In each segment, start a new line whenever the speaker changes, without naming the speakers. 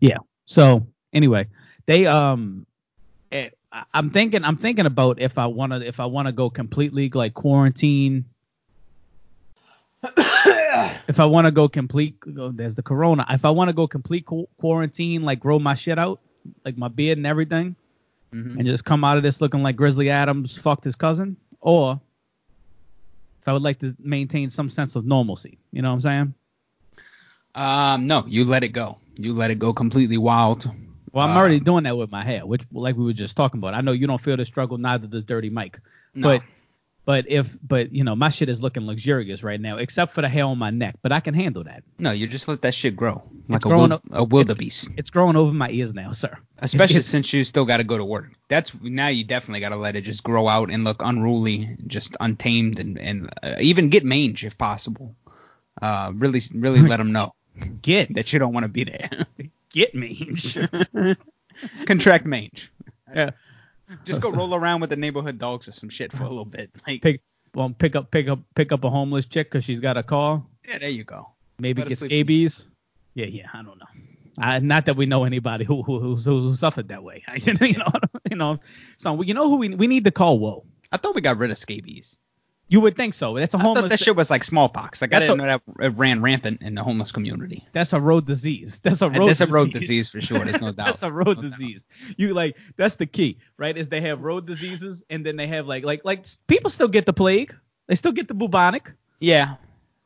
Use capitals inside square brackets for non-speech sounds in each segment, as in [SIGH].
Yeah. So anyway, they um, eh, I- I'm thinking I'm thinking about if I wanna if I wanna go completely like quarantine. if I wanna go complete, oh, there's the corona. If I wanna go complete qu- quarantine, like grow my shit out, like my beard and everything,
Mhm.
and just come out of this looking like Grizzly Adams fucked his cousin, or if I would like to maintain some sense of normalcy, you know what I'm saying?
Um, no, you let it go. You let it go completely wild.
Well, I'm already
Um,
doing that with my hair, which, like we were just talking about, I know you don't feel the struggle, neither does Dirty Mike.
No.
But, but if, but you know, my shit is looking luxurious right now, except for the hair on my neck. But I can handle that.
No, you just let that shit grow like a,
growing
wild,
up- [LAUGHS]
a wildebeest.
It's growing over my ears now, [LAUGHS] sir.
Especially
it's-
since you still got to go to work. That's now you definitely got to let it just grow out and look unruly, just untamed, and and uh, even get mange if possible. Uh, really, really let them know
[LAUGHS] Get
that you don't want to be there. [LAUGHS]
get me.
Contract mange.
[LAUGHS] Yeah.
[LAUGHS] Just go roll around with the neighborhood dogs or some shit for a little bit. Like,
pick, [LAUGHS] well, pick up, pick up, pick up a homeless chick because she's got a car.
yeah, there you go.
Maybe
Let her
gets
sleep.
scabies. Yeah, yeah, I don't know. I, not that we know anybody who who who, who suffered that way. [LAUGHS] you know, you know. So you know who we we need to call. Whoa.
I thought we got rid of scabies.
You would think so. That's a
I
homeless.
thought that shit was like smallpox. Like I
That's
didn't
a-
know that it ran rampant in the homeless community.
That's a road disease. [LAUGHS] That's a
And
road.
that's a
disease.
road disease for sure.
[LAUGHS]
There's no doubt.
that's a road
No doubt.
disease. You like that's the key, right? Is they have road diseases and then they have like like like s- people still get the plague. They still get the bubonic.
Yeah,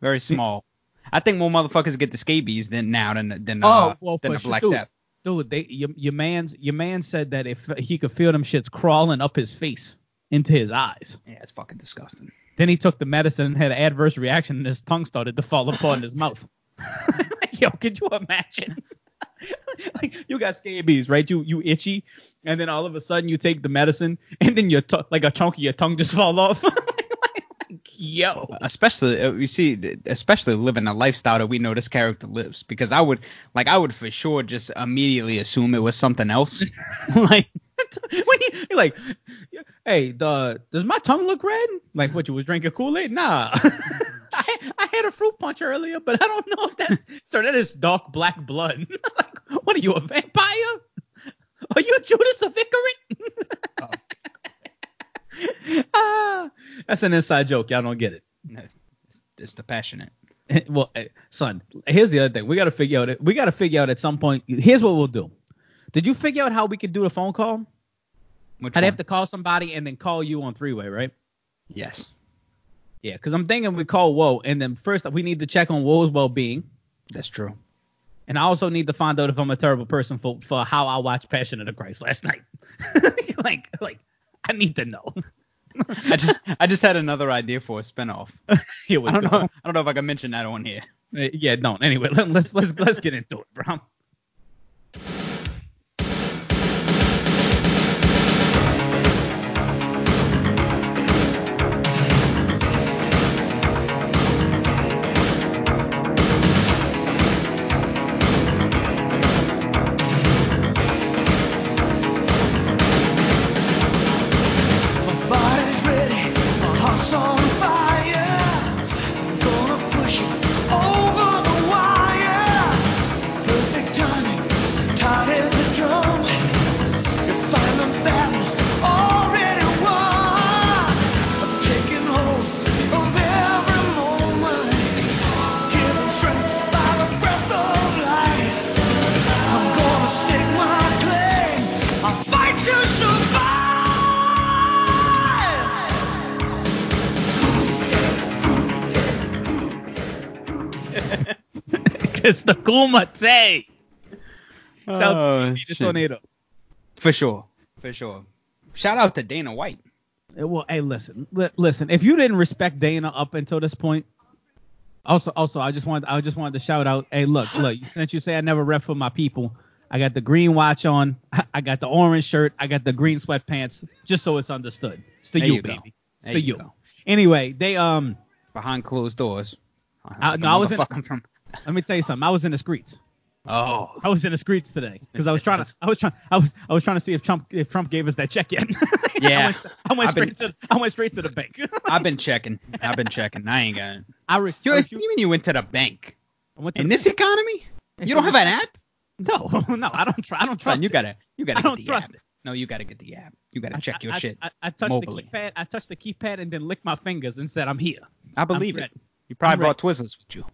very small. I think more motherfuckers get the scabies than now than than
Oh,
uh, than the black
dude,
death.
dude, they your, your man's your man said that if he could feel them shits crawling up his face into his eyes.
Yeah, it's fucking disgusting.
Then he took the medicine and had an adverse reaction, and his tongue started to fall apart in his mouth. [LAUGHS] Yo, could you imagine? [LAUGHS] like you got scabies, right? You you itchy, and then all of a sudden you take the medicine, and then your t- like a chunk of your tongue just fall off. [LAUGHS] Like, yo,
Especially uh, we see, especially living a lifestyle that we know this character lives. Because I would like I would for sure just immediately assume it was
[LAUGHS]
something else. like
when you you're like, hey, the does my tongue look red? Like what you was drinking Kool Aid? Nah. [LAUGHS] I, I had a fruit punch earlier, but I don't know if that's so. That is dark black blood. [LAUGHS] like, what are you, a vampire? Are you Judas of Icarin? [LAUGHS] ah, that's an inside joke. Y'all don't get it. [LAUGHS]
no, it's, it's the passionate.
Well, eh, son, here's the other thing. We gotta figure out. We gotta figure out at some point. Here's what we'll do. Did you figure out how we could do the phone call?
Which
I'd
one?
have to call somebody and then call you on three way, right?
Yes,
Yeah, because I'm thinking we call Woe, and then first we need to check on Woe's well being,
that's true.
and I also need to find out if I'm a terrible person for for how I watched Passion of the Christ last night. [LAUGHS] like, like I need to know. [LAUGHS]
I just I just had another idea for a spinoff.
Here we
I don't
go.
know. I don't know if I can mention that on here.
Uh, Yeah, don't. Anyway, let, let's let's let's get into it, bro. [LAUGHS]
body's ready, my heart's on fire. I'm gonna push it over the wire. Perfect timing, tight as a drum. Refinement battle's already won. I'm taking hold of every moment, given strength by the breath of life. I'm gonna stake my claim. I fight to survive.
it's the Kumite. Shout out
Oh,
to the
shit.
tornado.
For sure. For sure. Shout out to Dana White.
Uh, Well, hey, listen, li- listen. If you didn't respect Dana up until this point, also, also, I just wanted, I just wanted to shout out. Hey, look, look.
[LAUGHS]
Since you say I never rep for my people, I got the green watch on. I got the orange shirt. I got the green sweatpants. Just so it's understood, it's the
There
you,
you go.
baby. It's
There
the
you
you.
go.
Anyway, they um,
Behind closed doors.
I- no, I was in-
Motherfucker from.
let me tell you something. I was in the streets.
Oh.
I was in the streets today because I was trying to, I was trying, I was, I was trying to see if Trump, if Trump gave us that check yet. [LAUGHS] I
Yeah.
went, I went
I've been-
straight to, I went straight to the bank.
[LAUGHS] I've been checking. I've been checking. [LAUGHS] I ain't got.
I, re- I
You,
refuse-
you mean you went to the bank?
I went to
In
the
this economy? You don't have an app?
No, [LAUGHS] no, I don't try. I don't trust.
Son, you
it.
gotta you gotta
I
get
don't
the
trust
app.
it.
No, you gotta get the app. You gotta
I-
check your
I,
shit.
I, I touched
mobily.
the keypad. I touched the keypad and then licked my fingers and said, "I'm here."
I believe
I'm
it.
ready.
You
I'm
probably brought Twizzlers with you.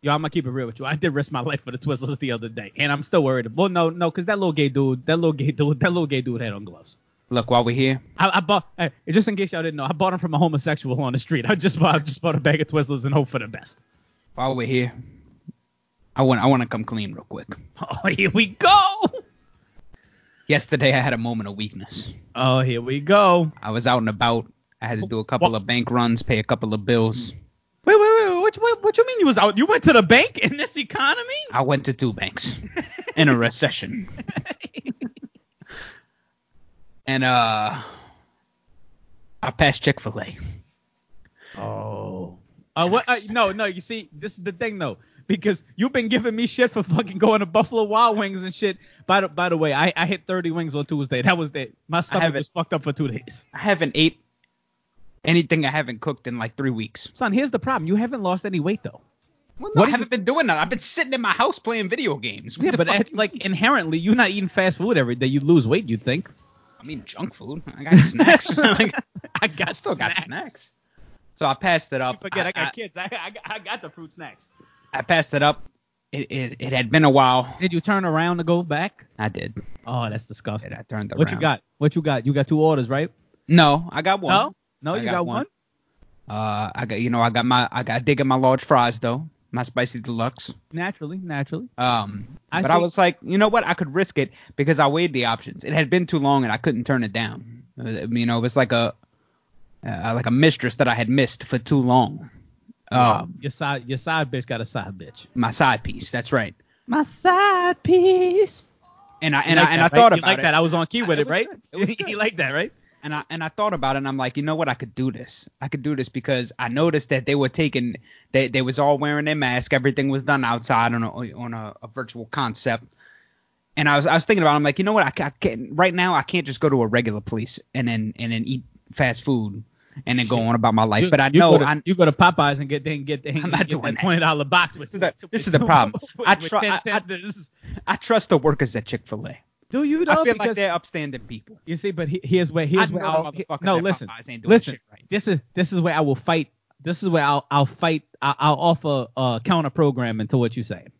Yo, I'm gonna keep it real with you. I did risk my life for the Twizzlers the other day, and I'm still worried. Well, no, no, because that little gay dude, that little gay dude, that little gay dude had on gloves.
Look, while we're here,
I, I bought, hey, just in case y'all didn't know, I bought them from a homosexual on the street. I just bought, I just bought a bag of Twizzlers and hope for the best. [LAUGHS]
while we're here, I want I want to come clean real quick.
Oh, here we go.
Yesterday I had a moment of weakness.
Oh, here we go.
I was out and about. I had to do a couple of bank runs, pay a couple of bills.
Wait, wait, wait. What, what, what you mean you was out? You went to the bank in this economy?
I went to two banks in
[LAUGHS]
a recession. and uh I passed Chick-fil-A.
Oh. Uh, what? Uh, no, no. You see, this is the thing though, because you've been giving me shit for fucking going to Buffalo Wild Wings and shit. By the by the way, I, I hit 30 wings on Tuesday. That was it. My stomach
haven't-
was fucked up for two days.
I haven't ate anything I haven't cooked in like three weeks.
Son, here's the problem. You haven't lost any weight [LAUGHS] though.
Well,
What
I
do
haven't been doing that. I've been sitting in my house playing video games. What
Yeah,
the
but
fuck?
at, like inherently, you're not eating fast food every day. You lose weight, you [LAUGHS] think?
I mean, junk food. I
[LAUGHS]
got snacks. [LAUGHS] Like,
I got
I still got snacks. So I passed it up.
Forget, I, got
I,
kids. I, I, I got the fruit snacks.
I passed it up. It, it it had been a while.
Did you turn around to go back?
I did.
Oh, that's disgusting.
I turned around.
what you got? What you got? You got two orders, right?
No, I got one.
Oh, No, no,
I
you
got
got,
one.
one.
Uh, I got you know I got my I got digging my large fries though, my spicy deluxe.
Naturally, naturally.
Um,
I
but I
see.
was like, you know what? I could risk it because I weighed the options. It had been too long and I couldn't turn it down. Uh, You know, it was like a uh, like a mistress that I had missed for too long. Um,
Your side, your side bitch got a side bitch.
my side piece. That's right.
My side piece.
And I
You
and
like
I and
that,
I thought
right?
about
you like
it.
that. I was on key
I-
with
it
it,
was
right?
good. It
[LAUGHS]
was good.
you like that, right?
and I and I thought about it and I'm like, you know what, I could do this. I could do this because I noticed that they were taking they they was all wearing their mask, everything was done outside on a on a, a virtual concept. And I was I was thinking about it, I'm like, you know what, I, ca- I can't right now I can't just go to a regular place and then and then eat fast food and then go on about my life.
You-
but I
you
know
go to,
I
you go to Popeyes and get then get the
I'm not
get
doing
that
that.
twenty dollar box with
This is the- this is the problem.
[LAUGHS] with-
I
with
try-
10
I- I-
tenders.
I trust the workers at Chick Fil A.
Do you
I
though?
feel like
because
they're upstanding people.
you see, but he, here's where here's
I
where
know
I'll
the motherfuckers
no
at
listen
Popeyes ain't doing
listen
shit right.
this is this is where I will fight. This is where I'll I'll fight. I'll, I'll offer uh, counter programming to what you're saying.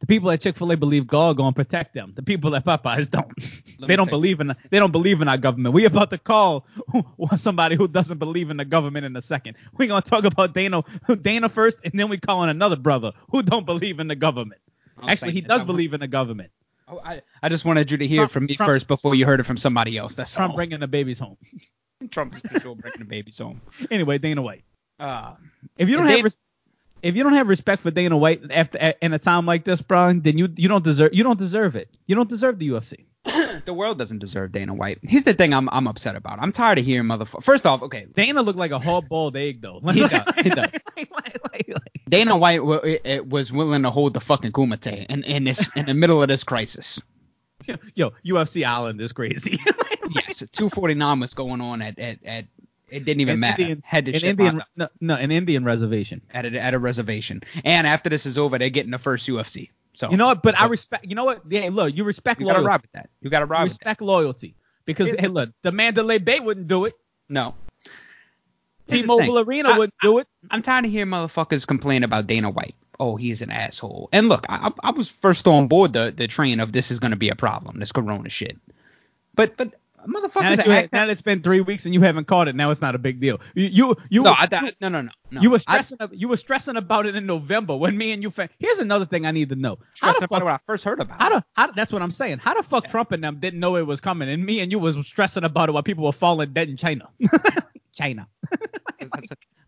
The people at Chick Fil A believe God gonna protect them. The people at Popeyes [LAUGHS] don't.
Let me
they don't
tell you.
believe in they don't believe in our government. We about to call [LAUGHS] somebody who doesn't believe in the government in a second. We gonna talk about Dana Dana first, and then we call on another brother who don't believe in the government.
I'm
Actually,
saying
he
that
does
I-
believe in the government.
Oh, I, I just wanted you to hear
Trump-
it from me
Trump-
first before you heard it from somebody else. That's
Trump
all.
bringing the babies home. [LAUGHS]
Trump is for sure bringing the babies home.
Anyway, Dana White.
Uh,
If you don't
If
have
they-
res- if you don't have respect for Dana White after at, in a time like this, bro, then you you don't deserve you don't deserve it. You don't deserve the UFC.
the world doesn't deserve Dana White. Here's the thing I'm I'm upset about. I'm tired of hearing motherfucker. First off, okay,
Dana looked like a hard boiled egg though.
He does, he [LAUGHS] does.
Like, like, like, like.
Dana White w- it- it was willing to hold the fucking kumite in in this in the middle of this crisis.
Yo, UFC Island is
[LAUGHS]
crazy.
Yes, 249 was going on at at, at it didn't even
An
matter.
Indian-
Had to
an
ship
Indian
out
no, no an Indian reservation.
at a, at a reservation. And after this is over, they're getting the first UFC. So
You know what? But I
Oh.
respect. You know what? Yeah, look, you respect
you gotta
loyalty.
rob with that. You gotta
You
rob with that.
respect loyalty because
Here's
hey, look, the Mandalay Bay wouldn't do it.
No. Here's the
T-Mobile
thing.
Arena
I-
wouldn't do it.
I'm tired of hearing motherfuckers complain about Dana White. Oh, he's an asshole. And look, I, I- I was first on board the, the train of this is going to be a problem, this corona shit. But but
Now
motherfuckers
that, you had,
act
now that it's been three weeks and you haven't caught it, now it's not a big deal. You you you,
no,
were-
I, I, no, no, no, no.
you were
I-
stressing ab- you were stressing about it in November when me and you. Fa- Here's another thing I need to know. How
stressing
the
about it
fuck?
when I first heard about
How the,
it.
how, that's what I'm saying. How the fuck Trump and them didn't know it was coming, and me and you was stressing about it while people were falling dead in
[LAUGHS]
China. China.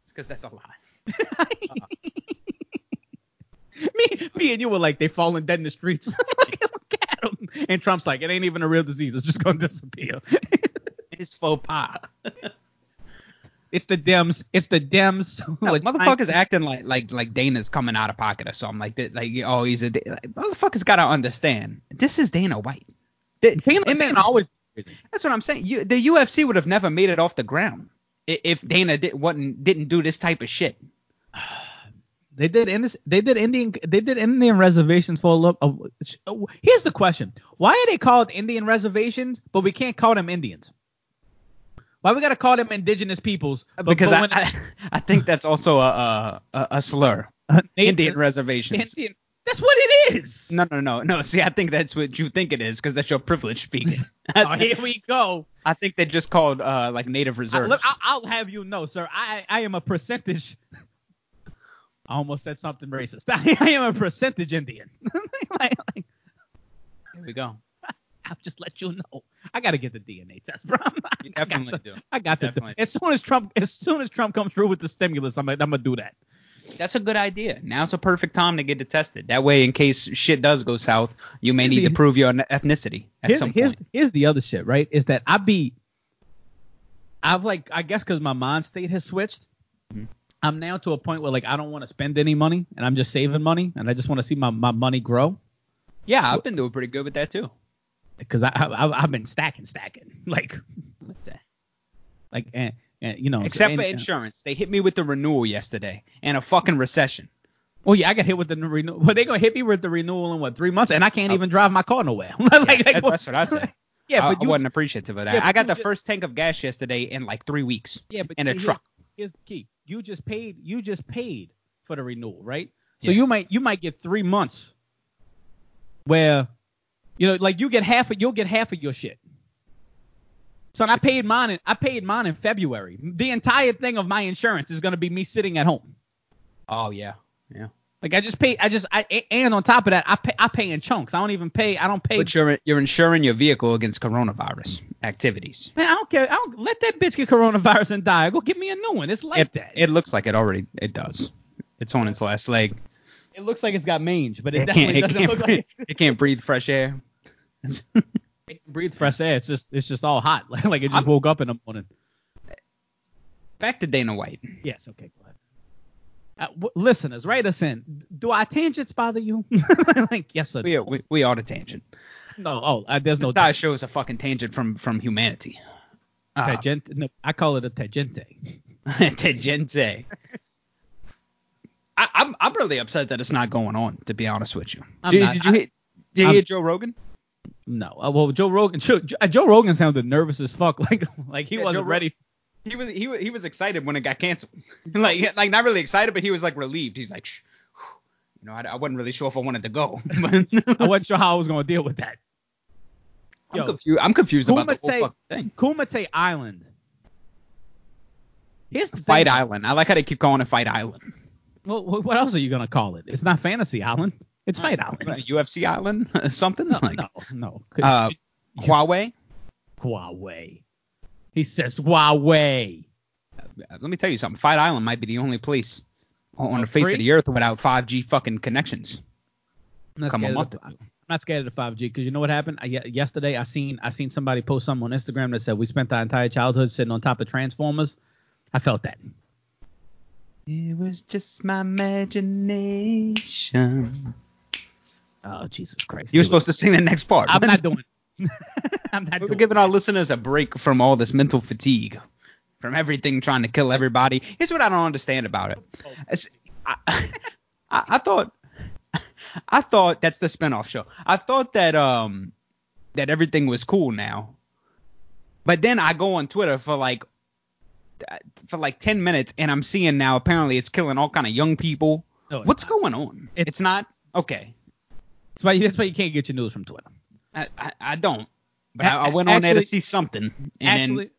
Because that's, a lie.
me, me and you were like, they falling dead in the streets. [LAUGHS] Like, look at 'em. And Trump's like, it ain't even a real disease. It's just gonna disappear. [LAUGHS]
It's faux pas.
it's the Dems. It's the Dems. who
No,
are trying-
motherfuckers acting like like like Dana's coming out of pocket or something like that. Like oh, he's a da- like, motherfuckers gotta understand. This is Dana White. Th-
Dana,
it may-
Dana always.
That's what I'm saying. You, the UFC would have never made it off the ground i- if Dana did, wasn't, didn't do this type of shit.
They did Indus, they did Indian they did Indian reservations for a little. uh, sh- uh, here's the question: Why are they called Indian reservations, but we can't call them Indians? Why we gotta call them indigenous peoples? but-
because
but
I,
when-
I I think that's also a a, a slur.
[LAUGHS]
Indian reservations.
Indian- That's what it is.
No, no, no, no. See, I think that's what you think it is because that's your privilege [LAUGHS] speaking.
Oh,
I,
here we go.
I think they're just called uh, like native
I,
reserves.
look, I, I'll have you know, sir. I I am a percentage. [LAUGHS] I almost said something racist. [LAUGHS] I, am a percentage Indian. [LAUGHS] Like- like,
Here we go.
I'll just let you know. I gotta get the DNA test, bro. [LAUGHS]
You
I got
definitely
the-
do.
I got the
Definitely.
As soon as Trump, as soon as Trump comes through with the stimulus, I'm like, I'm gonna do that.
[LAUGHS] That's a good idea. Now's a perfect time to get it tested. That way, in case shit does go south, you may
Here's
need
the-
to prove your ethnicity at
Here's,
some
here's,
point.
here's the other shit, right? Is that I be, I've like, I guess because my mind state has switched.
Mm-hmm.
I'm now to a point where like I don't want to spend any money, and I'm just saving money, and I just want to see my, my money grow
Yeah, I've been doing pretty good with that too.
because I, I I've- I've been stacking, stacking, [LAUGHS] like like and, and you know
Except
and-
for insurance, they hit me with the renewal yesterday and a fucking [LAUGHS] recession.
Oh yeah, I got hit with the renewal. Well, they gonna hit me with the renewal in what three months, and I can't even drive my car nowhere. [LAUGHS] like, like,
Oh. That-
what-
that's what I [LAUGHS] said.
[LAUGHS] Yeah,
I,
but
I
you
wasn't appreciative of that.
Yeah, but
I got
you
the
ju-
first tank of gas yesterday in like three weeks.
Yeah, but
in
see,
a
here's-
truck.
Here's, the key. You just paid. You just paid for the renewal, right? So
Yeah.
you might you might get three months where, you know, like you get half of you'll get half of your shit. Son, I paid mine. In, I paid mine in February. The entire thing of my insurance is gonna be me sitting at home.
Oh yeah, yeah.
Like I just pay. I just I a- and on top of that, I pay. I pay in chunks. I don't even pay. I don't pay.
But you're you're insuring your vehicle against coronavirus activities.
man, I don't care. I don't let that bitch get coronavirus and die. Go get me a new one. It's like
It,
that.
it looks like it already it does. It's on its last leg.
It looks like it's got mange, but it,
It can't
definitely
it
doesn't
can't
look
breathe,
like
it can't breathe fresh air.
it can breathe fresh air. It's just it's just all hot. [LAUGHS] Like, like it just
I'm-
woke up in the morning.
Back to Dana White.
Yes, okay, go ahead. Uh, w- listeners, write us in. Do our tangents bother you? [LAUGHS] like yes, sir.
We are, we, we are the tangent.
No, oh, uh, there's no
No, that shows a fucking tangent from from humanity. Uh,
tangent. No, I call it a tangente.
[LAUGHS] tangente. I, I'm I'm really upset that it's not going on. To be honest with you,
I'm
did,
not-
did you
I-
hear, did you
I'm-
hear Joe Rogan?
No, uh, well, Joe Rogan. Joe, Joe Rogan sounded nervous as fuck. [LAUGHS] Like like he
Yeah, Joe
wasn't
Rog-
ready.
He was he was, he was excited when it got canceled. [LAUGHS] like like not really excited, but he was like relieved. He's like, "Shh, whew." you know, I, I wasn't really sure if I wanted to go. [LAUGHS] But
I wasn't sure how I was gonna deal with that.
I'm confused. I'm confused about the
Kumite-
whole fucking thing.
Kumite Island. Here's the
Fight
thing.
Island. I like how they keep calling it Fight Island.
Well, wh- what else are you gonna call it? It's not Fantasy Island. It's Fight Island.
Is it UFC Island, something [LAUGHS] like
No, no.
uh, Huawei.
Huawei. He says Huawei.
Uh, Let me tell you something. Fight Island might be the only place on on
Oh,
the face
free?
of the earth without 5G fucking connections.
I'm not
Come a
scared of
month
the-
ago.
I'm not scared of the 5G because you know what happened? I, ye- yesterday, I seen I seen somebody post something on Instagram that said we spent our entire childhood sitting on top of transformers. I felt that.
It was just my imagination.
Oh Jesus Christ!
You're
dude.
supposed to sing the next part.
I'm
[LAUGHS]
not doing. it. [LAUGHS] I'm not
We're
doing.
giving
it.
our listeners a break from all this mental fatigue, from everything trying to kill everybody. Here's what I don't understand about it. It's- I, [LAUGHS] I, I thought, [LAUGHS] I thought that's the spinoff show. I thought that um that everything was cool now, but then I go on Twitter for like for like 10 minutes and I'm seeing now apparently it's killing all kind of young people.
No, it's
What's
not.
going on?
It's-
It's, not okay.
That's why, that's why you can't get your news from Twitter.
I, I, I don't. But
A-
I, I went on there to
actually-
see something, and then
actually,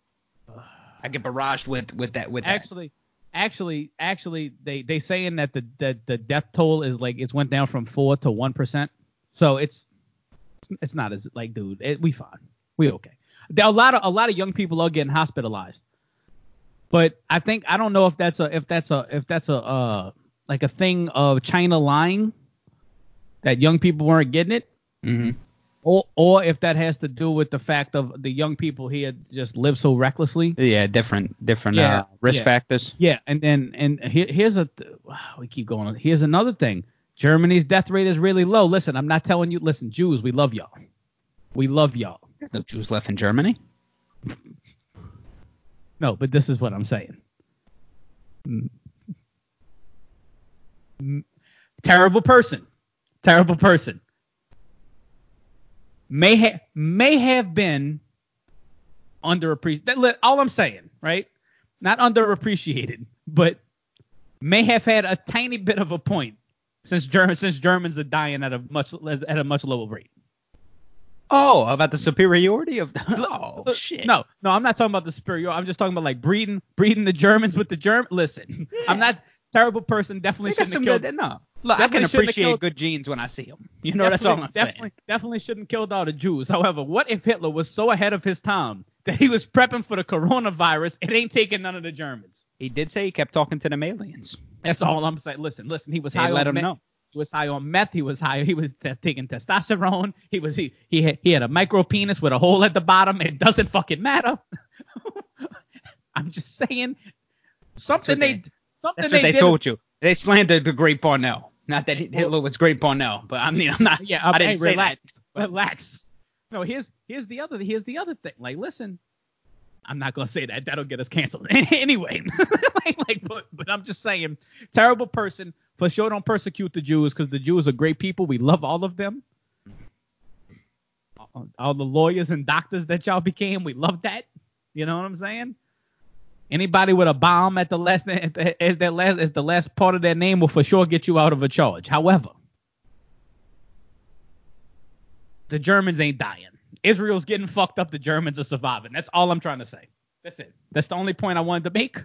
I get barraged with with that with that.
actually, actually, actually, they they saying that the that the death toll is like it's went down from four to one percent. So it's it's not as like, dude, it, we fine, we okay. There, a lot of a lot of young people are getting hospitalized, but I think I don't know if that's a if that's a if that's a uh like a thing of China lying that young people weren't getting it.
hmm
Or, or if that has to do with the fact of the young people here just live so recklessly
Yeah, different different
Yeah,
uh, risk
yeah.
factors.
Yeah, and then and here, here's a th- we keep going. Here's another thing. Germany's death rate is really low. Listen, I'm not telling you. Listen, Jews, we love y'all. We love y'all.
There's no Jews left in Germany.
No, but this is what I'm saying. M- Terrible person. Terrible person. May ha- may have been underappreciated. All I'm saying, right? Not underappreciated, but may have had a tiny bit of a point since German since Germans are dying at a much at a much lower rate.
Oh, about the superiority of [LAUGHS] oh
Look,
shit.
No, no, I'm not talking about the superior. I'm just talking about like breeding, breeding the Germans with the germ. Listen, I'm not terrible person. Definitely
They got
shouldn't
some
have killed.
good, no. Look,
Definitely
I can
shouldn't have
appreciate
killed-
good genes when I see them. You know, that's all I'm
definitely,
saying.
Definitely shouldn't killed all the Jews. However, what if Hitler was so ahead of his time that he was prepping for the coronavirus? It ain't taking none of the Germans.
He did say he kept talking to them aliens.
That's all I'm saying. Listen, listen. He was
They
high.
let
on meth.
him know.
He was high on meth. He was high. He was t- taking testosterone. He was he he had, he had a micro penis with a hole at the bottom. It doesn't fucking matter. [LAUGHS] I'm just saying something they,
they-
something
That's what they,
did-
told you. They slandered the great Parnell. Not that Hitler was great Parnell, but I mean, I'm not.
[LAUGHS] Yeah,
I
um,
didn't
hey,
say
relax,
that.
relax. No, here's here's the other here's the other thing. Like, listen, I'm not gonna say that. That'll get us canceled [LAUGHS] anyway. like, like, but but I'm just saying, terrible person. For sure, don't persecute the Jews because the Jews are great people. We love all of them. All- All the lawyers and doctors that y'all became, we love that. You know what I'm saying? Anybody with a bomb at the last [LAUGHS] at the- as their last as the last part of their name will for sure get you out of a charge. However, the Germans ain't dying. Israel's getting fucked up. The Germans are surviving. That's all I'm trying to say. That's it. That's the only point I wanted to make.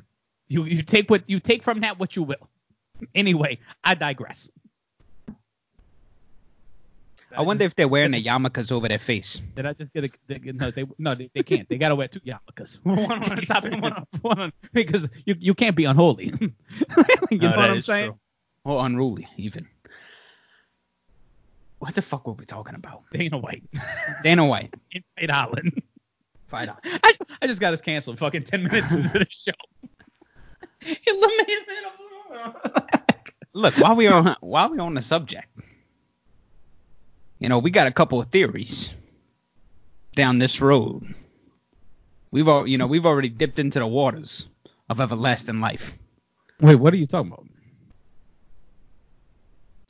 You you take what you take from that what you will. Anyway, I digress.
I wonder if they're wearing the yarmulkes over their face.
Did I just get a they, no? They no they, they can't. They gotta wear two [LAUGHS] yarmulkes. One on the top and one on, one on because you you can't be unholy. [LAUGHS] you know what I'm saying?
Or unruly, even. What the fuck were we talking about?
Dana White, [LAUGHS]
Dana White.
inside Holland.
Fight on.
[LAUGHS] I, I just got us canceled fucking 10 minutes into the show. [LAUGHS] Hitler may have been a-
Look, while we on while we on the subject, you know, we got a couple of theories down this road. We've all, you know, we've already dipped into the waters of everlasting life.
Wait, what are you talking about?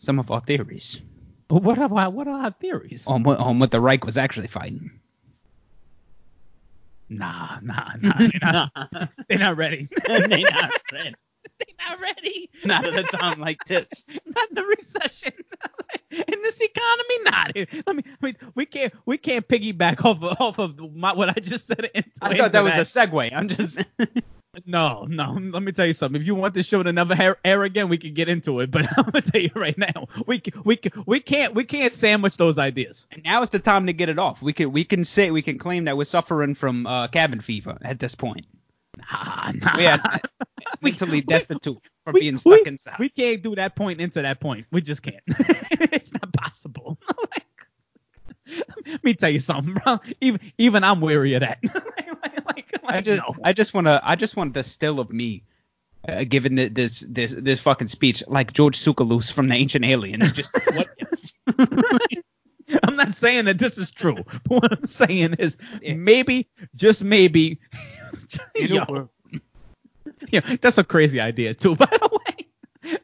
Some of our theories
But what are our- what are our theories?
on what on what the Reich was actually fighting.
Nah, nah, nah. They're [LAUGHS] not, they're not ready.
[LAUGHS]
[LAUGHS]
They
they're
not ready.
not ready.
[LAUGHS] Not at a time like this.
[LAUGHS] not in the recession. [LAUGHS] in this economy, not. I mean, I mean, we can't we can't piggyback [LAUGHS] off of, off of my, what I just said. into-
I thought that
into
was a segue. I'm just. [LAUGHS]
No, no. Let me tell you something. If you want this show to never ha- air again, we can get into it. But [LAUGHS] I'm gonna tell you right now, we c- we c- we can't we can't sandwich those ideas.
And now is the time to get it off. We can we can say we can claim that we're suffering from uh, cabin fever at this [LAUGHS] point.
Nah, nah.
We are mentally destitute from
We-
being stuck
we-
inside.
We can't do that point into that point. We just can't. [LAUGHS] it's not possible. [LAUGHS] Like, let me tell you something, bro. Even even I'm weary of that. [LAUGHS] like, like, like,
[LAUGHS] I just
no.
I just wanna I just want the still of me. Uh, given the, this this this fucking speech, like George Tsoukalos from the Ancient Aliens, just
what if? [LAUGHS] I'm not saying that this is true, but what I'm saying is
Yeah.
maybe, just maybe. [LAUGHS] [LAUGHS]
you
yo,
know,
yo, that's a crazy idea too, [LAUGHS] by the way. [LAUGHS]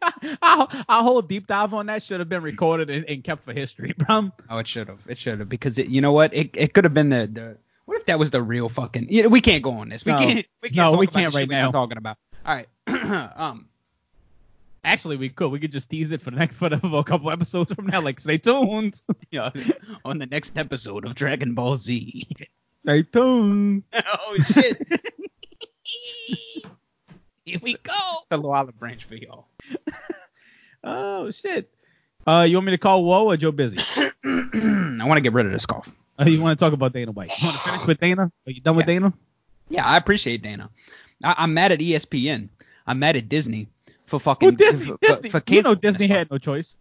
Our, our whole deep dive on that should have been recorded and, and kept for history, bro.
oh, it should have, it should have, because it, you know what, it, it could have been the, the what if that was the real fucking? You know, we can't go on this. We
No.
can't. We can't
No,
talk
we
about
can't
the shit
right
we've been
now.
talking about. All right. [CLEARS THROAT] um.
Actually, we could. We could just tease it for the next for, the, for a couple episodes from now. Like, stay tuned. [LAUGHS]
Yeah, on the next episode of Dragon Ball Z.
Stay tuned.
[LAUGHS] oh shit.
[LAUGHS] Here we go.
the Loala branch for y'all. [CLEARS THROAT]
Oh shit. Uh, you want me to call Woe or Joe Busy?
I want to get rid of this cough.
Uh, you want to talk about Dana White? You want to finish with Dana? Are you done with
Yeah.
Dana?
Yeah, I appreciate Dana. I, I'm mad at E ESPN. I'm mad at Disney for fucking
Well, Disney,
for,
Disney,
for
you know
canceling this
Disney
stuff.
had no choice.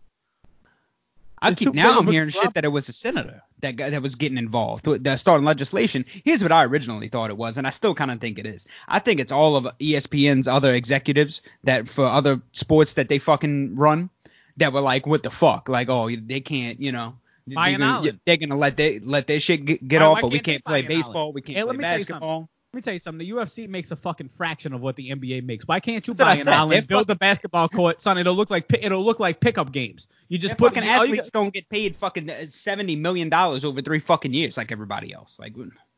I
it's
keep
too
now
big
I'm
of a
hearing shit
problem.
that it was a senator that guy that was getting involved with- that starting legislation. Here's what I originally thought it was, and I still kind of think it is. I think it's all of E ESPN's other executives that for other sports that they fucking run that were like, what the fuck? Like, oh, they can't, you know.
Buy an
they're gonna-
island.
They're gonna let they let their shit get, get
Why-
off,
why
but we
can't they
can't play
buy an island?
baseball, we can't
Hey, let
play
me tell you something.
basketball.
Let me tell you something. The UFC makes a fucking fraction of what the NBA makes. Why can't you
That's what I
buy an
said.
island,
They're
build
fuck-
the basketball court, son? It'll look like pi- it'll look like pickup games. You just
Just
put
fucking
you- all you
athletes
got-
don't get paid fucking uh, seventy million dollars over three fucking years like everybody else. Like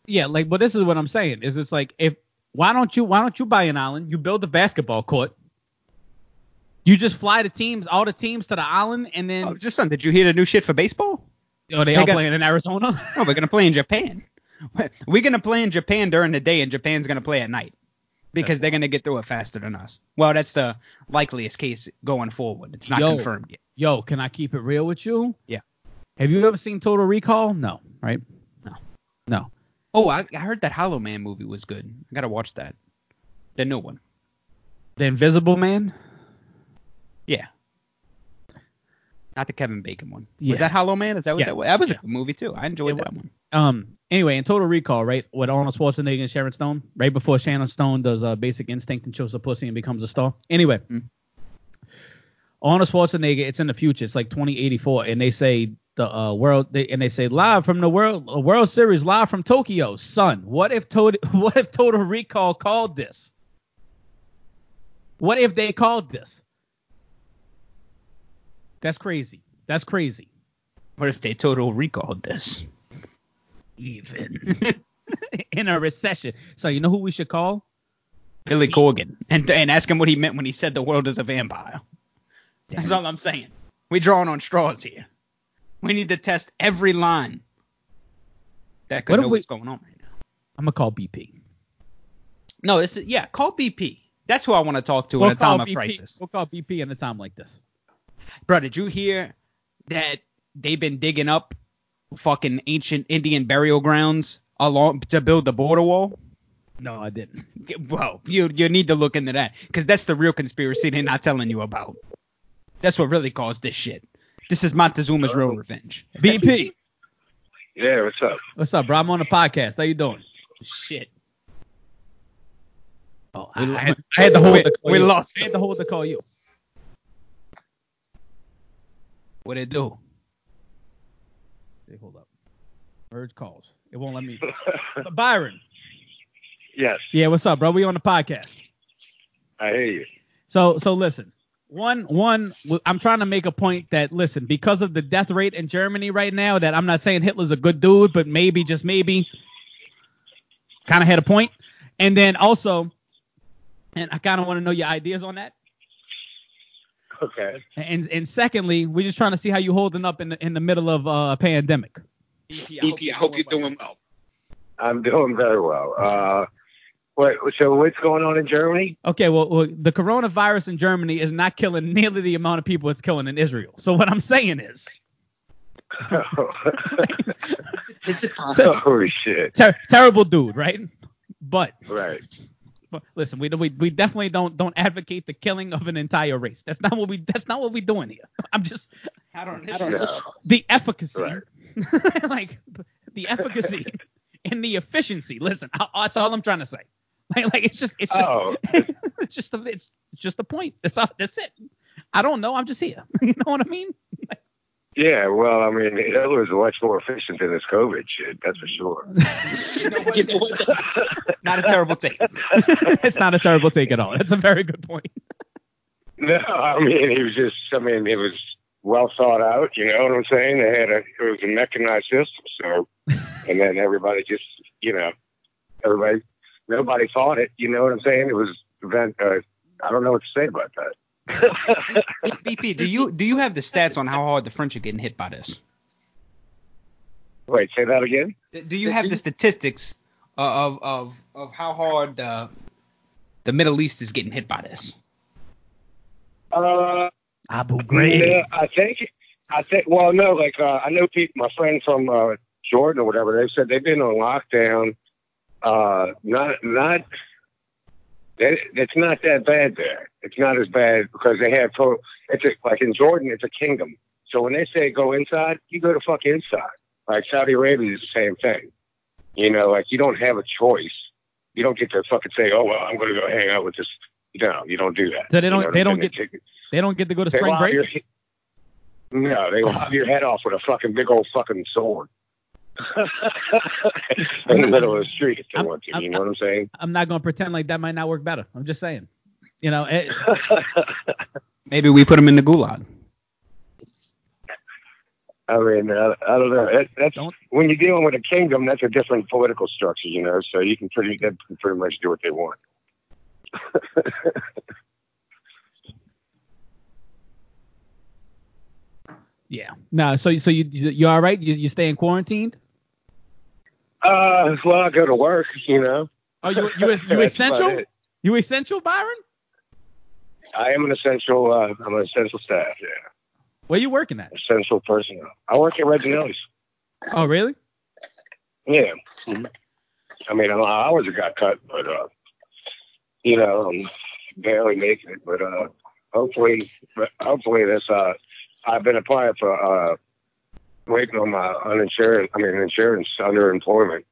yeah, like, but this is what I'm saying. Is it's like if why don't you why don't you buy an island? You build the basketball court. You just fly the teams, all the teams to the island, and then
oh, just son, did you hear the new shit for baseball?
oh, they,
they
all
got-
playing in Arizona. [LAUGHS]
No, we're gonna play in Japan. [LAUGHS] We're gonna play in Japan during the day, and Japan's gonna play at night because they're gonna get through it faster than us. Well, that's the likeliest case going forward. It's not
Yo.
confirmed yet.
Yo, can I keep it real with you?
Yeah.
Have you ever seen Total Recall? No, right?
No.
No.
Oh, I, I heard that Hollow Man movie was good. I gotta watch that. The new one.
The Invisible Man?
Yeah. Not the Kevin Bacon one.
Yeah.
Was that Hollow Man? Is that what
Yeah.
that was? That was
Yeah.
a good movie too. I enjoyed that one.
um anyway in total recall right with arnold schwarzenegger and sharon stone right before sharon stone does uh, basic instinct and shows a pussy and becomes a star anyway arnold schwarzenegger it's in the future it's like 2084 and they say the uh, world they, and they say live from the world uh, world series live from tokyo son what if total [LAUGHS] what if total recall called this what if they called this that's crazy that's crazy
What if they total recalled this?
even [LAUGHS] in a recession. So you know who we should call?
Billy Corgan and and ask him what he meant when he said the world is a vampire. That's all I'm saying. We're drawing on straws here. We need to test every line that
What
could
if
know
we-
what's going on right now.
I'm gonna call BP.
No, this is yeah. Call BP. That's who I want to talk to in a
call
time of
BP.
crisis.
We'll call BP in a time like this.
Bro, did you hear that they've been digging up fucking ancient Indian burial grounds along to build the border wall?
No, I [LAUGHS] didn't.
Well, you you need to look into that because that's the real conspiracy they're not telling you about. That's what really caused this shit. This is Montezuma's real revenge.
BP,
Yeah, what's up? [LAUGHS]
what's up, bro? I'm on the podcast. How you doing?
Shit.
Oh,
We lo-
I, I had, I had to hold
we-
the call
we
you.
lost.
I had to hold the call you.
What it do?
Hey, hold up. Merge calls. It won't let [LAUGHS] me. Byron.
Yes,
Yeah, what's up, bro? We on the podcast.
I hear you.
So so listen. One one w- I'm trying to make a point that listen, because of the death rate in Germany right now that I'm not saying Hitler's a good dude, but maybe just maybe kind of had a point. And then also and I kind of want to know your ideas on that.
Okay.
And and secondly, we're just trying to see how you holding up in the in the middle of uh, a pandemic.
BP, E I hope you're doing well.
I'm doing very well. Uh, what, so what's going on in Germany? [LAUGHS]
Okay, well, well, the coronavirus in Germany is not killing nearly the amount of people it's killing in Israel. So what I'm saying is,
oh shit!
ter- terrible dude, right? But
Right.
But listen, we, we we definitely don't don't advocate the killing of an entire race. That's not what we that's not what we're doing here. [LAUGHS] I'm just
I don't, I don't
No.
the efficacy,
Right.
[LAUGHS] like the
[LAUGHS]
efficacy and the efficiency. Listen, I, that's all I'm trying to say. [LAUGHS] Like like it's just it's just
Oh,
it's just a, it's just a point. That's all, that's it. I don't know. I'm just here. [LAUGHS] You know what I
[LAUGHS]
mean?
yeah. Well, I mean, Hitler was much more efficient than this COVID shit. That's for sure.
Not a terrible take.
it's not a terrible take at all. That's a very good point.
No, I mean, he was just. I mean, it was well thought out. You know what I'm saying? They had a. It was a mechanized system. So, and then everybody just, you know, everybody, nobody fought it. You know what I'm saying? It was event. Uh, I don't know what to say about that. [LAUGHS]
BP, do you do you have the stats on how hard the French are getting hit by this?
Wait, say that again.
Do you have the statistics of of of how hard uh, the Middle East is getting hit by this?
Uh,
Abu
no, I think. I think. Well, no, like uh, I know people. My friend from uh, Jordan or whatever. They said they've been on lockdown. Uh, not not. They, it's not that bad there. It's not as bad because they have. To, it's a, like in Jordan, it's a kingdom. So when they say go inside, you go to fuck inside. Like Saudi Arabia is the same thing. You know, like you don't have a choice. You don't get to fucking say, oh well, I'm going to go hang out with this. No, you don't do that.
So they don't-
You know what
they
I'm
don't
saying?
get- They don't get to go to
They
spring
lob
break.
your- no, they lob your head off with a fucking big old fucking sword. [LAUGHS] in the middle of the street. They
I'm-
want you.
I'm-
You know what I'm saying?
I'm not gonna pretend like that might not work better. I'm just saying. You know, it,
Maybe we put him in the gulag.
I mean, I, I don't know. That, that's
Don't-
when you're dealing with a kingdom. That's a different political structure, you know. So you can pretty they can pretty much do what they want.
yeah. No, so so you you you all right? You you staying quarantined?
Uh, well, I go to work, you know.
Oh, you
[LAUGHS]
you, you,
That's about
essential?
it.
You essential, Byron?
I am an essential. Uh, I'm an essential staff. Yeah,
Where you working at?
essential personnel. I work at Reginelli's.
Oh, really?
Yeah. I mean, a lot of hours have got cut, but uh, you know, I'm barely making it. But uh, hopefully, hopefully this. Uh, I've been applying for uh, waiting on my uninsurance. I mean, insurance underemployment.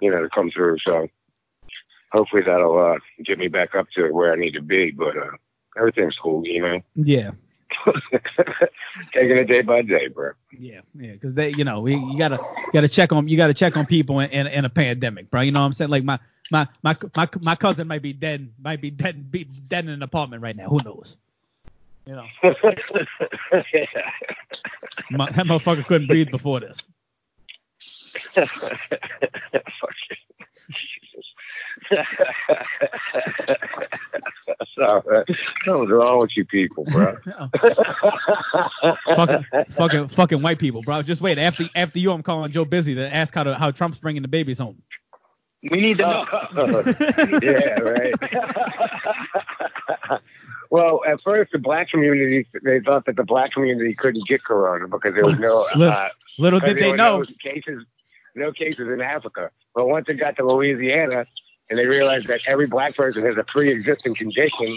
You know, to come through. So hopefully that'll uh, get me back up to where I need to be. But uh, everything's cool, you know. [LAUGHS]
Yeah.
Taking it day by day, bro. [LAUGHS]
Yeah, yeah, because they, you know, you, you gotta gotta check on you gotta check on people in, in, in a pandemic, bro. You know what I'm saying? Like my my my my my cousin might be dead, might be dead, be dead in an apartment right now. Who knows? You know, my, that motherfucker couldn't breathe before this.
Fuck Sorry, something's wrong with you people, bro.
fucking fucking fucking white people, bro. Just wait after after you, I'm calling Joe Busy to ask how to, how Trump's bringing the babies
[LAUGHS]
home.
[LAUGHS] We need
yeah, right. well, at first, the black community they thought that the black community couldn't get corona because there was no uh,
Little did
there
they
were
know.
no cases, no cases in Africa. But once it got to Louisiana, and they realized that every black person has a pre-existing condition,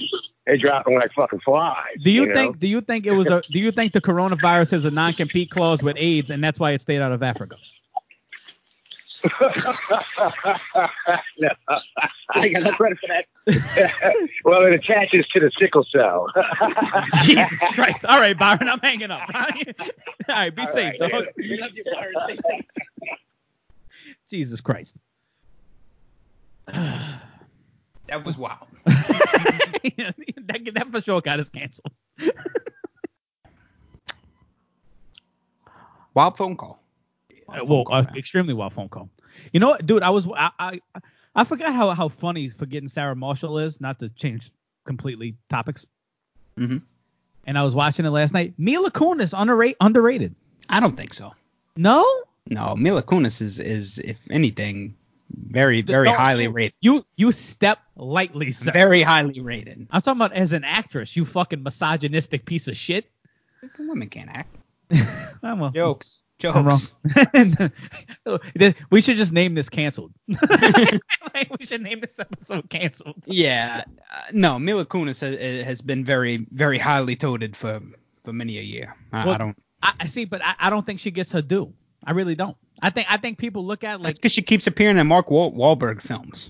they dropping like fucking flies.
Do you,
know?
think do you think it was a do you think the coronavirus has a non compete clause with AIDS and that's why it stayed out of
[LAUGHS]
Africa?
[LAUGHS] no. I got no credit for that. [LAUGHS] well, it attaches to the sickle cell. [LAUGHS]
Jesus Christ. All right, Byron, I'm hanging up. [LAUGHS] All right, be
All
safe,
right.
dog. Jesus Christ. [LAUGHS]
That was wild.
that, that for sure got us canceled.
Wild phone call.
Uh, well, uh, extremely wild phone call. You know what, dude? I was I I, I forgot how how funny forgetting Sarah Marshall is. Not to change completely topics.
Mhm.
And I was watching it last night. Mila Kunis underrated. Underrated.
I don't think so.
No,
No, Mila Kunis is, is if anything, very, very
No,
highly rated.
you you step lightly, sir.
Very highly rated.
I'm talking about as an actress. You fucking misogynistic piece of shit. [LAUGHS]
Women can't act.
Oh, well,
Jokes. Jokes.
I'm wrong. [LAUGHS] uh, we should just name this
[LAUGHS]
canceled. [LAUGHS] like, we should name this episode canceled.
Yeah. Uh, no, Mila Kunis has, has been very, very highly touted for, for many a year. I,
Well,
I don't.
I, I see, but I, I don't think she gets her due. I really don't. I think I think people look at
Like,
like,
because she keeps appearing in Mark Wahl- Wahlberg films.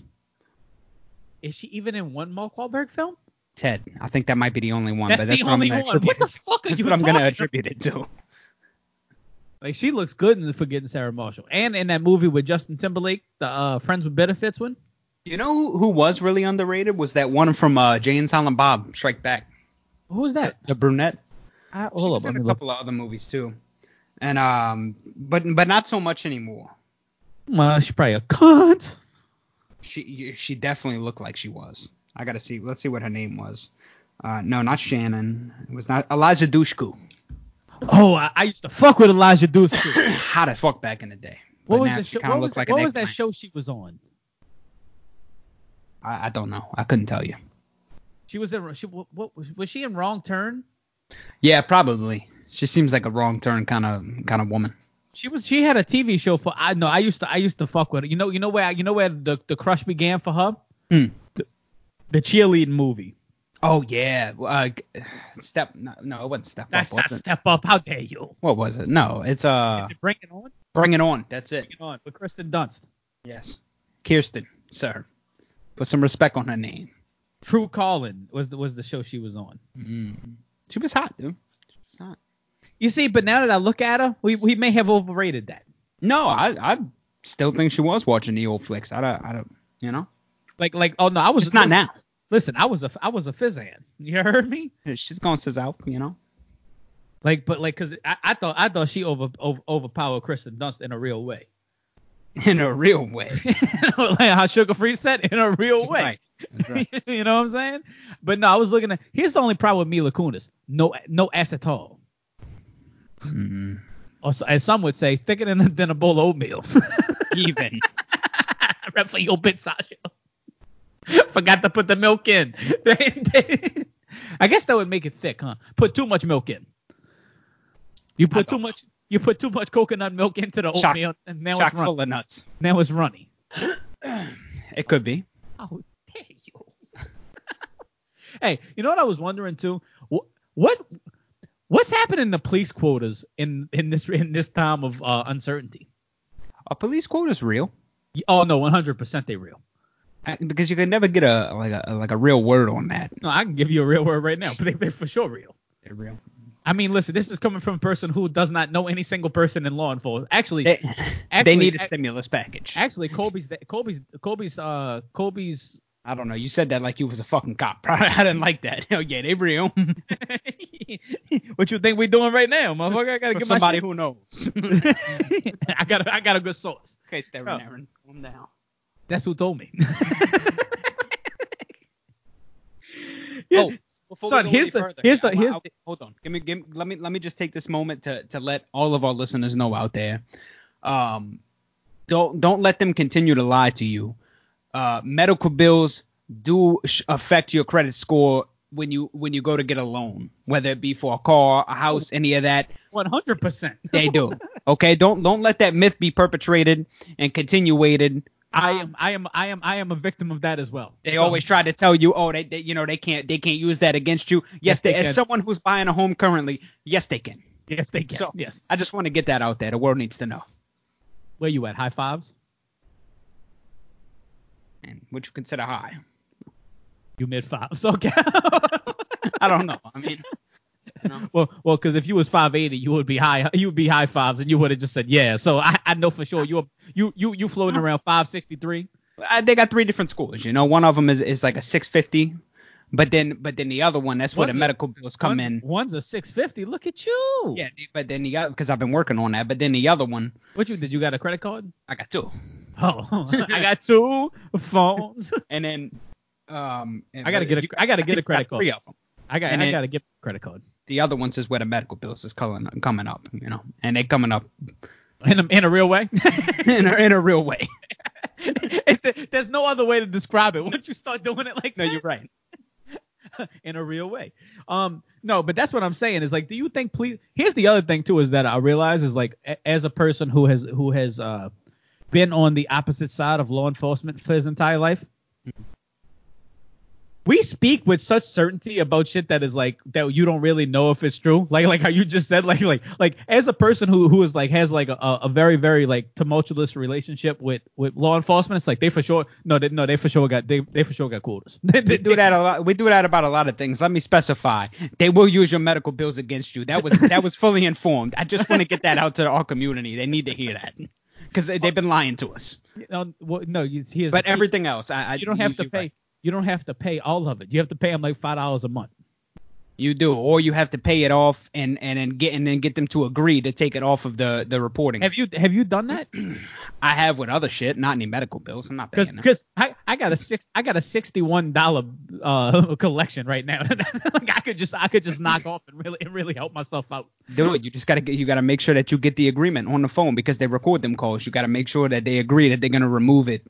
is she even in one Mark Wahlberg film?
Ted. I think that might be the only one.
That's,
Um, but that's
the
what I'm
only
gonna
one. What
attribute-
the fuck are
[LAUGHS] That's
you
what I'm
talking
gonna
about?
attribute it to.
Like she looks good in the Forgetting Sarah Marshall, and in that movie with Justin Timberlake, the uh, Friends with Benefits one.
You know who, who was really underrated was that one from uh, Jay and Silent Bob Strike Back.
Who was that?
The brunette.
I,
She
hold
was
up, let
in
me
a
look.
couple of other movies too, and um, but but not so much anymore.
Well, she's probably a cunt.
She she definitely looked like she was. I gotta see. Let's see what her name was. Uh, no, not Shannon. It was not Eliza Dushku. [CLEARS THROAT]
Oh, I, I used to fuck with Elijah Deuce.
[COUGHS]
too.
Hot as fuck back in the day.
What
But
was
now
the
she
show?
kinda
What, was,
looks like
what
an
was that
eggplant.
show she was on?
I, I don't know. I couldn't tell you.
She was in. She, what, what was, was she in Wrong Turn?
Yeah, probably. She seems like a wrong turn kind of kind of woman.
She was. She had a TV show for. I know. I used to. I used to fuck with her. You know. You know where. You know where the the crush began for her.
Hmm.
The cheerleading movie.
Oh yeah. Uh, [SIGHS] step. No, no, it wasn't step
That's
up.
not
Was it?
step up. How dare you?
What was it? No, it's uh,
Is it Bring It On?
bring it on. That's it.
Bring It On with Kristen Dunst.
Yes. Kirsten, sir. Put some respect on her name.
True Calling was the was the show she was on.
Mm. She was hot, dude. She was hot.
You see, but now that I look at her, we we may have overrated that.
No, I I still think she was watching the old flicks. I don't I don't you know
Like like oh no, I was
just not now.
Listen, I was a I was a fizzan. You heard me?
She's going says out you know. [LAUGHS]
Like but like cause I, I thought I thought she over, over overpowered Kristen Dunst in a real way. [LAUGHS]
[LAUGHS] In a real way.
like how Sugar Free said in a real
That's
way.
right. That's right.
[LAUGHS] you know what I'm saying? But no, I was looking at. Here's the only problem with Mila Kunis: no, no ass at all.
[LAUGHS] Mm,
Or s- as some would say, thicker than, than a bowl of oatmeal. [LAUGHS]
even.
Raphael bit Sasha. [LAUGHS] Forgot to put the milk in. [LAUGHS] I guess that would make it thick, huh? Put too much milk in. You put too
don't
much. You put too much coconut milk into the
Chock-
oatmeal, and now
Chock
it's runny.
full of nuts.
Now it's runny.
It could be.
How dare you? [LAUGHS] hey, you know what I was wondering too? What, what what's happening to police quotas in in this in this time of uh, uncertainty?
A police quote is real.
Y- Oh no, 100% they real.
Uh, because you can never get a like a like a real word on that.
No, I can give you a real word right now, but they, they're for sure real.
They're real.
I mean, listen, this is coming from a person who does not know any single person in law enforcement. Actually,
They,
Actually,
need a
ac-
stimulus package.
actually, Kobe's Kobe's Kobe's uh Kobe's [LAUGHS]
I don't know. You said that like you was a fucking cop. [LAUGHS] I didn't like that. Oh yeah, they real.
what you think we doing right now, motherfucker? I gotta
For
get somebody.
somebody who knows.
[LAUGHS]
[LAUGHS]
I got a, I got a good source.
okay,
Oh.
Stephen Aaron, calm down.
That's who told
[LAUGHS]
me.
Oh, before
Son,
we go
here's
any
the-
further,
here's the-
I- I-
here's the-
hold on. Give me, give me, let me, let me just take this moment to to let all of our listeners know out there, um, don't don't let them continue to lie to you. Uh, medical bills do sh- affect your credit score when you when you go to get a loan, whether it be for a car, a house, any of that.
One hundred percent.
They do. Okay, don't don't let that myth be perpetrated and continuated.
I am I am I am I am a victim of that as well.
They
So,
always try to tell you, oh, they, they, you know, they can't, they can't use that against you. Yes,
Yes,
they,
they
as
can.
someone who's buying a home currently, yes, they can.
yes they can.
So-
yes.
I just want to get that out there. The world needs to know.
Where you at? High fives?
And would you consider high?
You mid fives. [LAUGHS] Okay.
I don't know. I mean, you know,
well well cuz if you was 580, you would be high you would be high fives and you would have just said yeah. So I, I know for sure you are you you you floating around 563.
I, they got three different schools. You know, one of them is, is like a 650, but then but then the other one, that's where the
One's a-
medical bills come
one's,
in.
One's a 650. Look at you.
Yeah, but then the other because I've been working on that. But then the other one,
What you did? You got a credit
[LAUGHS]
card?
I got two.
Oh, [LAUGHS] I got two
[LAUGHS]
phones.
And then um,
I gotta get a I gotta get a credit
[LAUGHS]
card.
Three of them.
I got
And
I
it-
gotta get a credit card.
The other ones is where the medical bills is coming coming up. You know, and they coming up [LAUGHS]
In a, in a real way. [LAUGHS]
in a, in a real way.
It's the- there's no other way to describe it. Once you start doing it like
No,
that,
you're right.
in a real way. Um, no, but that's what I'm saying is like, do you think police? Here's the other thing too is that I realize is like, a- as a person who has who has uh been on the opposite side of law enforcement for his entire life, we speak with such certainty about shit that is like that you don't really know if it's true. Like like how you just said, like like like as a person who who is like has like a, a very very like tumultuous relationship with with law enforcement, it's like they for sure no they no they for sure got they they for sure got quotas. [LAUGHS] they,
We do that a lot. We do that about a lot of things. Let me specify. They will use your medical bills against you. That was that was fully informed. I just want to get that out to our community. They need to hear that because they've been lying to us.
No, well, no, you, here's
But
the thing.
everything else, I, I
you don't have to
you're
pay.
right.
You don't have to pay all of it. You have to pay them like five dollars a month.
You do, or you have to pay it off and and then get and then get them to agree to take it off of the the reporting.
Have you have you done
[CLEARS THROAT]
that?
I have with other shit, not any medical bills. I'm not paying
Because
them.
I, I got a six I got a sixty one dollar uh [LAUGHS] collection right now. like I could just I could just knock off and really and really help myself out.
Do it. You just gotta get. You gotta make sure that you get the agreement on the phone because they record them calls. You gotta make sure that they agree that they're gonna remove it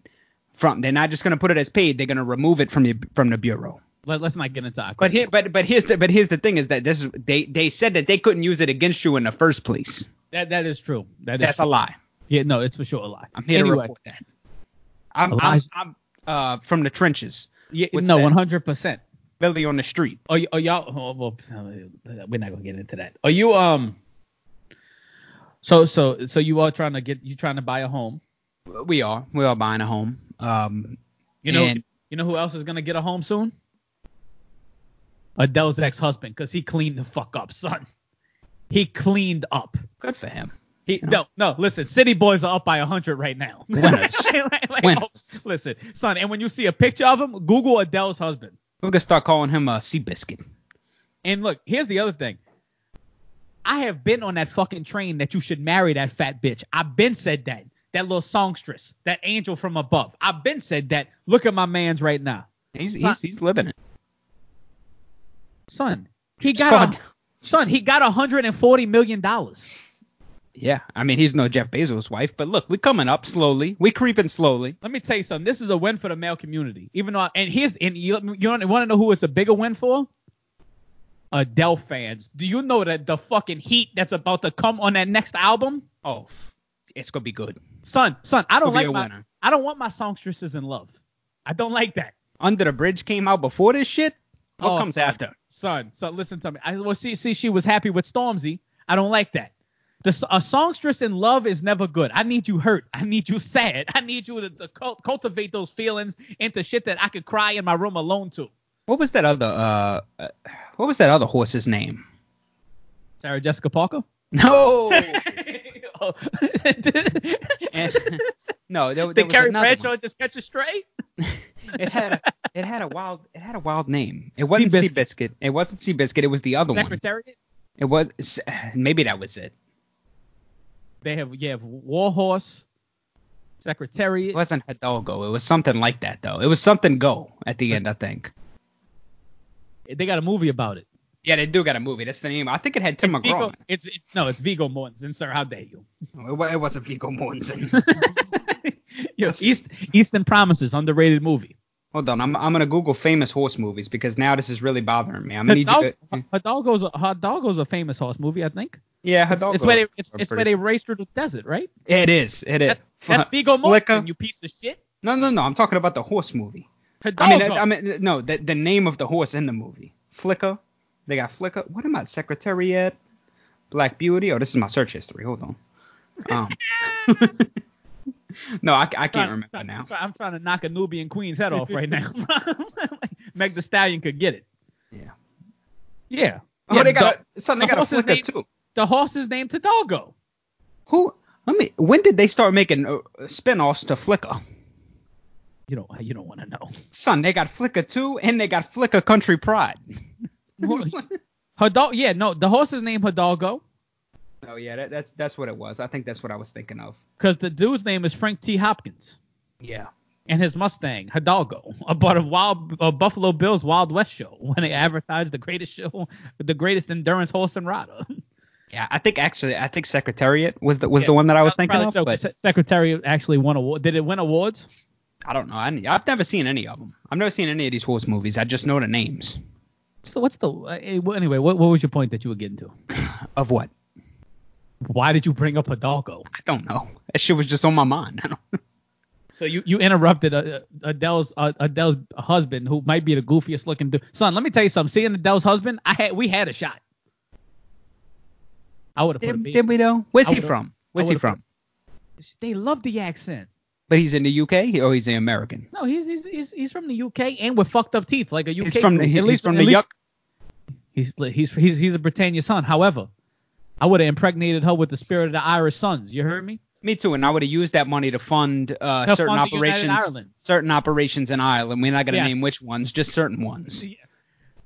from. They're not just gonna put it as paid. They're gonna remove it from your from the bureau.
Let, let's not get into awkward.
But here, but but here's the but here's the thing is that this is they they said that they couldn't use it against you in the first place.
that that is true. That is
That's a lie.
yeah no it's for sure a lie.
I'm here to
Anyway,
report that. I'm I'm,
Elijah-
I'm uh from the trenches,
yeah,
What's
no
that?
one hundred percent.
really on the street.
Are, y- are y'all? Oh, well, we're not gonna get into that. Are you um? So so so you are trying to get you trying to buy a home.
We are we are buying a home. Um,
You know,
And-
you know who else is gonna get a home soon? Adele's ex-husband, cause he cleaned the fuck up, son. He cleaned up.
good for him.
He, no, no. Listen, City boys are up by hundred right now.
Winners.
[LAUGHS] Like, like,
Winners.
oh, listen, son. And when you see a picture of him, Google Adele's husband.
We're gonna start calling him a uh, Seabiscuit.
And look, here's the other thing. I have been on that fucking train that you should marry that fat bitch. I've been said that. That little songstress, that angel from above. I've been said that. Look at my man's right now,
He's he's, he's living it.
son. He
Just
got,
call
a,
it-
son. He got 140 million dollars.
Yeah, I mean he's no Jeff Bezos' wife, but look, we're coming up slowly. We're creeping slowly.
Let me tell you something. This is a win for the male community. Even though, and here's, and you, you want to know who it's a bigger win for? Adele fans. Do you know that the fucking heat that's about to come on that next album?
Oh, f- it's gonna be good.
Son, son, I don't
gonna be
like
a
my,
winner.
I don't want my songstresses in love. I don't like that.
Under the Bridge came out before this shit. What
Oh,
comes
fuck.
after?
Son, so listen to me. I well, see, see, she was happy with Stormzy. I don't like that. The, s- a songstress in love is never good. I need you hurt. I need you sad. I need you to, to cult, cultivate those feelings into shit that I could cry in my room alone to.
What was that other uh, uh, what was that other horse's name? [LAUGHS]
Sarah Jessica Parker. [LAUGHS]
No.
Oh.
And- no, there, there
Did
was
Carrie
another
Bradshaw
one.
just catch a stray?
It had a, it had a wild it had a wild name. It
Sea
wasn't Sea
Biscuit.
Biscuit. It wasn't Sea Biscuit. It was the other one.
Secretariat.
It was s- maybe that was it.
They have you have Warhorse. Secretariat.
It wasn't Hidalgo. It was something like that though. It was something go at the end, I think.
They got a movie about it.
Yeah, they do got a movie. That's the name. I think it had Tim McGraw.
Vigo,
in
it's, it's no, it's Vigo Mortensen, sir. How dare you?
it. It wa- It wasn't
[LAUGHS]
Viggo Mortensen.
Yo, East Eastern Promises, underrated movie.
Hold on, I'm I'm gonna Google famous horse movies because now this is really bothering me. I'm gonna need you.
Hidalgo,
To,
Hidalgo's a, Hidalgo's a famous horse movie, I think.
yeah, Hidalgo.
It's where they it's,
I'm
it's where
pretty-
they race through the desert, right?
It is. It is.
That, that's
Fu-
Vigo
Flicka.
Mortensen, you piece of shit.
No, no, no. I'm talking about the horse movie. I
Hidalgo.
mean, I, I mean, no, the, the name of the horse in the movie. Flicker. They got Flicker. What am I? Secretariat. Black Beauty. Oh, this is my search history. Hold on. Um, [LAUGHS] no, I, I can't remember
[LAUGHS] I'm
now.
try- I'm trying to knock a Nubian queen's head off right now. [LAUGHS] like, Meg the Stallion could get it.
Yeah.
Yeah.
Oh,
yeah
they got a, son, they
the
got a
horse's
Flicker
name-
too.
the, the horse is named Hidalgo.
Who? Let me. When did they start making uh, spin-offs to Flicker?
You don't you don't want to know.
Son, they got Flicker too, and they got Flicker
[LAUGHS]
Country Pride.
Hidalgo. Yeah, no, the horse is named Hidalgo
[LAUGHS] oh yeah, that, that's that's what it was. I think that's what I was thinking of.
because the dude's name is Frank T. Hopkins
Yeah.
and his Mustang Hidalgo. [LAUGHS] About a wild a Buffalo Bills Wild West show [LAUGHS] when they advertised the greatest show, the greatest endurance horse and [LAUGHS] rider.
Yeah, I think actually, I think Secretariat was the was
Yeah,
the one that I was thinking
Probably
of.
so,
but-
Se- Secretary actually won award. Did it win awards?
I don't know. I, I've never seen any of them. I've never seen any of these horse movies. I just know the names
So what's the uh, eh, well, anyway? What, what was your point that you were getting to?
of what
Why did you bring up Hidalgo?
I don't know. That shit was just on my mind. [LAUGHS] I don't.
So you you interrupted uh, uh, Adele's uh, Adele's husband, who might be the goofiest looking dude. Son, let me tell you something. Seeing Adele's husband, I had we had a shot. I would have put a
Did,
beat.
did we though? Where's
I
he
would've-
from?
I
Where's he
would've-
from?
They love the accent.
But he's in the UK. He- Oh, he's an American.
No, he's he's he's, he's from the UK and with fucked up teeth like a UK.
He's from the
dude.
he's
at least
from
at
the
least-
yuck.
He's he's he's he's a Britannia son. However, I would have impregnated her with the spirit of the Irish sons. You heard me?
Me too. And I would have used that money to fund uh,
To
certain
fund the United
operations.
Ireland.
Certain operations in Ireland. We're not gonna
Yes.
name which ones, just certain ones. [LAUGHS]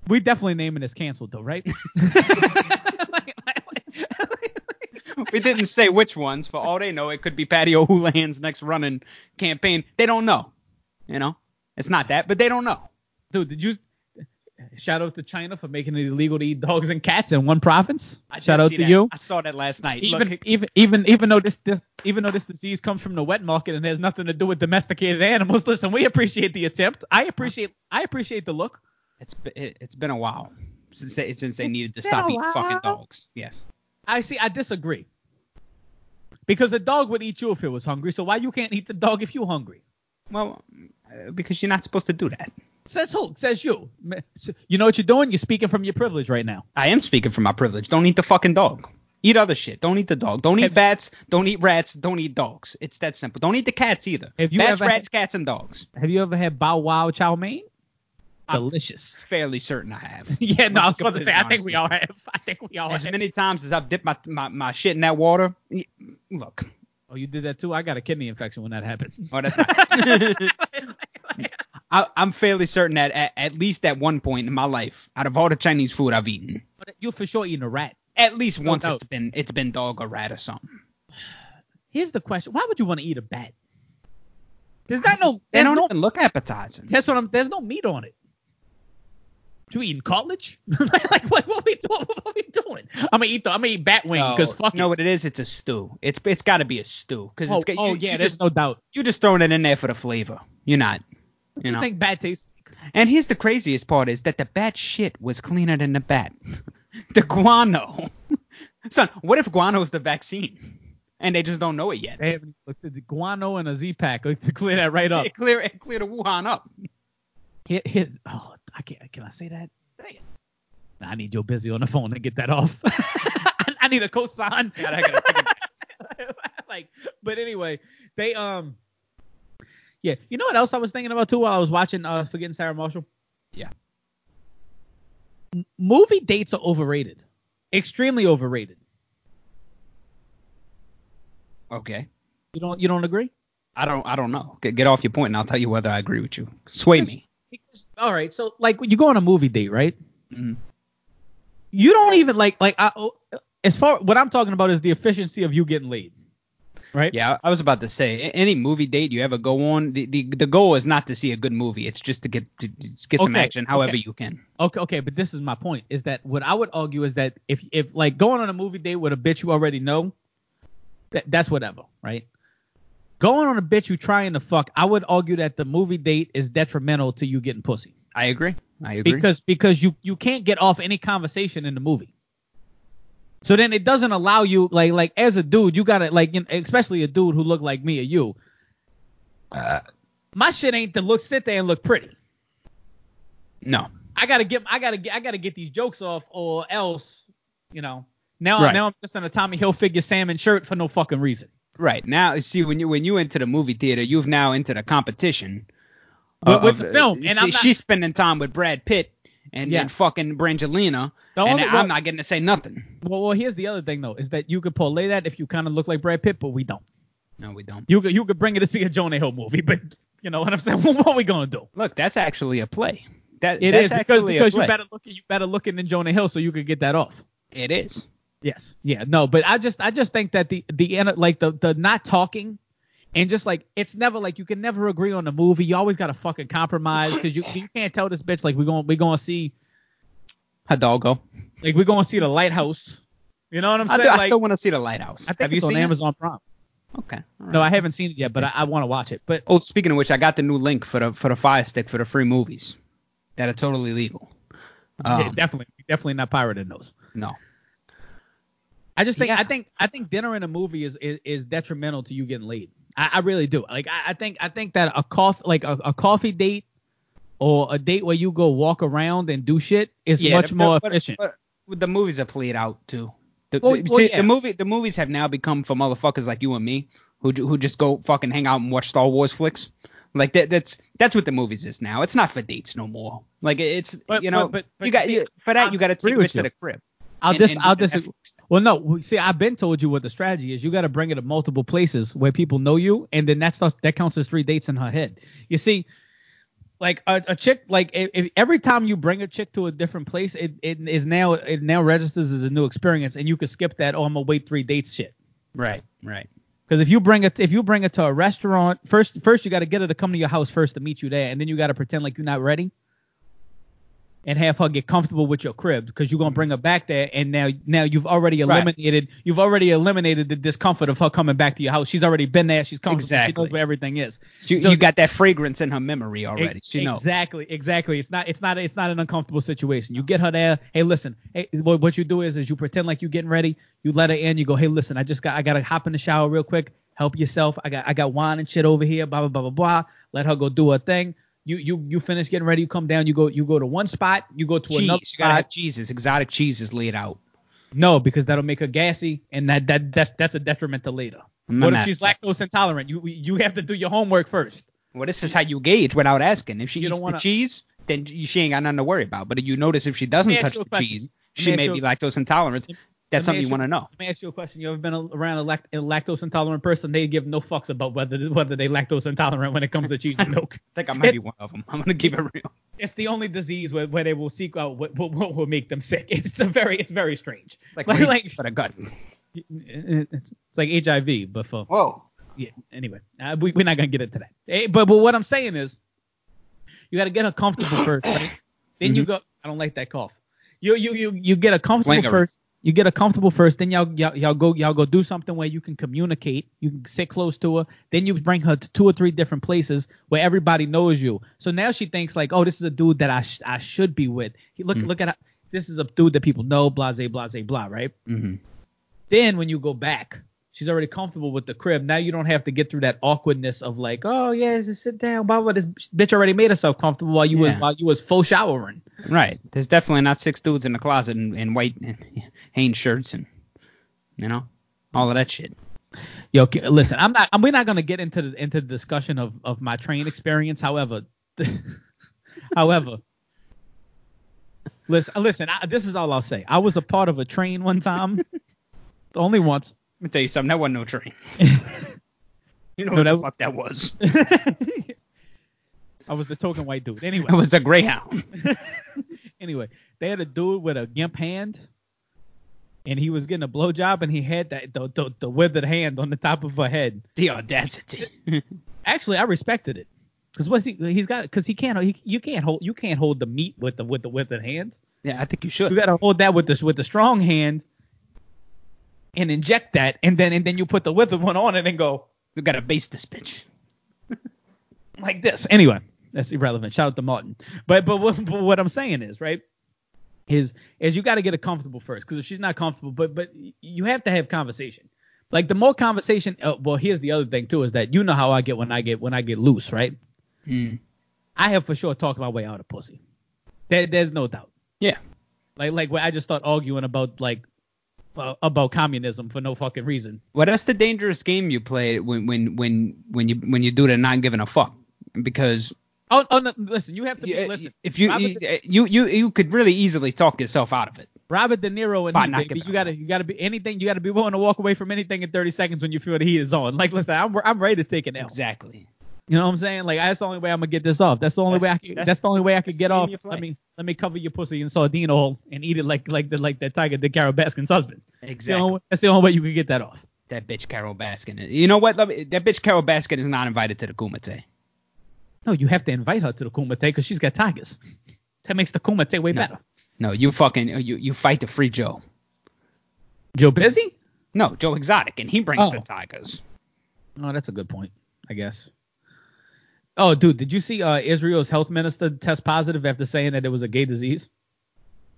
We definitely naming this canceled though, right? [LAUGHS]
we didn't say which ones. For all they know, it could be Patty O'Houlihan's next running campaign. They don't know. You know, it's not that, but they don't know.
Dude, did you shout out to China for making it illegal to eat dogs and cats in one province?
I did
shout out
see
to
that.
you.
I saw that last night.
Even
Look,
even even even though this this even though this disease comes from the wet market and has nothing to do with domesticated animals, [LAUGHS] listen, we appreciate the attempt. I appreciate I appreciate the look.
it's be- it- it's been a while since they since they needed to
been
stop
a
eating fucking
while.
dogs. Yes.
I see. I disagree. Because a dog would eat you if it was hungry. So why you can't eat the dog if you hungry?
Well, uh, because you're not supposed to do that.
Says who? Says you. Ma- s- You know what you're doing? You're speaking from your privilege right now.
I am speaking from my privilege. Don't eat the fucking dog. Eat other shit. Don't eat the dog. Don't eat
Have-
bats. Don't eat rats. Don't eat dogs. It's that simple. Don't eat the cats either.
Have you
bats,
ever
rats, cats, and dogs.
Have you ever had bao wow chow mein?
I'm-
Delicious.
Fairly certain I have.
Uh, [LAUGHS] yeah, no, I was
Completely
about to say. [LAUGHS] I think we
honestly.
all have. I think we all
As
have.
many times as I've dipped my, my, my shit in that water, y- look.
Oh, you did that too. I got a kidney infection when that happened.
Oh, that's not.
[LAUGHS]
I, I'm fairly certain that at, at least at one point in my life, out of all the Chinese food I've eaten,
But You're for sure eating a rat.
at least
No
once
doubt.
it's been it's been dog or rat or something.
Here's the question: Why would you want to eat a bat? There's not no.
They
There's
don't
no.
even look appetizing.
That's what I'm. There's no meat on it. You eating cartilage? [LAUGHS] like what? What we doing? What we doing? I'm gonna eat. The, I'm gonna eat bat wing because
No,
fuck
you know
it.
what it is? It's a stew. It's it's got to be a stew because
Oh,
it's got,
oh,
you,
yeah,
you
there's
just
no doubt.
you just throwing it in there for the flavor. You're not. You
You
know.
think bat tastes?
And here's the craziest part is that the bat shit was cleaner than the bat. [LAUGHS] the guano. [LAUGHS] Son, what if guano is the vaccine? And they just don't know it yet.
They haven't looked at the guano and a Z pack to clear that right up.
It clear it clear the Wuhan up.
Here, here, oh, I can't. Can I say that? Dang it. Nah, I need Joe Busy on the phone to get that off. [LAUGHS] I, I need a cosign.
God, I gotta think about
[LAUGHS] like, but anyway, they um, yeah. You know what else I was thinking about too while I was watching uh, Forgetting Sarah Marshall?
Yeah.
M- movie dates are overrated, extremely overrated.
it. Okay.
You don't you don't agree?
I don't I don't know. Get, get off your point and I'll tell you whether I agree with you. Sway me.
Because, all right, so like when you go on a movie date, right?
Mhm.
You don't even like like I, oh, as far what I'm talking about is the efficiency of you getting laid, right?
Yeah, I was about to say a- any movie date you ever go on, the, the, the goal is not to see a good movie. It's just to get to, to get some
Okay,
action however
okay.
you can.
Okay, okay, but this is my point is that what I would argue is that if if like going on a movie date with a bitch you already know, that that's whatever, right? Going on a bitch you trying to fuck, I would argue that the movie date is detrimental to you getting pussy
I agree. I agree.
because because you you can't get off any conversation in the movie. So then it doesn't allow you like like as a dude you gotta like you know, especially a dude who look like me or you. My shit ain't to look sit there and look pretty.
no.
I gotta get I gotta get I gotta get these jokes off or else you know now
Right.
now I'm just in a Tommy Hilfiger salmon shirt for no fucking reason.
Right now, see when you when you enter the movie theater, you've now into the competition
With-
of-
with
of- uh,
the film, and
she-
I'm not-
she's spending time with Brad Pitt and,
Yeah.
and fucking Brangelina,
The
and
only-
I'm
well-
not getting to say nothing.
Well, well here's the other thing though is that you could parlay that if you kind of look like Brad Pitt, but we don't.
No, we don't.
You could you could bring it to see a Jonah Hill movie, but you know what I'm saying? [LAUGHS] what are we gonna do?
Look, that's actually a play. That
It
that's
is because,
actually
because
a play.
you better look you better looking than Jonah Hill so you could get that off.
It is.
Yes. Yeah. No, but I just I just think that the the end like the the not talking and just like it's never like you can never agree on the movie. You always got to fucking compromise because you you can't tell this bitch like we're going we're going to see
Hidalgo.
like we're going to see the lighthouse. You know what I'm
I,
saying?
do, I
like,
still want to see the lighthouse.
I think
Have you
it's
seen
on
it?
Amazon Prime?
Okay. all
No,
right.
I haven't seen it yet, but I, I want to watch it. But
Oh, speaking of which, I got the new link for the for the Fire Stick for the free movies that are totally legal. Um,
yeah, definitely definitely not pirating those.
no.
I just think
Yeah.
I think I think dinner in a movie is is, is detrimental to you getting laid. I, I really do. Like I, I think I think that a coffee like a, a coffee date or a date where you go walk around and do shit is much
the-
more
but-
efficient.
But, the movies are played out too. The,
Well,
the-
well,
see,
yeah.
the movie the movies have now become for motherfuckers like you and me who ju- who just go fucking hang out and watch Star Wars flicks. Like that that's that's what the movies is now. It's not for dates no more. Like it- it's
But-
you know
but- but- but
you got
see,
you, for that
I
you got to
agree
take
with
it to
you.
the crib.
I'll
and-
dis
and do
I'll
the
dis
Netflix.
Well, no, we- see, I've been told you what the strategy is. You got to bring it to multiple places where people know you, and then that starts that counts as three dates in her head. You see, like a, a chick, like if, if every time you bring a chick to a different place, it, it is now it now registers as a new experience, and you can skip that. Oh, I'm gonna wait three dates shit.
Right, right.
Because if you bring it, if you bring it to a restaurant, first, first you got to get her to come to your house first to meet you there, and then you got to pretend like you're not ready, and have her get comfortable with your crib because you're gonna bring her back there, and now, now you've already
Mm-hmm. Right.
eliminated, you've already eliminated the discomfort of her coming back to your house. She's already been there. She's comfortable. She
Exactly.
knows where everything is.
You,
So-
you got that fragrance in her memory already.
Ex-
she knows.
Exactly, exactly. It's not it's not it's not an uncomfortable situation. You get her there. Hey, listen. Hey, what, what you do is is you pretend like you're getting ready. You let her in. You go, hey, listen. I just got I gotta hop in the shower real quick. Help yourself. I got I got wine and shit over here. Blah blah blah blah blah. Let her go do her thing. You you you finish getting ready. You come down. You go you go to one spot. You go to
Cheese.
another
You gotta
spot.
have cheeses, exotic cheeses laid out.
No, because that'll make her gassy, and that that, that that's a detriment to later.
I'm
What if
not-
she's lactose intolerant? You you have to do your homework first.
Well, this is how you gauge without asking. If she
You
eats
don't wanna-
the cheese, then she ain't got nothing to worry about. But if you notice if she doesn't
Let me ask
touch
you a
the
question.
cheese,
Let me
she
ask
may
you a-
be lactose intolerant. that's
Let me
something you
ask
want to know.
Let me ask you a question. You ever been a- around a, lact- a lactose intolerant person? They give no fucks about whether whether they lactose intolerant when it comes to cheese and milk.
I
[LAUGHS]
think I might be
It's-
one of them. I'm gonna keep it real.
[LAUGHS] It's the only disease where, where they will seek out what, what, what will make them sick. It's a very it's very strange. [LAUGHS]
Like,
Like
wait
like,
for the gut.
it's, it's like HIV, but for
Whoa.
yeah. Anyway, uh, we, we're not gonna get into that. Eh, but but what I'm saying is, you gotta get her comfortable first, right? Then you go. I don't like that cough. You you you you get her comfortable
Lingering.
first. You get her comfortable first. Then y'all, y'all y'all go y'all go do something where you can communicate. You can sit close to her. Then you bring her to two or three different places where everybody knows you. So now she thinks like, oh, this is a dude that I sh- I should be with. He, look look at how, this is a dude that people know. Blase blase blah. Right.
hmm
Then when you go back, she's already comfortable with the crib. Now you don't have to get through that awkwardness of like, oh yeah, just sit down, blah blah. This bitch already made herself comfortable while you
Yeah.
was while you was faux showering.
Right. There's definitely not six dudes in the closet in, in white Hanes shirts and you know all of that shit.
Yo, k- listen, I'm not. I'm, we're not gonna get into the into the discussion of of my train experience. However, [LAUGHS] however, listen, uh, listen. I, this is all I'll say. I was a part of a train one
[LAUGHS]
time, only once.
Let me tell you something. That wasn't no train. you know
No,
what
that
the
was-
fuck that
[LAUGHS]
was.
I was the token white dude.
[LAUGHS]
Anyway.
It was a Greyhound.
anyway, they had a dude with a gimp hand, and he was getting a blowjob, and he had that the, the, the withered hand on the top of her head.
The audacity. [LAUGHS]
Actually, I respected it, cause what's he? He's got, cause he can't. He, you can't hold. You can't hold the meat with the with the withered hand.
yeah, I think you
You
should.
gotta hold that with this with the strong hand, and inject that, and then and then you put the withered one on it and go
You gotta base this bitch.
like this. Anyway, that's irrelevant. Shout out to Martin. But but what, but what I'm saying is right is is you got to get her comfortable first because if she's not comfortable, but but you have to have conversation. Like the more conversation. Uh, well, here's the other thing too is that you know how I get when I get when I get loose, right?
Mm.
I have for sure talked my way out of pussy. There, there's no doubt.
Yeah.
Like like where I just start arguing about like uh, about communism for no fucking reason.
Well, that's the dangerous game you play when when when when you when you do the not giving a fuck because
Oh, oh no, listen, you have to be,
you-
listen.
if you
Robert
you, you you you could really easily talk yourself out of it.
Robert De Niro and
By
me,
not
baby.
giving
You
up.
gotta, you gotta be anything. You gotta be willing to walk away from anything in 30 seconds when you feel the heat is on. Like, listen, I'm, I'm ready to take an L.
Exactly.
You know what I'm saying? Like, that's the only way I'm gonna get this off. That's the only
That's-
way I can.
that's-
That's, the only way I
that's
could
the
get
game
off.
you play.
Let me, let me cover your pussy in sardine oil and eat it like, like the, like that Tiger Dick Carol Baskin's husband. That's the
Exactly.
only- That's the only way you can get that off.
that bitch Carol Baskin. You know what? Let me- That bitch Carol Baskin is not invited to the Kumite.
No, you have to invite her to the kumite because she's got tigers. That makes the kumite way
No.
better.
No, you fucking you you fight the free Joe.
Joe Busy?
No, Joe Exotic, and he brings the
Oh.
Tigers.
Oh, that's a good point, I guess. Oh, dude, did you see uh, Israel's health minister test positive after saying that it was a gay disease?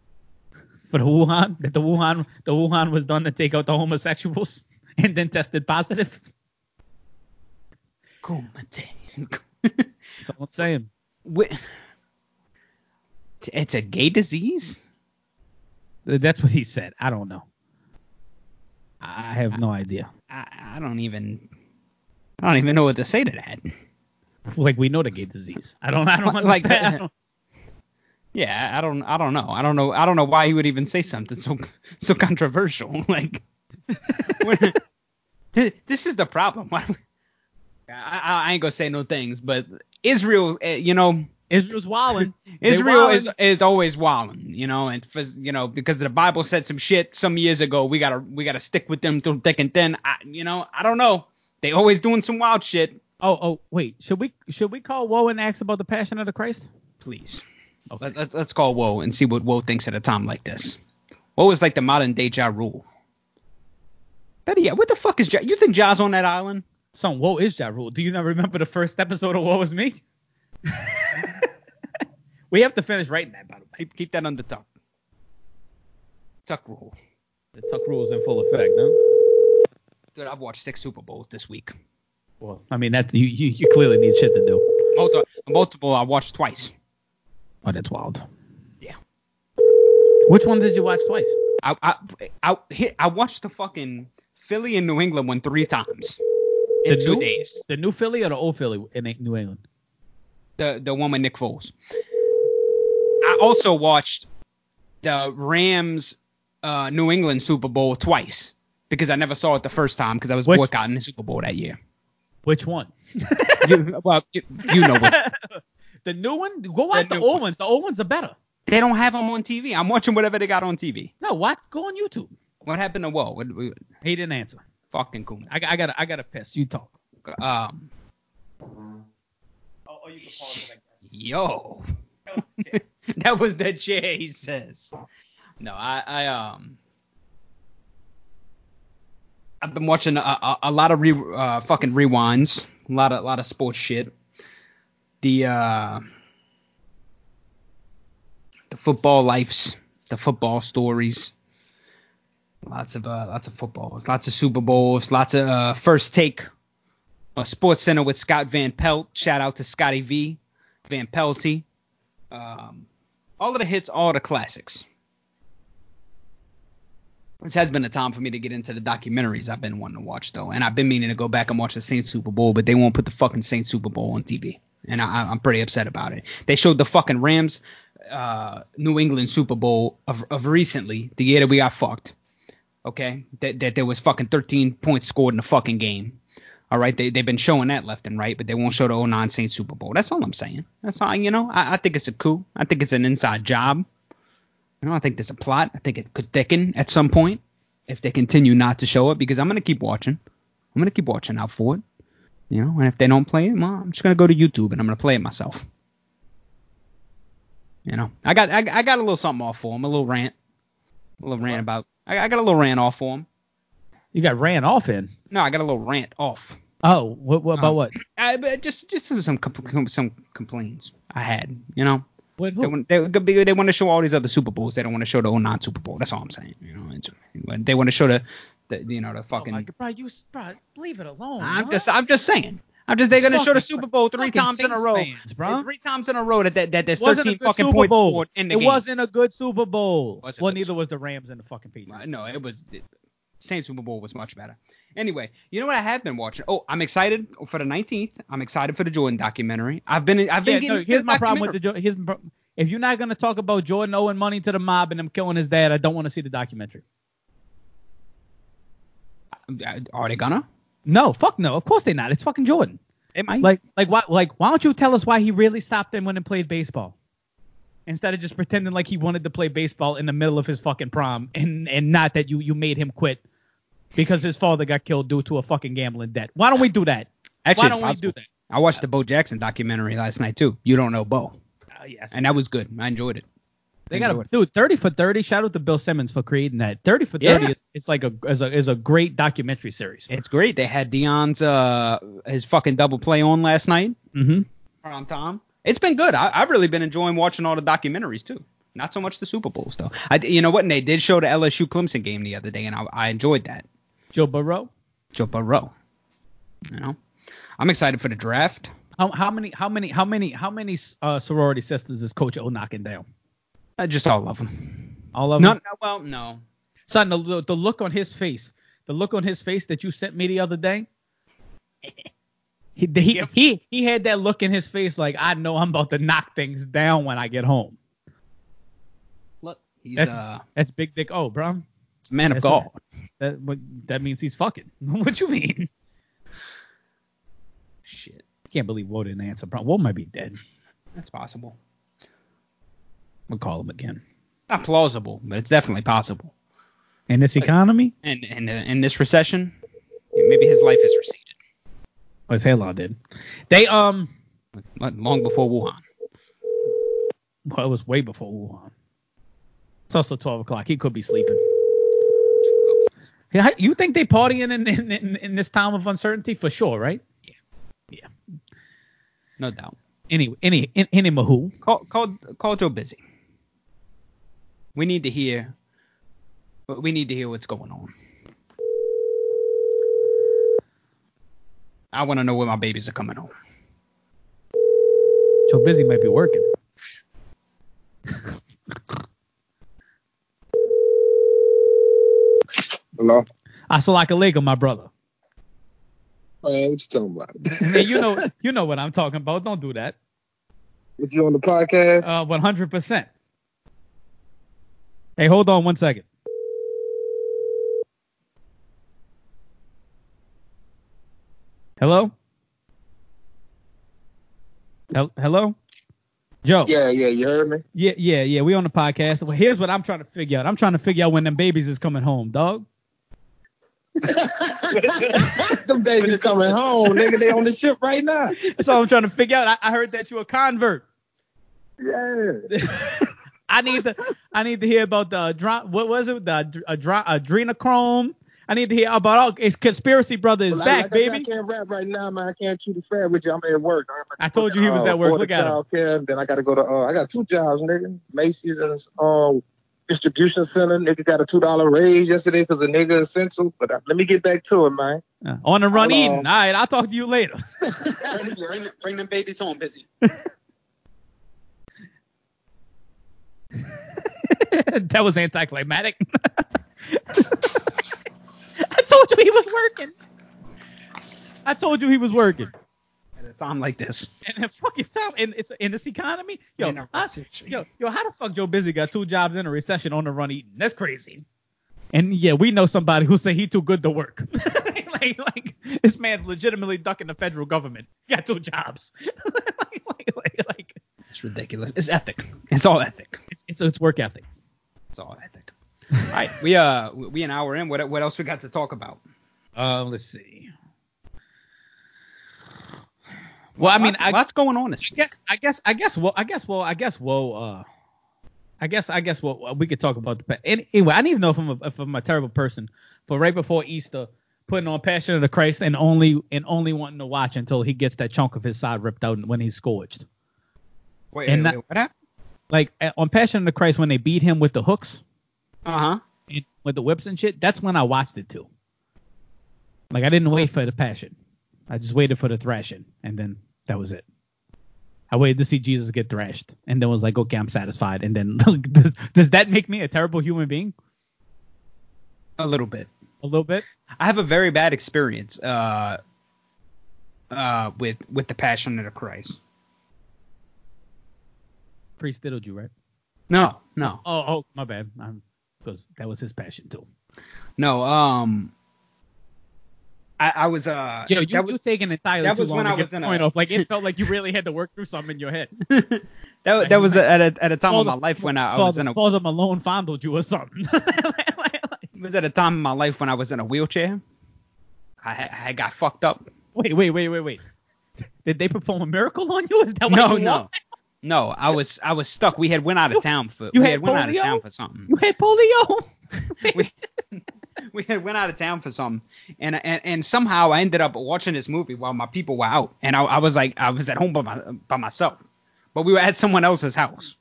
[LAUGHS] For the Wuhan, that the Wuhan, the Wuhan was done to take out the homosexuals, [LAUGHS] and then tested positive.
Kumite. [LAUGHS]
That's all I'm saying.
Wi- it's a gay disease.
Th- That's what he said. I don't know. I I have no idea.
I, I don't even I don't even know what to say to that.
Like we know the gay disease. I don't. I don't
[LAUGHS] Like
understand.
that.
I don't-
Yeah, I don't I don't know. I don't know I don't know why he would even say something so so controversial. [LAUGHS] Like when- thi- this is the problem. Why- I, I, I ain't gonna say no things, but Israel, eh, you know,
[LAUGHS] Israel's wilding.
Israel is is always wilding, you know, and for, you know because the Bible said some shit some years ago. We gotta we gotta stick with them through thick and thin. I, you know, I don't know. They always doing some wild shit.
Oh, oh, wait. Should we should we call Woe and ask about the Passion of the Christ?
Please,
Okay.
let, let, let's call Woe and see what Woe thinks at a time like this. Woe is like the modern day Ja Rule. Better yet, what the fuck is Ja? You think Ja's on that island?
Son, woe is Ja Rule. Do you not remember the first episode of Woe Is
[LAUGHS]
Me? we have to finish writing that, by the way.
Keep, keep that under tuck. Tuck rule.
The Tuck Rule's in full effect, no?
Dude, I've watched six Super Bowls this week.
Well, I mean, that you, you, you clearly need shit to do.
Multiple, multiple I watched twice.
Oh, that's wild.
Yeah.
Which one did you watch twice?
I I I, hit, I watched the fucking Philly and New England one three times in
The
two
new-
days.
The new Philly or the old Philly in New England?
The the one with Nick Foles. I also watched the Rams uh, New England Super Bowl twice because I never saw it the first time because I was
Which-
boycotting the Super Bowl that year.
Which one?
You- well, you, you know what?
the new one? Go watch
The
the,
new
old
one.
ones. The old ones are better.
They don't have them on TV. I'm watching whatever they got on TV.
No, watch. Go on YouTube.
What happened to Woe? What, what,
He didn't answer.
fucking Kuma.
I, I gotta, I gotta piss. You talk.
Um, yo, [LAUGHS] that was the chair he says. No, I, I um, I've been watching a, a, a lot of re, uh, fucking rewinds, a lot of, lot of sports shit. The uh, the football lives, the football stories. Lots of uh, lots of footballs, lots of Super Bowls, lots of uh, first take a Sports Center with Scott Van Pelt. Shout out to Scotty V, Van Pelty. Um, all of the hits, all the classics. This has been a time for me to get into the documentaries I've been wanting to watch though, and I've been meaning to go back and watch the Saints Super Bowl, but they won't put the fucking Saints Super Bowl on TV, and I, I- I'm pretty upset about it. They showed the fucking Rams, uh, New England Super Bowl of, of recently, the year that we got fucked. Okay, that that there was fucking 13 points scored in the fucking game. All right, they they've been showing that left and right, but they won't show the 09 Saints Super Bowl. That's all I'm saying. That's all you know. I, I think it's a coup. I think it's an inside job. You know, I think there's a plot. I think it could thicken at some point if they continue not to show it because I'm gonna keep watching. I'm gonna keep watching out for it. You know, and if they don't play it, well, I'm just gonna go to YouTube and I'm gonna play it myself. You know, I got I, I got a little something off for him, a little rant, a little rant about. I, I got a little rant off for him.
You got ran off in.
No, I got a little rant off.
Oh, what, what about
Um,
what?
I, but just just some compl- some complaints I had, you know.
What? Who?
They want, they, they want to show all these other Super Bowls. They don't want to show the 09 Super Bowl. That's all I'm saying. You know, it's, they want to show the, the you know the
oh my
fucking.
God, bro, you, bro, leave it alone.
I'm
man.
just I'm just saying. I'm just they're gonna show
Fucking-
the Super Bowl three
fucking
times in a
Saints
row.
fans, bro.
Three times in a row that that, that there's
wasn't a
13
good
fucking
Super
points
Bowl.
scored in the
it
game.
wasn't a good Super Bowl.
Wasn't a
well,
good
neither
Super
was the Rams and the fucking Patriots.
Uh, No, it was the same Super Bowl was much better. Anyway, you know what I have been watching? Oh, I'm excited for the 19th. I'm excited for the Jordan documentary. I've been I've been
Yeah,
getting
no,
into
here's
the
my problem with the
documentary.
Jo- here's my pro- if you're not gonna talk about Jordan owing money to the mob and him killing his dad, I don't want to see the documentary.
Uh, Are they gonna?
No, fuck no. Of course they not. It's fucking Jordan.
It might.
Like, like why, like why don't you tell us why he really stopped and went and played baseball instead of just pretending like he wanted to play baseball in the middle of his fucking prom and and not that you you made him quit because his father got killed due to a fucking gambling debt. Why don't we do that?
Actually,
why
it's
don't we
possible.
do that?
I watched the Bo Jackson documentary last night too. You don't know Bo,
Oh, yes.
and that was good. I enjoyed it.
They got a
Enjoyed
dude 30 for 30. Shout out to Bill Simmons for creating that. 30 for 30
Yeah.
is, is like a is a is a great documentary series.
It's great. They had Dion's uh his fucking double play on last night.
Mm-hmm.
Prime time. It's been good. I, I've really been enjoying watching all the documentaries too. Not so much the Super Bowls though. I, you know what? And they did show the LSU Clemson game the other day, and I, I enjoyed that.
Joe Burrow.
Joe Burrow. You know, I'm excited for the draft.
How, how many how many how many how many uh, sorority sisters is Coach O knocking down?
I just all love them.
All of
No,
them.
no, well, no.
Son, the, lo- the look on his face, the look on his face that you sent me the other day. He he,
Yep.
he he had that look in his face like I know I'm about to knock things down when I get home.
Look, he's
That's-
uh,
That's big dick. Oh, bro,
he's a man of
that's
God.
that what- that means he's fucking. [LAUGHS] what you mean?
Shit,
Can't believe Woe didn't answer. Bro, Woe might be dead.
that's possible.
We'll call him again.
Not plausible, but it's definitely possible.
In this economy,
And and uh, in this recession, maybe his life has receded.
oh, his hairline did. They um,
But long before Wuhan.
well, it was way before Wuhan. It's also 12 o'clock. He could be sleeping. Yeah, you think they partying in in, in in this time of uncertainty for sure, right?
No doubt.
Anyway, any any, any mahoo.
Call call call Joe Busy. We need to hear. We need to hear what's going on. I want to know where my babies are coming home.
Joe Busy might be working.
Hello.
Assalamu alaikum, my brother.
Hey, what you talking about?
Hey, you
[LAUGHS]
know you know what I'm talking about. Don't do that.
what you on the
Oh.
podcast?
Uh, 100%. Hey, hold on one second. Hello? Hel- Hello? Joe.
Yeah, yeah, you
[LAUGHS]
heard me?
Yeah, yeah, yeah. We on the podcast. Well, here's what I'm trying to figure out. I'm trying to figure out when them babies is coming home, dog.
Them babies coming home, nigga. They on the ship right now.
That's all I'm trying to figure out. I, I heard that you a convert.
Yeah.
[LAUGHS] I need to I need to hear about the adre- what was it? The adre- adrenochrome. I need to hear about all it's conspiracy brother is
Well, I-
back,
like I, said,
baby.
I can't rap right now, man. I can't chew the fat with you. I'm at work. I'm uh,
I told you he was at work. Look at him.
him. Then I got to go to. Uh, I got two jobs, nigga. Macy's and um distribution center. Nigga got a two dollar raise yesterday because a nigga essential. But uh, let me get back to it,
[LAUGHS]
man.
Uh, on the run
Hello.
eating. All right, I'll talk to you later. [LAUGHS]
bring, bring, bring them babies home, busy.
that was anticlimactic. [LAUGHS] I told you he was working. I told you he was working.
At a time like this.
And the fucking time, and it's in this economy, yo,
In a
I-
recession.
yo, yo, how the fuck Joe Busy got two jobs in a recession on the run eating? That's crazy. And yeah, we know somebody who say he too good to work. [LAUGHS] like, like this man's legitimately ducking the federal government. He got two jobs. [LAUGHS] like, like, like, like,
It's ridiculous. It's ethic. It's all ethic.
it's, it's it's work ethic.
It's all ethic. all right, we uh we we an hour in. What what else we got to talk about?
Uh, let's see. Well, I mean,
lots,
I
lots going on. This
guess, I guess, I guess, well, I guess, well, I guess, well, uh, I guess, I guess, well, we could talk about the. pa- Any, anyway, I don't even know if I'm a, if I'm a terrible person, but right before Easter, putting on Passion of the Christ and only and only wanting to watch until he gets that chunk of his side ripped out when he's scorched.
Wait,
And
wait,
that-
wait, what happened?
Like uh, on Passion of the Christ when they beat him with the hooks.
Uh huh.
and with the whips and shit, that's when I watched it too. Like I didn't wait for the passion. I just waited for the thrashing and then that was it. I waited to see Jesus get thrashed and then was like, okay, I'm satisfied. And then [LAUGHS] does, does that make me a terrible human being?
A little bit.
A little bit.
I have a very bad experience uh, uh, with with the Passion of the Christ.
Priest diddled you, right?
No, no,
Oh, oh, my bad. I'm because that was his passion too.
no. Um, I, I was uh,
Yo, you,
that,
you
was,
taking entirely
that
too
was
long
when
to
I
get
was
the
in a-
point off. Like it felt like you really had to work through something in your
[LAUGHS]
head.
that, that was at a, at a time
All
in
the-
my life when I, I was
Father,
in a
Father Malone fondled you or
[LAUGHS]
something. [LAUGHS]
it was at a time in my life when I was in a wheelchair. I had, I got fucked up.
Wait, wait, wait, wait, wait. Did they perform a miracle on you? Is that why
No,
you
no,
walked?
no. I was I was stuck. We had went out of town for
you
we
had
had went out of
polio?
town for something.
You had
[LAUGHS]
polio.
we, we had went out of town for something, and, and and somehow I ended up watching this movie while my people were out, and I, I was like I was at home by my, by myself, but we were at someone else's house.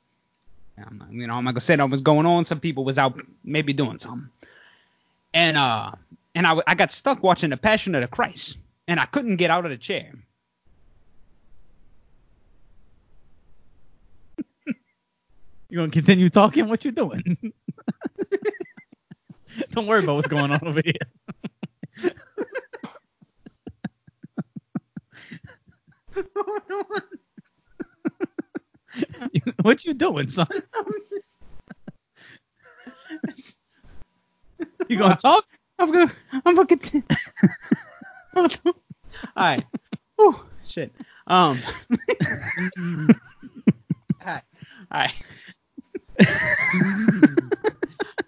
And I'm not, you know, I'm not gonna say that was going on. Some people was out maybe doing something, and uh, and I w- I got stuck watching The Passion of the Christ, and I couldn't get out of the chair.
you gonna continue talking? What you doing? [LAUGHS] Don't worry about what's going on over here. [LAUGHS] what you doing, son? You gonna talk?
I'm gonna I'm gonna continue. All right. Oh shit. Um. all right. All [LAUGHS] right. all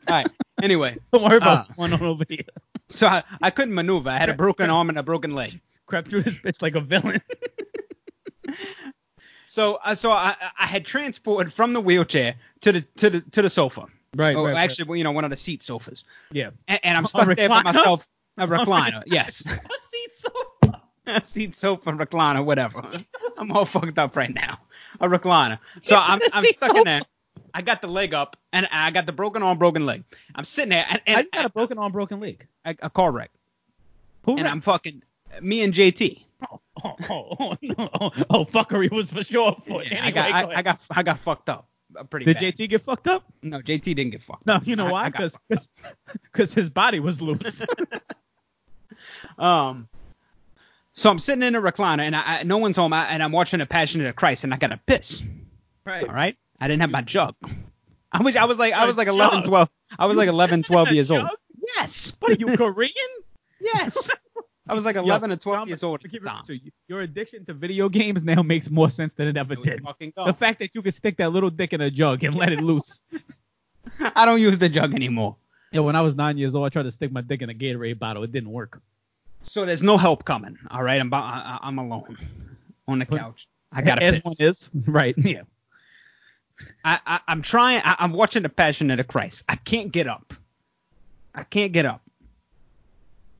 right. Anyway,
[LAUGHS] Don't worry about
Ah.
what's going on over here.
so I, I couldn't maneuver. I had a broken arm and a broken leg.
Crept through this bitch like a villain.
So uh, so I I- I had transported from the wheelchair to the to the to the sofa.
[LAUGHS] Right.
Oh, actually, well, you know, one of the seat sofas.
yeah.
And, and I'm
A
stuck there by
recliner?
myself. A recliner. Yes.
seat sofa.
[LAUGHS] a seat sofa recliner,
[LAUGHS]
whatever. I'm all fucked up right now. A recliner. So
Isn't
I'm,
the
I'm
seat
stuck in there. I got the leg up and I got the broken arm, broken leg. I'm sitting there and,
I
and
just got a broken arm, broken leg.
a, a car wreck.
Who
And
wrecked?
I'm fucking me and JT.
oh, oh, oh, no, oh, oh, fuckery was for sure. For
Yeah, I
anyway,
got
go
I, I
ahead.
got I got fucked up. uh, Pretty
Did
bad.
JT get fucked up?
No, JT didn't get fucked.
No,
up.
you know
I- I
why?
got fucked
Because [LAUGHS] his body was
[LAUGHS]
loose.
Um, so I'm sitting in a recliner and I, I no one's home I, and I'm watching The Passion of the Christ and I got to piss. All right. I didn't have my jug. I was I was like I was like 11,
Jug?
12. I was like 11, 12 years
Jug?
old. Yes. [LAUGHS]
What are you Korean?
Yes. I was like
Yo,
11 or 12
I'm-
years old
to
at
keep
the
it
time.
to you. Your addiction to video games now makes more sense than it ever
It was
did.
fucking
The
dumb.
fact that you could stick that little dick in a jug and let it
[LAUGHS]
loose.
I don't use the jug anymore.
Yeah, when I was nine years old, I tried to stick my dick in a Gatorade bottle. It didn't work.
So there's no help coming. All right, I'm about, I, I- I'm alone on the
But-
couch. I got
As
to
one is.
piss.
[LAUGHS] Right. Yeah.
I, I I'm trying. I, I'm watching the Passion of the Christ. I can't get up. I can't get up.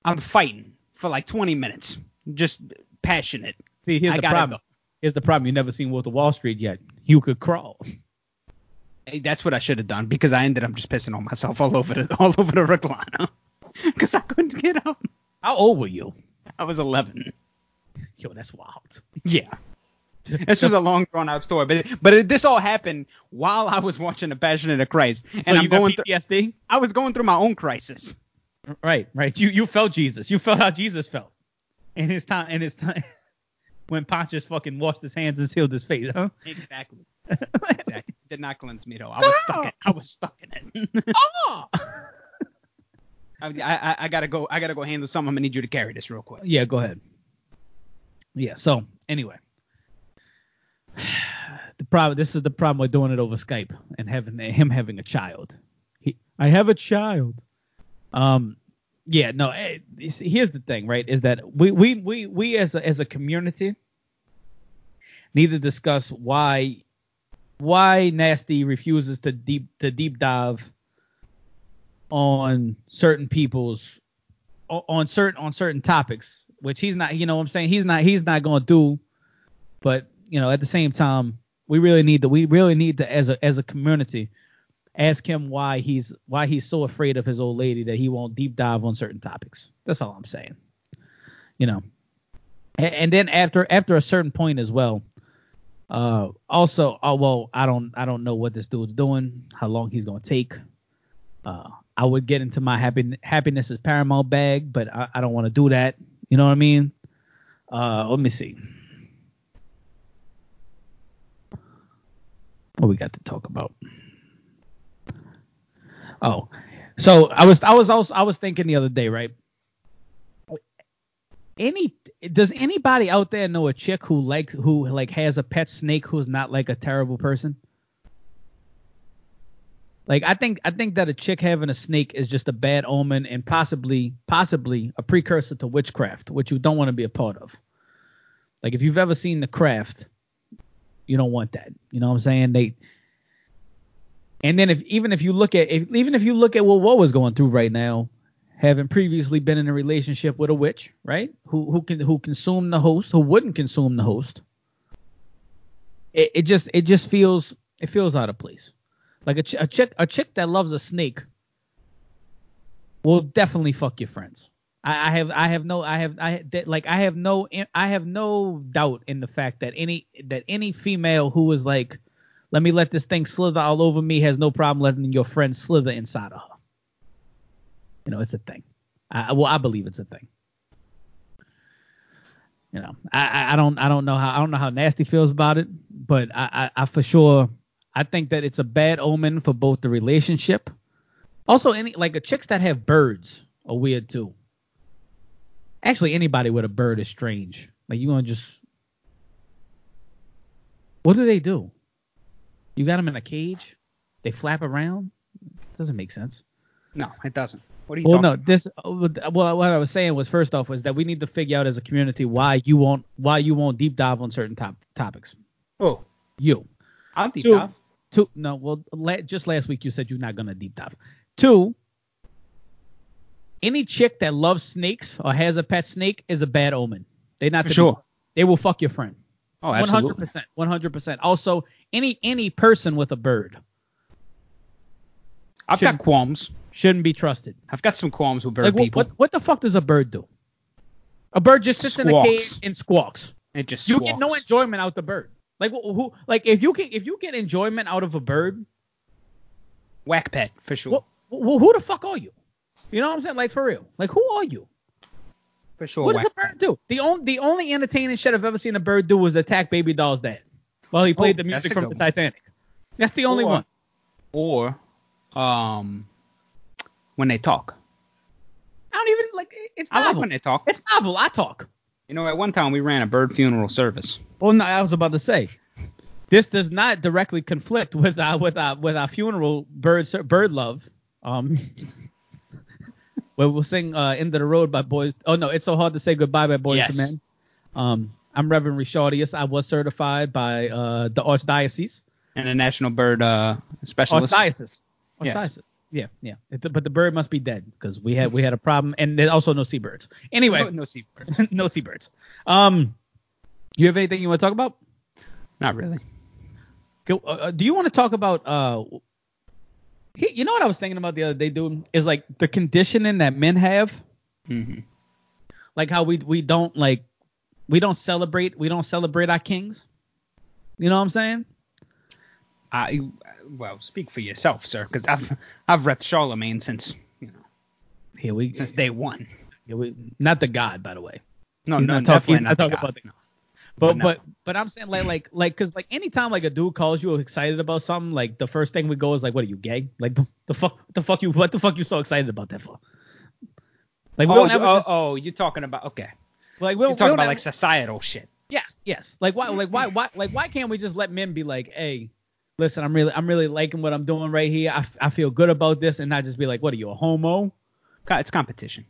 I'm fighting for like 20 minutes, just passionate.
See, here's
I
the
gotta
problem.
go.
Here's the problem. You never seen Wolf of Wall Street yet. You could crawl. [LAUGHS]
Hey, That's what I should have done because I ended up just pissing on myself all over the [LAUGHS] all over the [LAUGHS] recliner because I couldn't get up.
How old were you?
I was 11.
Yo, that's wild.
Yeah. This was a long drawn out story, but but it, this all happened while I was watching The Passion of the Christ, and
So
I'm
you got
going through.
PTSD.
I was going through my own crisis.
Right, right. You you felt Jesus. You felt how Jesus felt. In his time, in his time, [LAUGHS] when Pontius fucking washed his hands and sealed his face, huh?
Exactly. [LAUGHS] exactly. Did not cleanse me though. I was stuck in. I was stuck in it. [LAUGHS]
Oh.
I, I I gotta go. I gotta go handle something. I'm gonna need you to carry this real quick.
Yeah, go ahead. Yeah. So anyway, [SIGHS] the problem. This is the problem with doing it over Skype and having him having a child. He, I have a child. Um. Yeah. No. eh, you see, Here's the thing, right? Is that we we we we as a, as a community need to discuss why why nasty refuses to deep to deep dive on certain people's o- on certain on certain topics, which he's not. You know, what I'm saying he's not he's not going to do. But you know, at the same time, we really need to we really need to as a as a community ask him why he's why he's so afraid of his old lady that he won't deep dive on certain topics. That's all I'm saying. You know, A- and, then after after a certain point as well. Uh, also, oh well, I don't I don't know what this dude's doing, how long he's gonna take uh, I would get into my happy, happiness is paramount bag, but I, I don't want to do that. You know what I mean? Uh, let me see. What we got to talk about? Oh, so I was I was also I was thinking the other day, right? Any does anybody out there know a chick who likes who like has a pet snake who's not like a terrible person? Like I think I think that a chick having a snake is just a bad omen and possibly possibly a precursor to witchcraft, which you don't want to be a part of. Like if you've ever seen the craft, you don't want that. You know what I'm saying? They and then if even if you look at if, even if you look at what what was going through right now, having previously been in a relationship with a witch, right? Who who can who consumed the host, who wouldn't consume the host. It, it just it just feels it feels out of place. Like a, ch- a chick, a chick that loves a snake will definitely fuck your friends. I, I have, I have no, I have, I that, like, I have no, I have no doubt in the fact that any that any female who is like, let me let this thing slither all over me has no problem letting your friend slither inside of her. You know, it's a thing. I, I- well, I believe it's a thing. You know, I, I- I don't, I don't know how, I don't know how nasty feels about it, but I, I, I for sure. I think that it's a bad omen for both the relationship. Also, any like a chicks that have birds are weird too. Actually, anybody with a bird is strange. Like you gonna just what do they do? You got them in a cage? They flap around? Doesn't make sense.
No, it doesn't. What are you
Well,
talking?
no, this oh, well, what I was saying was first off was that we need to figure out as a community why you won't why you won't deep dive on certain top, topics.
Oh,
You.
I'm deep
Two-
dive.
Two, no, well, la- just last week you said you're not gonna deep dive. Two, any chick that loves snakes or has a pet snake is a bad omen. They not to
For
be-
sure.
they will fuck your friend.
Oh,
One hundred
absolutely.
percent, one hundred percent. Also, any any person with a bird
I've got qualms.
shouldn't be trusted.
I've got some qualms with bird
Like, what,
people.
what what the fuck does a bird do? A bird just sits in a cage
Squawks.
and squawks.
It just
you get no
squawks.
enjoyment out the bird. Like wh- who? Like if you can if you get enjoyment out of a bird,
whack pet for sure.
Well, well, who the fuck are you? You know what I'm saying? Like for real. Like who are you?
for sure.
what
whack
does a
pet.
bird do? The only the only entertaining shit I've ever seen a bird do was attack Baby Doll's dad while he played
Oh,
the
that's
music
a
from the
good one.
Titanic. That's the only
Or-
one.
Or um, when they talk.
I don't even like. It's
I like
novel.
when they talk.
Oh. It's novel. I talk.
You know, at one time we ran a bird funeral service.
Well, no, I was about to say, this does not directly conflict with our with our with our funeral bird ser- bird love. Um, [LAUGHS] where we'll sing uh, "End of the Road" by Boys. Oh no, it's so hard to say goodbye by Boys
Yes.
to Men. Um, I'm Reverend Richardius. I was certified by uh, the Archdiocese.
And a national bird uh,
Oh,
specialist.
Archdiocese.
Yes.
Archdiocese. Yeah, yeah. It, but the bird must be dead because we had we had a problem, and there's also no seabirds. Anyway,
No, no
[LAUGHS]
seabird.
no seabirds. Um, you have anything you want to talk about?
Not really.
Go- uh, uh, Do you want to talk about? Uh, he, you know what I was thinking about the other day, dude, is like the conditioning that men have,
hmm
like how we we don't like we don't celebrate we don't celebrate our kings. You know what I'm saying?
I well, speak for yourself, sir, because I've I've repped Charlemagne since you know
Here we,
since day one.
here we not the god, by the way.
No,
He's
no,
not talk-
definitely
he's not
the
talking
guy.
about the-
No.
But
But no.
but but I'm saying like like like because like anytime like a dude calls you excited about something, like the first thing we go is like, what are you gay? Like [LAUGHS] the fuck the fuck you what the fuck you so excited about that for? Like we
Oh,
don't ever
oh,
just,
oh, you're talking about okay.
like we don't, we
You're talking
don't
about
ever-
like societal shit.
Yes, yes. Like why like why why like why can't we just let men be like, hey, listen, I'm really I'm really liking what I'm doing right here. I, f- I feel good about this, and not just be like, what are you a homo?
Co- It's competition.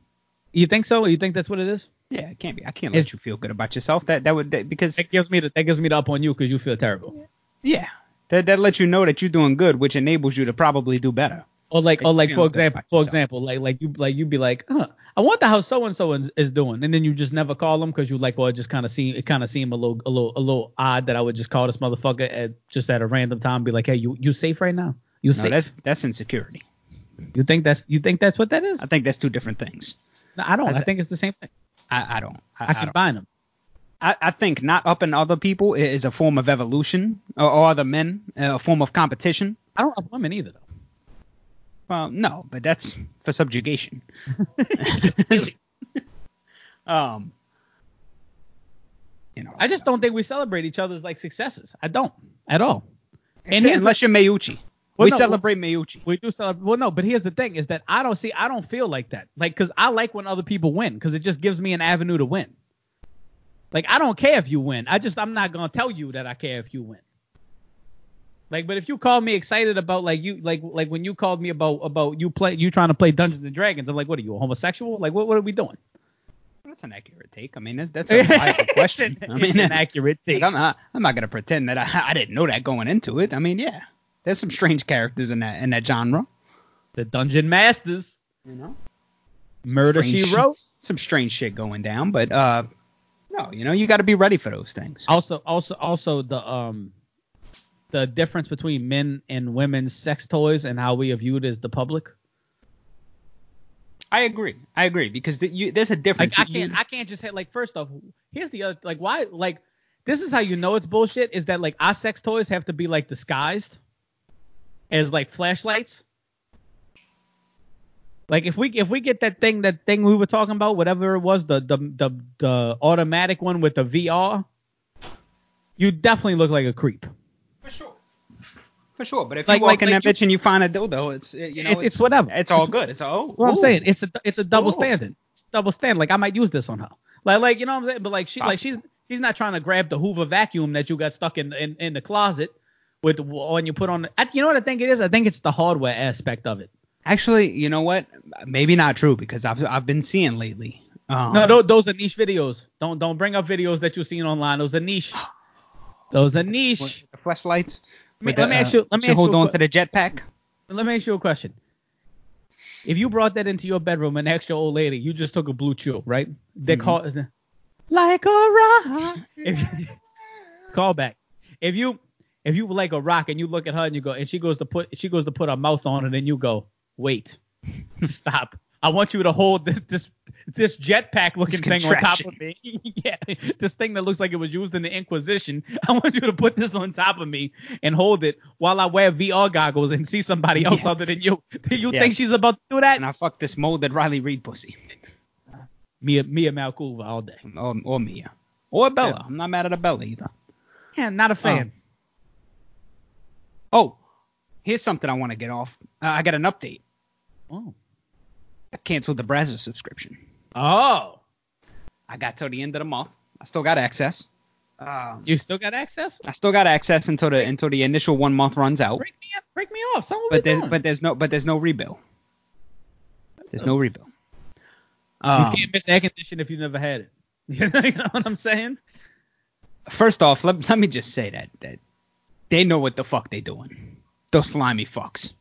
You think so? You think that's what it is?
Yeah, it can't be. I can't let
It's-
you feel good about yourself. That that would that, because
That gives me the that gives me the up on you because you feel terrible.
yeah, that that lets you know that you're doing good, which enables you to probably do better.
Or like,
Makes
or
you
like
feel
for
good
example,
about
for
yourself.
example, like like you like you'd be like, huh, I wonder how so and so is is doing, and then you just never call them because you like, well, it just kind of seem it kind of seem a little a little a little odd that I would just call this motherfucker at just at a random time, and be like, hey, you you safe right now? You
No,
safe?
that's that's insecurity.
You think that's you think that's what that is?
I think that's two different things.
No, I don't.
I
I,
th-
think it's the same thing.
I, I don't. I,
I,
I don't.
combine them.
I, I think not upping other people i- is a form of evolution, or, or other men, uh, a form of competition.
I don't have women either, though.
Well, no, but that's for [LAUGHS] subjugation. [LAUGHS] um, you know,
I just don't think we celebrate each other's like successes. I don't at all.
and
And here's the,
unless you're Meucci,
Well,
we
no,
celebrate Meucci.
we do celebrate. Well, no, but here's the thing: is that I don't see, I don't feel like that. Like, cause I like when other people win, cause it just gives me an avenue to win. Like, I don't care if you win. I just, I'm not gonna tell you that I care if you win. Like, but if you call me excited about like you, like, like when you called me about about you play, you trying to play Dungeons and Dragons, I'm like, what are you, a homosexual? Like, what, what are we doing?
That's an accurate take. I mean, that's, that's [LAUGHS] a viable question.
It's
I
an- [LAUGHS]
mean,
it's an accurate
[LAUGHS]
take.
like, I'm not, I'm not gonna pretend that I, [LAUGHS] I didn't know that going into it. I mean, yeah, there's some strange characters in that in that genre.
the Dungeon Masters.
You know,
Murder
Strange.
She Wrote.
some strange shit going down, but uh, no, you know, you got to be ready for those things.
Also, also, also the um, the difference between men and women's sex toys and how we are viewed as the public.
I agree. I agree because th you, there's a difference.
Like I
You- you-
can't, I can't just hit like. First off, here's the other like why like this is how you know it's bullshit is that like our sex toys have to be like disguised as like flashlights. Like if we if we get that thing that thing we were talking about whatever it was the the the, the automatic one with the VR, you definitely look like a creep.
for sure. For sure, but if
Like-
you walk
like-
in
like
that
you-
bitch and you find a dildo, it's it, you know
it's, it's, whatever.
it's all good. It's all.
Well, I'm
ooh.
saying it's a it's a double
Ooh.
standard. It's double stand. Like I might use this on her. Like like you know what I'm saying. But like she like she's
Possible.
she's not trying to grab the Hoover vacuum that you got stuck in in, in the closet with when you put on. I, you know what I think it is. I think it's the hardware aspect of it.
Actually, you know what? Maybe not true because I've I've been seeing lately. Um,
No, those, those are niche videos. Don't don't bring up videos that you've seen online. Those are niche. Those are niche.
with the flashlights.
me- let me ask you- let me ask
hold
you a
on
que-
to the jetpack.
Let me ask you a question. If you brought that into your bedroom and asked your old lady, you just took a blue chew, right? They
Mhm.
call like a rock. If you, call back. If you if you were like a rock and you look at her and you go and she goes to put she goes to put her mouth on it and you go wait stop I want you to hold this this this jetpack looking
This
thing on top
contraption.
of me [LAUGHS] yeah this thing that looks like it was used in the Inquisition [LAUGHS] I want you to put this on top of me and hold it while I wear VR goggles and see somebody else
Yes.
other than you [LAUGHS] do you
Yes.
think she's about to do that
And I fucked this molded Riley Reed pussy.
Mia Mia Malkova all day
Or, or Mia. Or Bella. I'm not mad at a Bella either.
yeah not a fan
Oh, here's something I want to get off. Uh, I got an update.
oh
I canceled the Brazza subscription.
Oh,
I got till the end of the month. I still got access. Um,
you still got access?
I still got access until the until the initial one month runs out.
Break me up, break me off. Someone
But there's but there's no but there's no rebill. There's no rebill. Um,
you can't miss air conditioning if you never had it. [LAUGHS] You know, you know what I'm saying?
first off, let, let me just say that that they know what the fuck they doing. Those slimy fucks.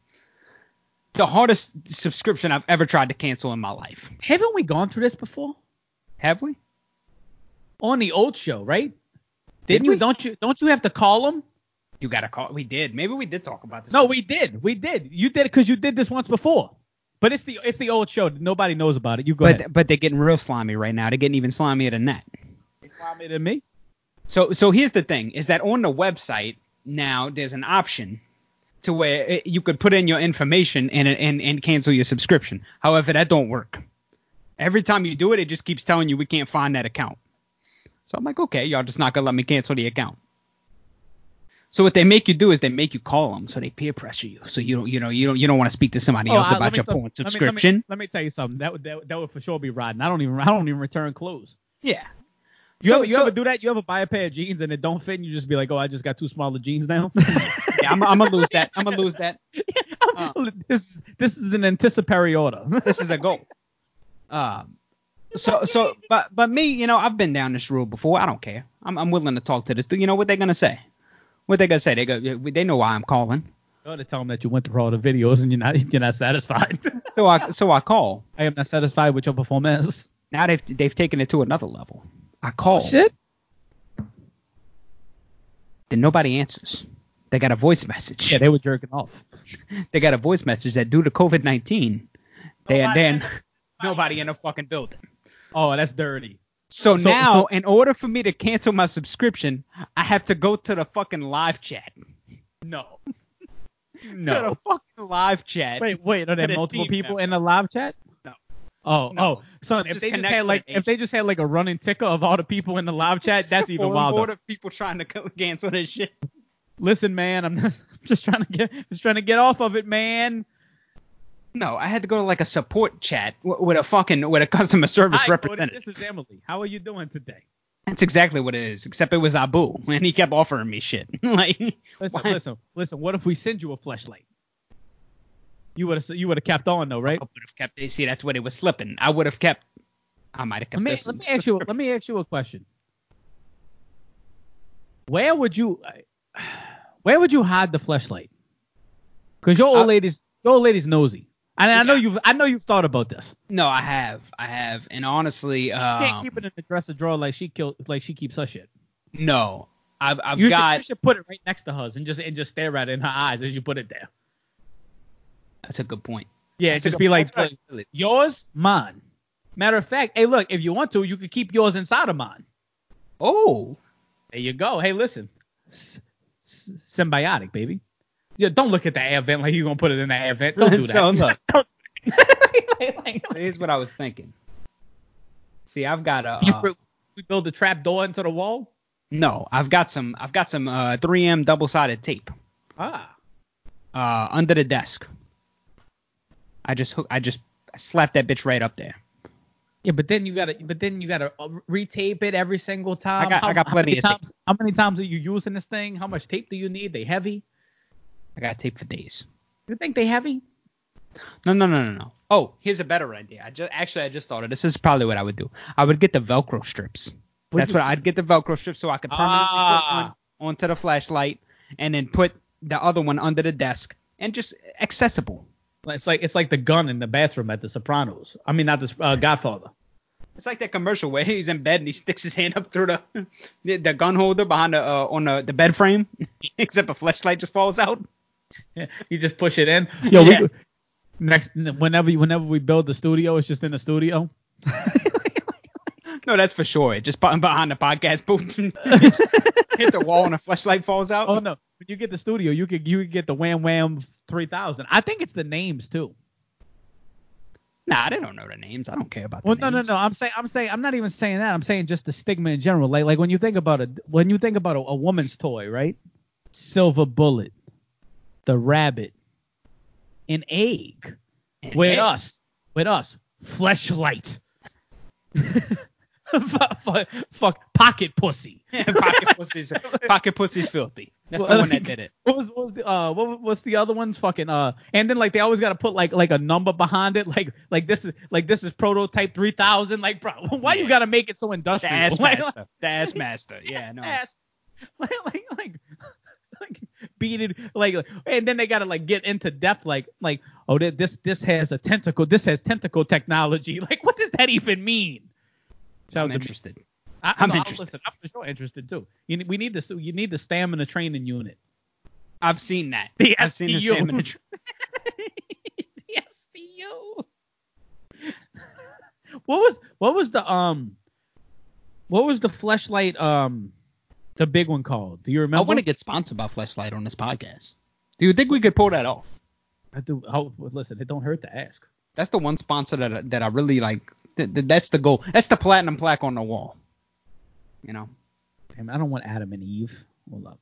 The hardest subscription I've ever tried to cancel in my life.
Haven't we gone through this before?
Have we?
On the old show, right?
Did
Didn't you?
we?
Don't you? Don't you have to call them?
You got to call. We did. Maybe we did talk about this.
No, we did. We did. You did it because you did this once before. But it's the it's the old show. Nobody knows about it. You go
but
ahead.
but they're getting real slimy right now. They're getting even slimier than that.
It's slimy to me.
So so here's the thing is that on the website now there's an option to where eh, you could put in your information and and and cancel your subscription. However, that don't work. Every time you do it, it just keeps telling you we can't find that account. So I'm like, okay, y'all just not gonna let me cancel the account. So what they make you do is they make you call them, so they peer pressure you. So you don't, you know, you don't, you don't want to speak to somebody else
Oh, I- let
about
me
your
tell- let me-
porn
let me-
subscription.
Let me, tell you something. That would that, would- that would for sure be rotten. I don't even I don't even return clothes.
yeah.
You
So-
ever you
so-
ever do that? You ever buy a pair of jeans and it don't fit, and you just be like, oh, I just got two smaller jeans
[LAUGHS]
now. [LAUGHS]
yeah, I'm, I'm gonna lose that. I'm gonna lose that.
this this is an anticipatory order. [LAUGHS]
this is a goal. Um, so so but but me, you know, I've been down this road before. I don't care. I'm I'm willing to talk to this. dude. You know what they're gonna say? What they gonna say? They go. They know why I'm calling.
you ought to tell them that you went through all the videos and you're not you're not satisfied. [LAUGHS]
So I so I call.
I am not satisfied with your performance.
Now they've they've taken it to another level. I call.
Oh, Shit.
Then nobody answers. They got a voice message.
Yeah, they were jerking off.
they got a voice message that due to COVID nineteen, they and then nobody in the fucking building.
Oh, that's dirty.
So,
So-
now,
so-
in order for me to cancel my subscription, I have to go to the fucking live chat.
[LAUGHS] No.
[LAUGHS] To the fucking live chat.
Wait, wait. Are
But
there
a
multiple
team
people
member.
in the live chat?
No.
Oh,
No.
oh, son! If
Just
they just
connect
had like,
with an
if they just had like a running ticker of all the people in the live [LAUGHS] chat, that's even wilder.
of people trying to co- cancel this shit.
Listen, man, I'm, [LAUGHS] I'm just trying to get, just trying to get off of it, man.
No, I had to go to like a support chat w- with a fucking with a customer service
Hi, Cody,
representative.
This is Emily. How are you doing today?
That's exactly what it is. Except it was Abu, and he kept offering me shit. [LAUGHS] like,
Listen,
Why?
listen, listen. What if we send you a flashlight? You would have, you would have kept on though, right?
I would have kept. See, that's what it was slipping. I would have kept. I might have
Let
kept.
me,
this
let me ask
[LAUGHS]
you, let me ask you a question. Where would you, where would you hide the flashlight? Because your old
Uh,
lady's, your old lady's nosy. And I know
Yeah.
you've, I know you've thought about this.
No, I have, I have, and honestly,
She
um,
can't keep it in the dresser drawer like she killed, like she keeps her shit.
no, I've, I've
you,
got.
should, you should put it right next to hers and just and just stare at it in her eyes as you put it there.
That's a good point.
Yeah,
That's
just
a
be
good-
like
that's right.
"Look, yours, mine. Matter of fact, hey, look, if you want to, you could keep yours inside of mine.
Oh,
There you go. Hey, listen, S- s- symbiotic, baby. Yeah, don't look at the air vent like you're gonna put it in the air vent. [LAUGHS] Don't do that.
So, look.
Don't-
here's what I was thinking. See, I've got a
you
uh,
re- we build a trap door into the wall.
no, I've got some, I've got some uh, 3M double-sided tape
Ah,
uh, under the desk. I just, hook, I just slapped that bitch right up there.
yeah, but then you gotta, but then you gotta uh, retape it every single time.
got- I got plenty
many
of tape.
times, How many times are you using this thing? How much tape do you need? They heavy?
I got tape for days.
You think they heavy?
No, no, no, no, no. Oh, here's a better idea. I just actually I just thought of this. This is probably what I would do. I would get the Velcro strips.
Would
That's
you-
what I'd get the Velcro strips so I could permanently
Ah.
put one onto the flashlight and then put the other one under the desk and just accessible.
It's like it's like the gun in the bathroom at The Sopranos. I mean, not the uh, Godfather.
It's like that commercial where [LAUGHS] he's in bed and he sticks his hand up through the the, the gun holder behind the uh, on the, the bed frame, [LAUGHS] except a flashlight just falls out.
[LAUGHS] you just push it in. Yo,
Yeah.
we, next whenever whenever we build the studio, it's just in the studio.
No, that's for sure. It just button behind the podcast booth, [LAUGHS] hit the wall and a flashlight falls out.
Oh no, when you get the studio, you could you could get the Wham Wham 3000. I think it's the names too.
Nah, they don't know the names. I don't care about. the
Well, no, no,
names.
no. I'm saying I'm saying I'm not even saying that. I'm saying just the stigma in general. Like like when you think about it, when you think about a, a woman's toy, right? Silver bullet, the rabbit, an egg.
An
with
egg.
us, with us, fleshlight. [LAUGHS] fuck, fuck, fuck pocket pussy.
[LAUGHS] pocket pussy's pocket pussy's filthy. That's the one that did it.
What was, what was the uh what was- what's the other ones? Fucking uh and then like they always gotta put like like a number behind it, like like this is like this is prototype three thousand. Like bro, [LAUGHS] why you
Yeah.
gotta make it so
The
industrial? [LAUGHS]
ass
Like,
master. The ass master. Yeah, no.
ass. [LAUGHS] Like like like like beaded like like- and then they gotta like get into depth like like oh th- this this has a tentacle this has tentacle technology [LAUGHS] like what does that even mean? Sounds
I'm
interesting.
interested.
I,
I'm
no, I'll-
interested.
Listen, I'm for sure interested too. You, ne- we need this. You need the stamina training unit.
I've seen that.
The E
I've seen his
SDU.
stamina. [LAUGHS] tr-
the SDU. what was what was the um what was the fleshlight um the big one called? Do you
I
remember?
want to get sponsored by Fleshlight on this podcast. Do you think we could pull that off?
I do. I'll, listen, it don't hurt to ask.
That's the one sponsor that I, that I really like. Th- th- that's the goal. That's the platinum plaque on the wall. You know.
Damn, I don't want Adam and Eve. Hold up.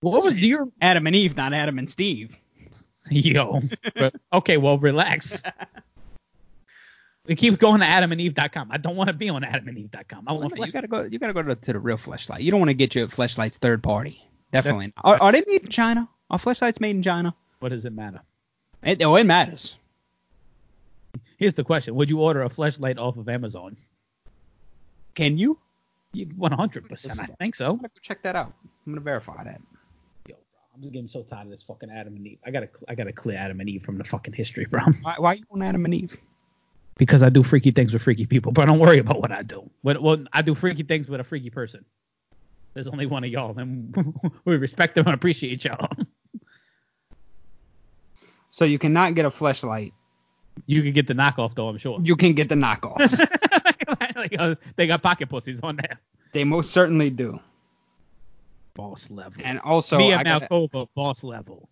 What was do you
Adam and Eve, not Adam and Steve.
[LAUGHS] Yo. But- okay, well, relax. We keep going to adamandeve.com. I don't want to be on adamandeve.com. I
Well,
want
no, you
Fleshlight.
gotta go. You gotta go to, to the real Fleshlight. You don't want to get your Fleshlights third party. Definitely. not. Are, are they made in China? Are Fleshlights made in China?
What does it matter?
It, oh, it matters.
Here's the question: Would you order a flashlight off of Amazon?
Can you?
You- 100%. I think so.
I'm gonna go check that out. I'm gonna verify that.
Yo, bro, I'm just getting so tired of this fucking Adam and Eve. I gotta, I gotta clear Adam and Eve from the fucking history, bro.
Why, why you on Adam and Eve?
[LAUGHS] Because I do freaky things with freaky people, but don't worry about what I do. What, well, I do freaky things with a freaky person. There's only one of y'all, and [LAUGHS] we respect them and appreciate y'all. [LAUGHS]
So you cannot get a fleshlight.
You could get the knockoff though, I'm sure.
You can get the [LAUGHS] knockoffs.
[LAUGHS] Like, [LAUGHS] uh, they got pocket pussies on there.
they most certainly do.
Boss level.
And also,
Mia
I, gotta-
Malkova, boss level.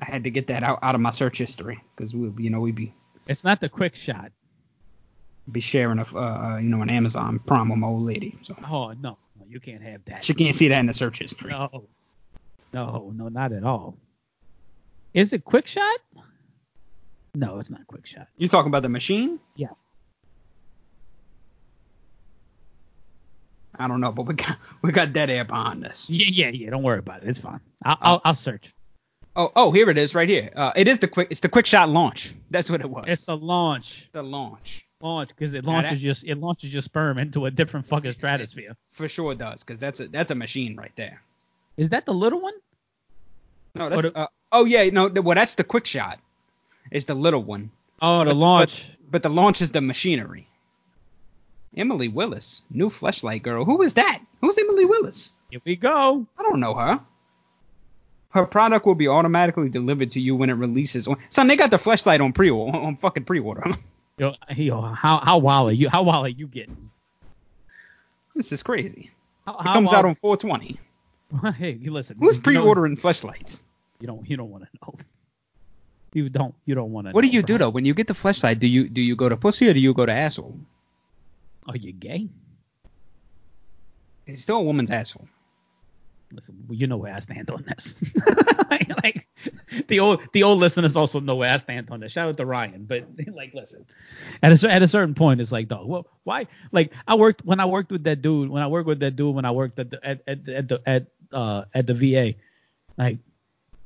I had to get that out, out of my search history because we, you know, we'd be
It's not the quick shot.
be sharing a, f- uh, uh, you know, an Amazon Prime with my old lady. So
Oh no, no you can't have that.
she can't see that in the search history.
No, no, no, not at all. Is it quick shot? No, it's not quick shot.
You talking about the machine?
Yes.
I don't know, but we got [LAUGHS] we got dead air behind us.
Yeah, yeah, yeah. Don't worry about it. It's fine. I'll, I'll, I'll search.
Oh, oh, here it is, right here. Uh, it is the quick. It's the quick shot launch. That's what it was.
It's the launch,
the launch
launch, because it
Now that-
launches just it launches your sperm into a different fucking stratosphere.
for sure does, because that's a that's a machine right there.
Is that the little one?
No, that's.
What a-
uh, oh yeah, no. th- Well, that's the quick shot. It's the little one,
Oh, the launch.
but the launch is the machinery. Emily Willis, new fleshlight girl. Who is that? Who's Emily Willis?
Here we go.
I don't know her. Her product will be automatically delivered to you when it releases. On, son, they got the fleshlight on pre on, on fucking pre-order. [LAUGHS]
Yo, yo, how how wild are you? How wild are you getting?
this is crazy.
How,
It
how
comes out
wild-
on 420.
[LAUGHS] hey, you listen.
Who's
you know-
pre-ordering fleshlights?
You don't you don't want to know. You don't you don't want to.
What do you do though when you get the fleshlight? Do you do you go to pussy or do you go to asshole?
Are you gay?
It's still a woman's asshole.
Listen, well, you know where I stand on this. [LAUGHS] like, like, the old the old listeners also know where I stand on this. Shout out to Ryan, but [LAUGHS] like, listen, at a cer- at a certain point, it's like, dog, well, why? Like, I worked when I worked with that dude, when I worked with that dude, when I worked at the at at, at the at uh at the VA, like.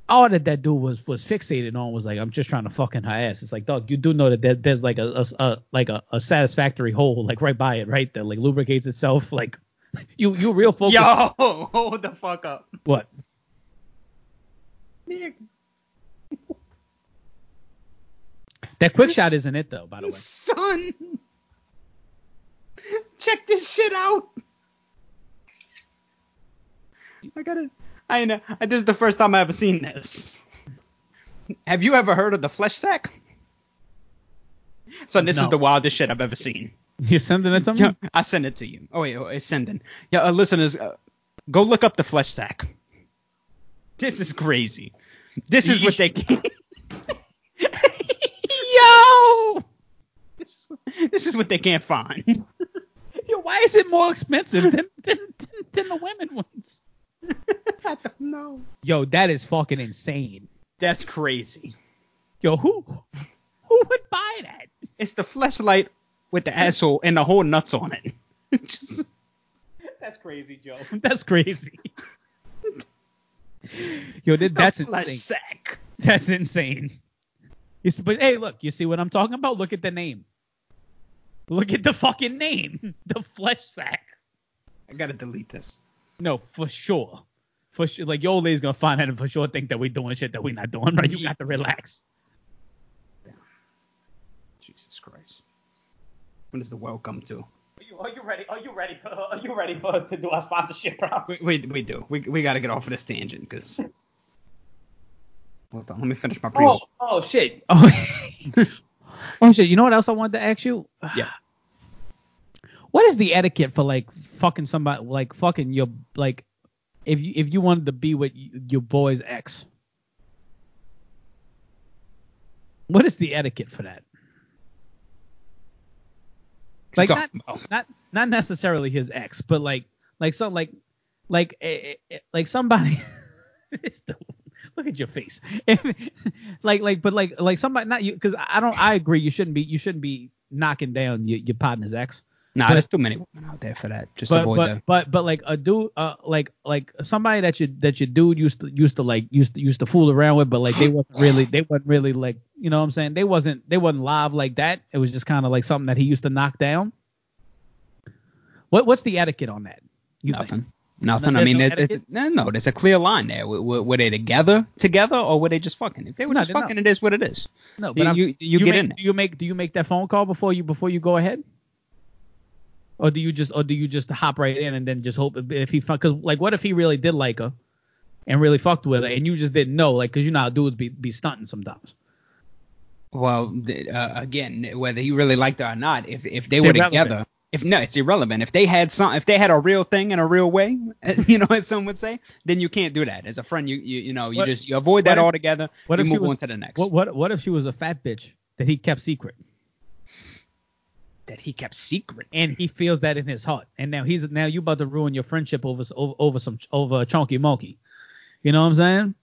All that that dude was was fixated on was like I'm just trying to fucking her ass. It's like dog, you do know that there, there's like a, a, a like a, a satisfactory hole like right by it, right? That like lubricates itself. [LAUGHS] Like you you real focused.
Yo, [LAUGHS] hold the fuck up.
What? That quick shot isn't it though, by the way.
Son, check this shit out. I gotta. I know. I- This is the first time I ever seen this. Have you ever heard of the flesh sack? Son, this
No. Mm.
is the wildest shit I've ever seen.
You sending it to me?
Yeah, I send it to you. Oh wait, oh, it's sending. Yeah, uh, listeners, uh, go look up the flesh sack. This is crazy. This is what they. Yo. This, [LAUGHS] this is what they can't find.
Yo, why is it more expensive than than, than, than the women ones?
I don't know.
Yo, that is fucking insane.
That's crazy.
Yo, who who would buy that? [LAUGHS]
It's the fleshlight with the asshole and the whole nuts on it. [LAUGHS] Just-
That's crazy, Joe. That's crazy. Yo, that,
[LAUGHS]
that's insane.
sack.
[LAUGHS] That's insane. You see, but hey, look, you see what I'm talking about? Look at the name. Look at the fucking name. [LAUGHS] The flesh sack.
I gotta delete this.
No, for sure. For sure. Like, your old lady's gonna find out and for sure think that we're doing shit that we're not doing, right? You got to relax.
Jesus Christ. What is the welcome to?
Are you ready? Are you ready? Are you ready for to do our sponsorship, bro?
We, we, we do. We, we gotta get off of this tangent because. Hold on, let me finish my pre.
[LAUGHS] Oh, oh shit. [LAUGHS] Oh, oh shit. You know what else I wanted to ask you? [SIGHS]
Yeah.
What is the etiquette for like fucking somebody like fucking your like if you if you wanted to be with y- your boy's ex? What is the etiquette for that? Like
Talk
not,
about-
not not necessarily his ex, but like like some like like eh, eh, eh, like somebody. [LAUGHS] it's the, look at your face. [LAUGHS] like like but like like somebody not you because I don't I agree you shouldn't be you shouldn't be knocking down your, your partner's ex.
Nah,
But-
there's too many women out there for that. Just
But
avoid
but,
them.
but but like a dude uh like like somebody that you that your dude used to used to like used to used to fool around with, but like they wasn't really they wasn't really like you know what I'm saying they wasn't they wasn't live like that. It was just kind of like something that he used to knock down. What what's the etiquette on that? You think?
Nothing. Nothing.
No,
I
there's
mean,
no
it, it's,
etiquette?
no, no, there's a clear line there. Were, were, were they together, together, or were they just fucking? If they were
No,
just
they're not.
fucking, it is what it is.
No,
You-
I'm-
you- you get
make,
in it.
Do you make do you make that phone call before you before you go ahead? Or do you just or do you just hop right in and then just hope if- if he fuck because like what if he really did like her and really fucked with her and you just didn't know like because you know how dudes be be stunting sometimes.
Well, th- uh, again, whether you really liked it or not, if if they
It's
were
irrelevant.
together, if no, it's irrelevant. If they had some, if they had a real thing in a real way, [LAUGHS] you know, as some would say, then you can't do that. As a friend, you you, you know, you
What-
just you avoid that
what if-
altogether.
what
you
if she
move
was-
on to the next
What what what if she was a fat bitch that he kept secret
that he kept secret.
and he feels that in his heart and now he's now you about to ruin your friendship over s- over, over some over a chunky monkey. You know what I'm saying?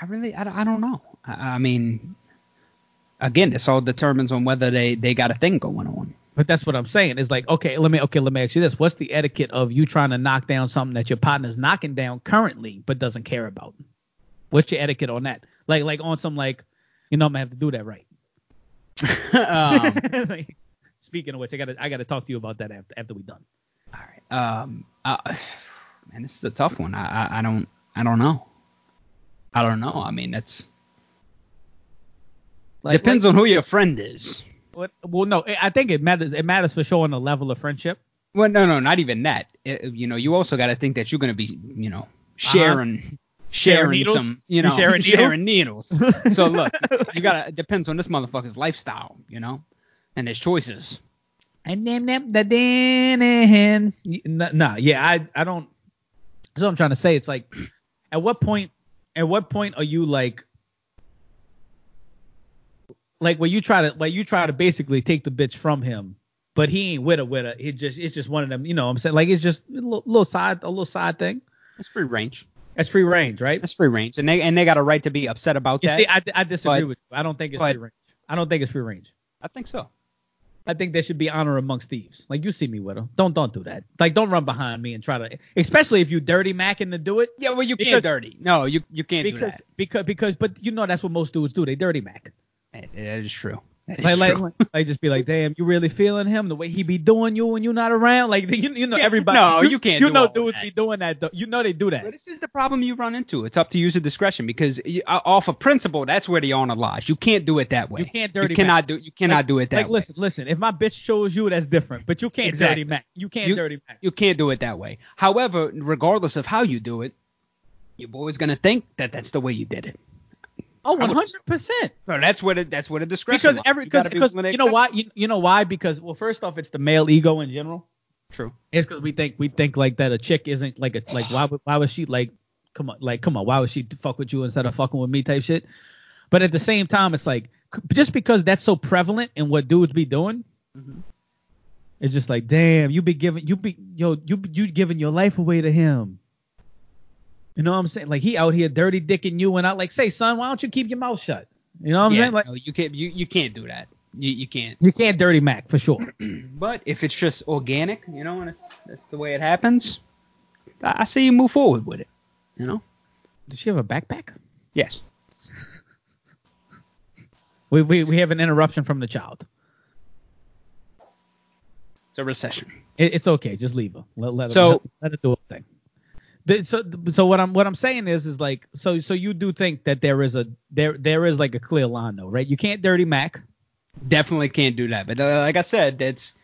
I really, I, don't- I don't know. I, I mean, again, this all determines on whether they they got a thing going on. [LAUGHS]
But that's what I'm saying. It's like, okay, let me okay, let me ask you this. What's the etiquette of you trying to knock down something that your partner's knocking down currently but doesn't care about? What's your etiquette on that? Like like on some like, you know, I'm gonna have to do that right.
um,
Like, speaking of which, I gotta I gotta talk to you about that after after we done.
All right. Um, uh, [SIGHS] man, this is a tough one. I, I, I don't, I don't know. I don't know. I mean, that's
Like,
depends on who your friend is.
What, well, no, I I think it matters. It matters for sure on the level of friendship.
Well, no, no, not even that. It- you know, you also got to think that you're gonna be, you know, sharing,
Uh-huh. Sharing
sharing,
needles?
some, you
You
know, [LAUGHS]
sharing
sharing needles.
[LAUGHS]
so look, you gotta it depends on this motherfucker's lifestyle, you know, and his choices.
And then them the then no, no, yeah, I I don't. That's what I'm trying to say. It's like, at what point, at what point are you like, like where you try to, where you try to basically take the bitch from him, but he ain't with her, with her. It just, it's just one of them. You know, what I'm saying like it's just a little, little side, a little side thing.
That's free range.
That's free range, right?
That's free range, and they and they got a right to be upset about
You
that.
see, I, I disagree
But-
with you. I don't think it's
but-
free range. I don't think it's free range.
I think so.
I think there should be honor amongst thieves. Like you see me with her. Don't don't do that. Like don't run behind me and try to especially if you dirty macking to do it.
Yeah, well, you
Because-
can't dirty. No, you you can't do
Because
that.
because because but you know that's what most dudes do. They dirty mac.
That that is true. That is
Like like,
true.
[LAUGHS] like just be like, damn, you really feeling him the way he be doing you when you not around. Like you, you know
Yeah,
everybody.
no, you can't
You
do
know
all of
dudes
that.
be doing that though. You know they do
But
that.
this is the problem you run into. It's up to user discretion because you, uh, off of principle, that's where the honor lies. You can't do it that way.
You can't dirty
You cannot do. You cannot do it that
Like
way.
listen listen. If my bitch chose you, that's different. But you can't
Exactly.
dirty mac. You can't
You-
dirty mac.
You can't do it that way. However, regardless of how you do it, your boy's gonna think that that's the way you did it.
Oh,
I
one
would-
hundred percent.
So that's what it. That's what a discretion.
Because
lies.
every
You
because
gotta be
because
willing to
you know
accept-
why you, you know why because well first off it's the male ego in general.
True.
It's because we think we think like that a chick isn't like a like why would why was she like come on like come on why would she fuck with you instead of fucking with me type shit. But at the same time, it's like c- just because that's so prevalent in what dudes be doing, it's just like damn you be giving you be yo you be- you giving your life away to him. You know what I'm saying? Like he out here dirty dicking you and I like say son why don't you keep your mouth shut? You know what I'm
yeah,
saying? Like
no, you can't. You, you can't do that. You, you can't.
You can't dirty Mac for sure.
But if it's just organic, you know, and it's, that's the way it happens, I, I say you move forward with it. You know?
Does she have a backpack?
Yes.
We we, we have an interruption from the child.
It's a recession.
It, it's okay. Just leave her. Let let her,
So-
let, let her do her thing. The- so so what I'm what I'm saying is is like so so you do think that there is a there there is like a clear line though, right? You can't dirty Mac.
Definitely can't do that. But uh, like I said, that's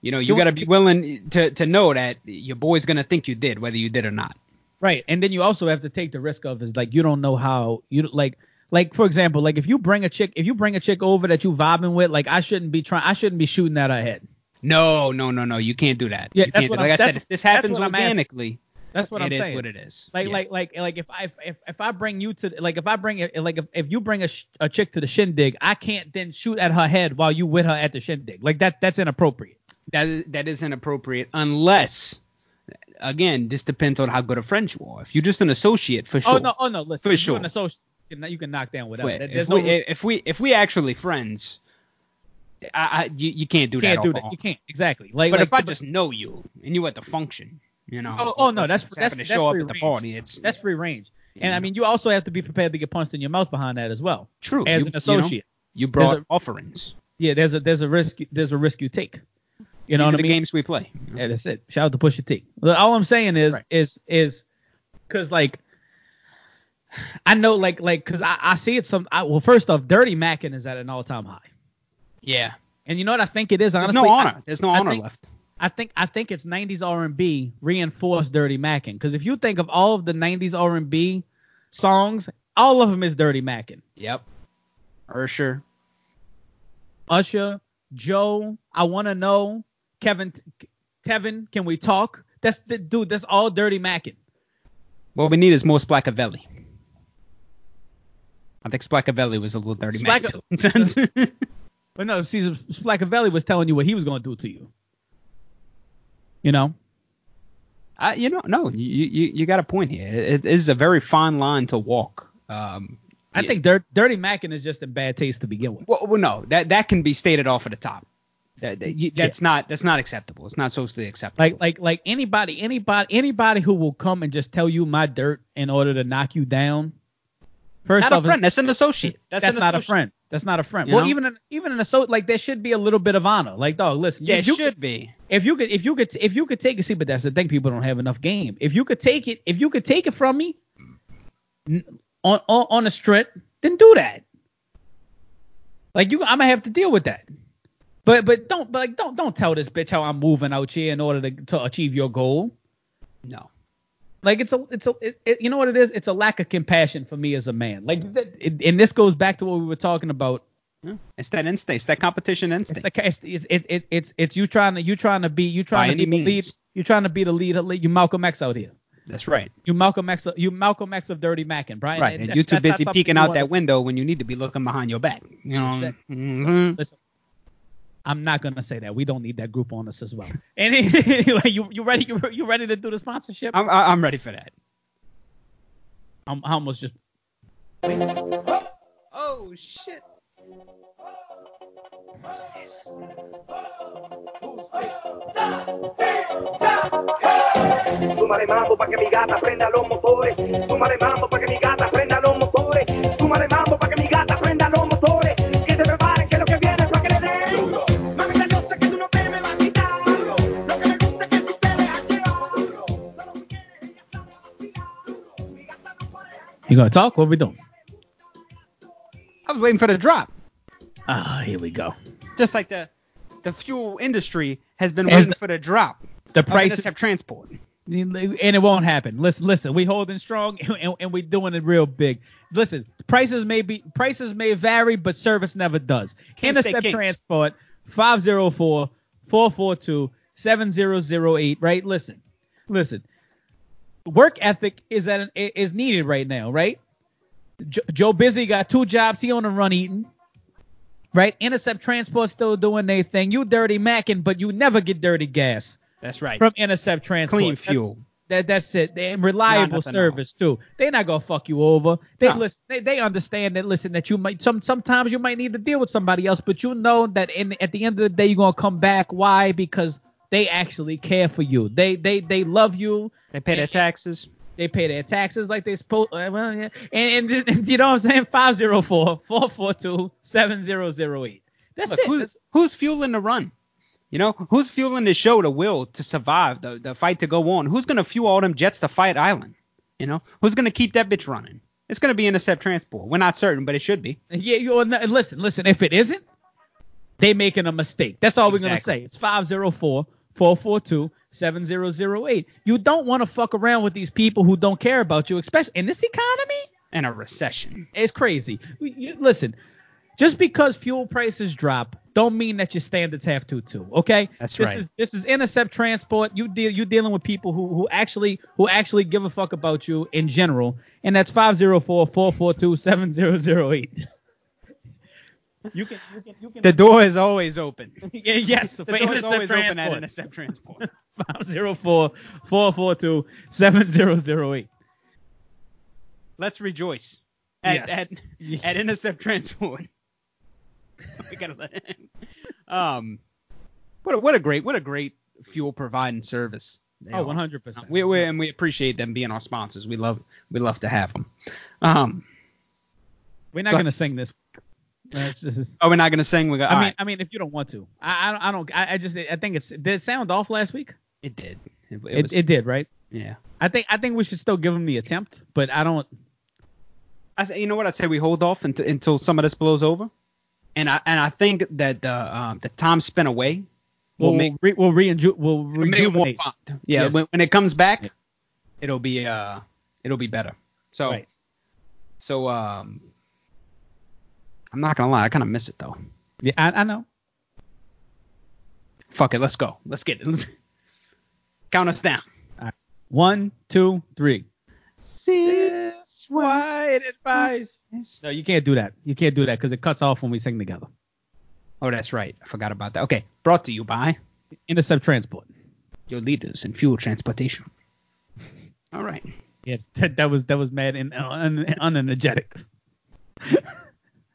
you know, you
You-
got to be willing to to know that your boy's gonna think you did, whether you did or not.
Right. And then you also have to take the risk of is like you don't know how you like like for example, like if you bring a chick if you bring a chick over that you vibing with, like I shouldn't be trying I shouldn't be shooting at her head.
No, no, no, no. You can't do that.
Yeah,
you
that's
can't do
what
that.
I'm-
Like I
that's-
said, if this
that's
happens
what I'm asking.
organically,
That's what
it
I'm
is
saying.
what it is.
Like
Yeah.
like like like if I if if I bring you to like if I bring a- like if, if you bring a, sh- a chick to the shindig, I can't then shoot at her head while you with her at the shindig. Like that that's inappropriate.
that that is inappropriate unless again this depends on how good a friend you are if you're just an associate for sure
Oh no oh no listen
For
if
sure.
you're an associate, you can- you can knock down
if,
whatever.
we,
There-
if,
There's no
we, if we if we actually friends I, I you, you can't do
you can't
that
do
off
that.
of-
You can't exactly. Like
but
like,
if I just know you and you at the function you know
Oh, oh, no, that's-
just
that's-
happen to
that's
show up
free
at the
range.
party it's
that's free range. And
Yeah.
I mean you also have to be prepared to get punched in your mouth behind that as well.
true
As an
you, you know,
associate.
you brought
a-
offerings
yeah, there's a there's a risk there's a risk you take. You know
These
what I
are the
mean?
games we play
Yeah, that's it. Shout out to Pusha T. Look, All I'm saying is
Right.
is is because like I know like like because I, I see it some I, well first off dirty macking is at an all time high
yeah
and you know what I think it is
there's
honestly
no honor there's no
I
honor
think-
left
I, I think I think it's 90s R and B reinforced dirty macking because if you think of all of the 90s R and B songs all of them is dirty macking
yep Ursher
Usher Joe I want to know Kevin Tevin can we talk that's the dude that's all dirty macking
What we need is more Splacavelli. I think Splacavelli was a little dirty
Splaca-
man. too. [LAUGHS]
But no, Caesar Splacavelli was telling you what he was going to do to you. You know,
I, you know, no, you, you you got a point here. It, it is a very fine line to walk. Um,
I
Yeah.
think Dirt, Dirty Mackin is just in bad taste to begin with.
well, well, no, that that can be stated off at the top. That, that- you- that's not that's not acceptable. It's not socially acceptable.
Like, like, like anybody, anybody, anybody who will come and just tell you my dirt in order to knock you down. First
not
off,
a friend.
it's-
That's an associate. That's,
that's,
an
not a
associate.
friend. That's not a friend.
You
well,
know?
even an, even an associate, like there should be a little bit of honor. Like, dog, listen,
Yeah,
if
it
you
should be.
if you could if you could if you could take it see but that's the thing people don't have enough game if you could take it if you could take it from me n- on on, on a strip then do that like you i'm gonna have to deal with that but but don't but like don't don't tell this bitch how i'm moving out here in order to, to achieve your goal
No.
like it's a it's a it, it- you know what it is it's a lack of compassion for me as a man like that, it, and this goes back to what we were talking about
It's that instinct. It's that competition
it's
instinct.
like it's it's it, it, it's it's you trying to you trying to be you
By
trying to
any
be the lead
means.
you trying to be the lead you Malcolm X out here
that's right.
you Malcolm X you Malcolm X of Dirty Mackin Brian
Right. And
that-
you're too
that's not
busy
something
peeking
you
out
wanna-
that window when you need to be looking behind your back. You know.
Exactly.
Mhm.
I'm not gonna say that we don't need that group on us as well [LAUGHS] and anyway you you ready you, you ready to do the sponsorship
I'm I- I'm ready for that.
I'm, I almost just
Oh shit.
Súmale mambo pa' que mi gata prenda los motores. Súmale mambo pa' que mi gata prenda los motores. Súmale mambo pa' que mi gata prenda los motores. Que se preparen que lo que viene es pa' que le den. Duro. Mamita, yo sé que tú no te me vas a quitar. Duro. Lo que me gusta es que tú te dejas llevar. Duro. Solo si quieres, ella sale a vacilar. Duro. Mi gata no pareja.
you gonna talk what we doing
I was waiting for the drop.
ah here we go
Just like the the fuel industry has been
As
waiting
the-
for the drop.
the
of
price
intercept transport.
and it won't happen. Listen, listen, we holding strong [LAUGHS] and, and we doing it real big. Listen, prices may be prices may vary, but service never does.
Kings stay
Intercept
kings.
Transport 504-442-7008, right? Listen. Listen. Work ethic is at an, is needed right now, right? Jo- Joe Busy got two jobs, he on the run eating. Right? Intercept Transport still doing their thing. You dirty macking, but you never get dirty gas
That's right.
from Intercept Transport.
Clean
That's-
fuel.
That that's it. They reliable
nothing
service too. They not gonna fuck you over. They
No.
listen. They, they understand that. Listen, that you might some sometimes you might need to deal with somebody else, but you know that in at the end of the day you're gonna come back. Why? Because they actually care for you. They they they love you.
They pay their taxes.
They pay their taxes like they supposed. uh, Well, yeah. And, and, [LAUGHS] and you know what I'm saying? Five zero four four four two seven zero zero eight. That's
Look,
it.
who's,
That's-
who's fueling the run? You know, who's fueling the show, the will to survive, the, the fight to go on? Who's going to fuel all them jets to fight Island? You know, who's going to keep that bitch running? It's going to be intercept transport. We're not certain, but it should be.
Yeah, you and and listen, listen, if it isn't, they making a mistake. That's all we're gonna
Exactly.
say. It's 504-442-7008. You don't want to fuck around with these people who don't care about you, especially in this economy.
In a recession.
It's crazy. You- you- listen, just because fuel prices drop, don't mean that your standards have to too. Okay,
That's
this
right.
Is, this is intercept transport. You deal. You dealing with people who who actually who actually give a fuck about you in general, and that's 504-442-7008. [LAUGHS] You can, you can, you can.
The door is always open.
[LAUGHS] yeah, yes,
The door is always open at
Intercept
intercept transport.
504-442-7008.
Let's rejoice at,
Yes.
at, at intercept transport. [LAUGHS] we gotta let him. Um, what a, what a great what a great fuel providing service. they
Oh,
are.
100%.
We, we and we appreciate them being our sponsors. We love we love to have them. Um,
We're not
So-
gonna sing
[LAUGHS]
this. That's just-
oh, we're not gonna sing. We go.
I
all
mean,
right.
I mean, if you don't want to, I, I, don't- I don't, I, I just, I think it's did it sound off last week.
it did. It, it
It,
was-
it did, right?
yeah.
I think, I think we should still give them the attempt, but I don't.
I say, you know what? I say we hold off until, until some of this blows over, and I and I think that the uh, the time spent away will
We'll,
make
re, we'll reinju, we'll
it'll make it more
rejuvenate.
fun. Yeah,
Yes.
when, when it comes back, it'll be uh it'll be better. So
Right.
so um, I'm not gonna lie, I kind of miss it though.
Yeah, I, I know.
Fuck it, let's go. Let's get it. Let's [LAUGHS] count us down.
One, two, three.
Sis, wide advice.
No, you can't do that. You can't do that because it cuts off when we sing together.
Oh, that's right. I forgot about that. Okay, brought to you by
Intercept transport.
your leaders in fuel transportation. [LAUGHS] All right.
Yeah, that, that was that was mad and un, unenergetic.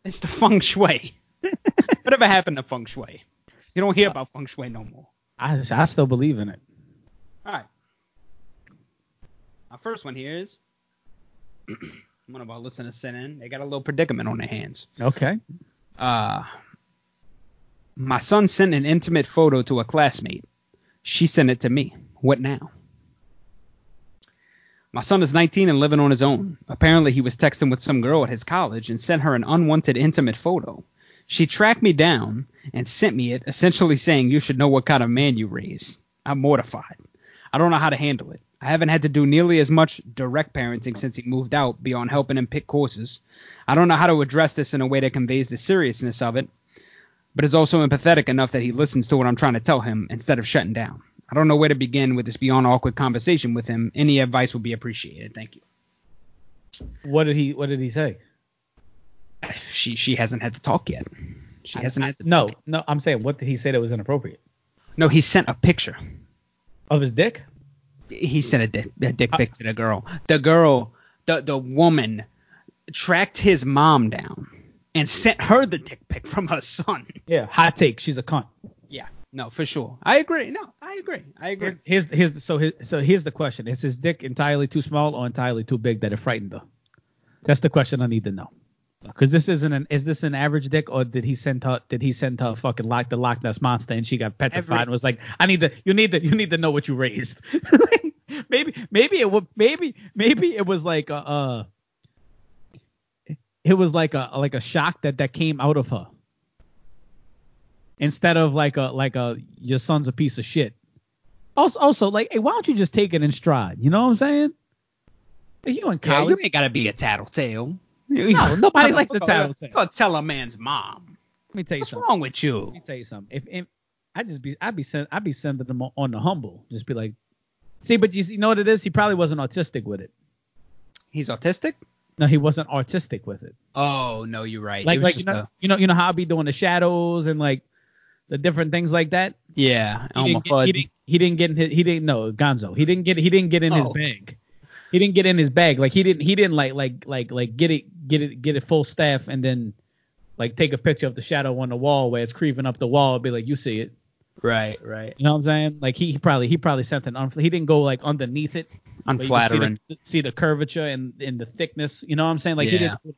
It's the feng shui. [LAUGHS] Whatever happened to feng shui? You don't hear
Uh,
about feng shui no more.
I, I still believe in it.
All right. Our first one here is [CLEARS THROAT] one of our listeners sent in. They got a little predicament on their hands.
Okay.
Uh, my son sent an intimate photo to a classmate. She sent it to me. What now? My son is 19 and living on his own. Apparently, he was texting with some girl at his college and sent her an unwanted intimate photo. She tracked me down and sent me it, essentially saying, You should know what kind of man you raise. I'm mortified. I don't know how to handle it. I haven't had to do nearly as much direct parenting since he moved out, beyond helping him pick courses. I don't know how to address this in a way that conveys the seriousness of it, but is also empathetic enough that he listens to what I'm trying to tell him instead of shutting down. I don't know where to begin with this beyond awkward conversation with him. Any advice would be appreciated. Thank you.
What did he What did he say?
She she hasn't had to talk yet. She hasn't had to.
No, no. I'm saying what did he say that was inappropriate
No, he sent a picture.
of his dick?
He sent a dick, a dick pic to the girl. The girl, the the woman, tracked his mom down and sent her the dick pic from her son.
Yeah. Hot take. She's a cunt.
Yeah. No, for sure. I agree. No, I agree. I agree.
Here's, here's, here's so his, so here's the question: Is his dick entirely too small or entirely too big that it frightened her? That's the question I need to know. Because this isn't an is this an average dick or did he send her did he send her fucking lock the Loch Ness monster and she got petrified
Every-
and was like I need to you need to you need to know what you raised. [LAUGHS] maybe maybe it would maybe maybe it was like a uh it was like a like a shock that that came out of her instead of like a like a your son's a piece of shit. Also, also like, hey, why don't you just take it in stride? You know what I'm saying? Are you in
Yeah,
college?
you ain't gotta be a tattletale. [LAUGHS]
No, nobody likes a tattletale.
Go tell a man's mom.
Let me tell you
What's
something.
wrong with you?
Let me tell you something. If, if I just be, I'd be send, I'd be sending them on the humble. Just be like, see, but you, see, you know what it is? He probably wasn't autistic with it.
He's autistic?
No, he wasn't artistic with it.
Oh no, you're right. It
Like,
was
like you
just
know,
a-
you know, you know how I be doing the shadows and like the different things like that.
Yeah,
He
Elmer
didn't, get, he,
Fudd.
didn't, he didn't get in his, he didn't no Gonzo. He didn't get he didn't get in his
Oh.
bag. He didn't get in his bag. Like he didn't he didn't like like like like get it get it get it full staff and then like take a picture of the shadow on the wall where it's creeping up the wall and be like you see it.
Right, right.
You know what I'm saying? Like he, he probably he probably sent an unf- he didn't go like underneath it. but you can
Unflattering.
See the, see the curvature and, and the thickness. You know what I'm saying? Like he
Yeah.
didn't.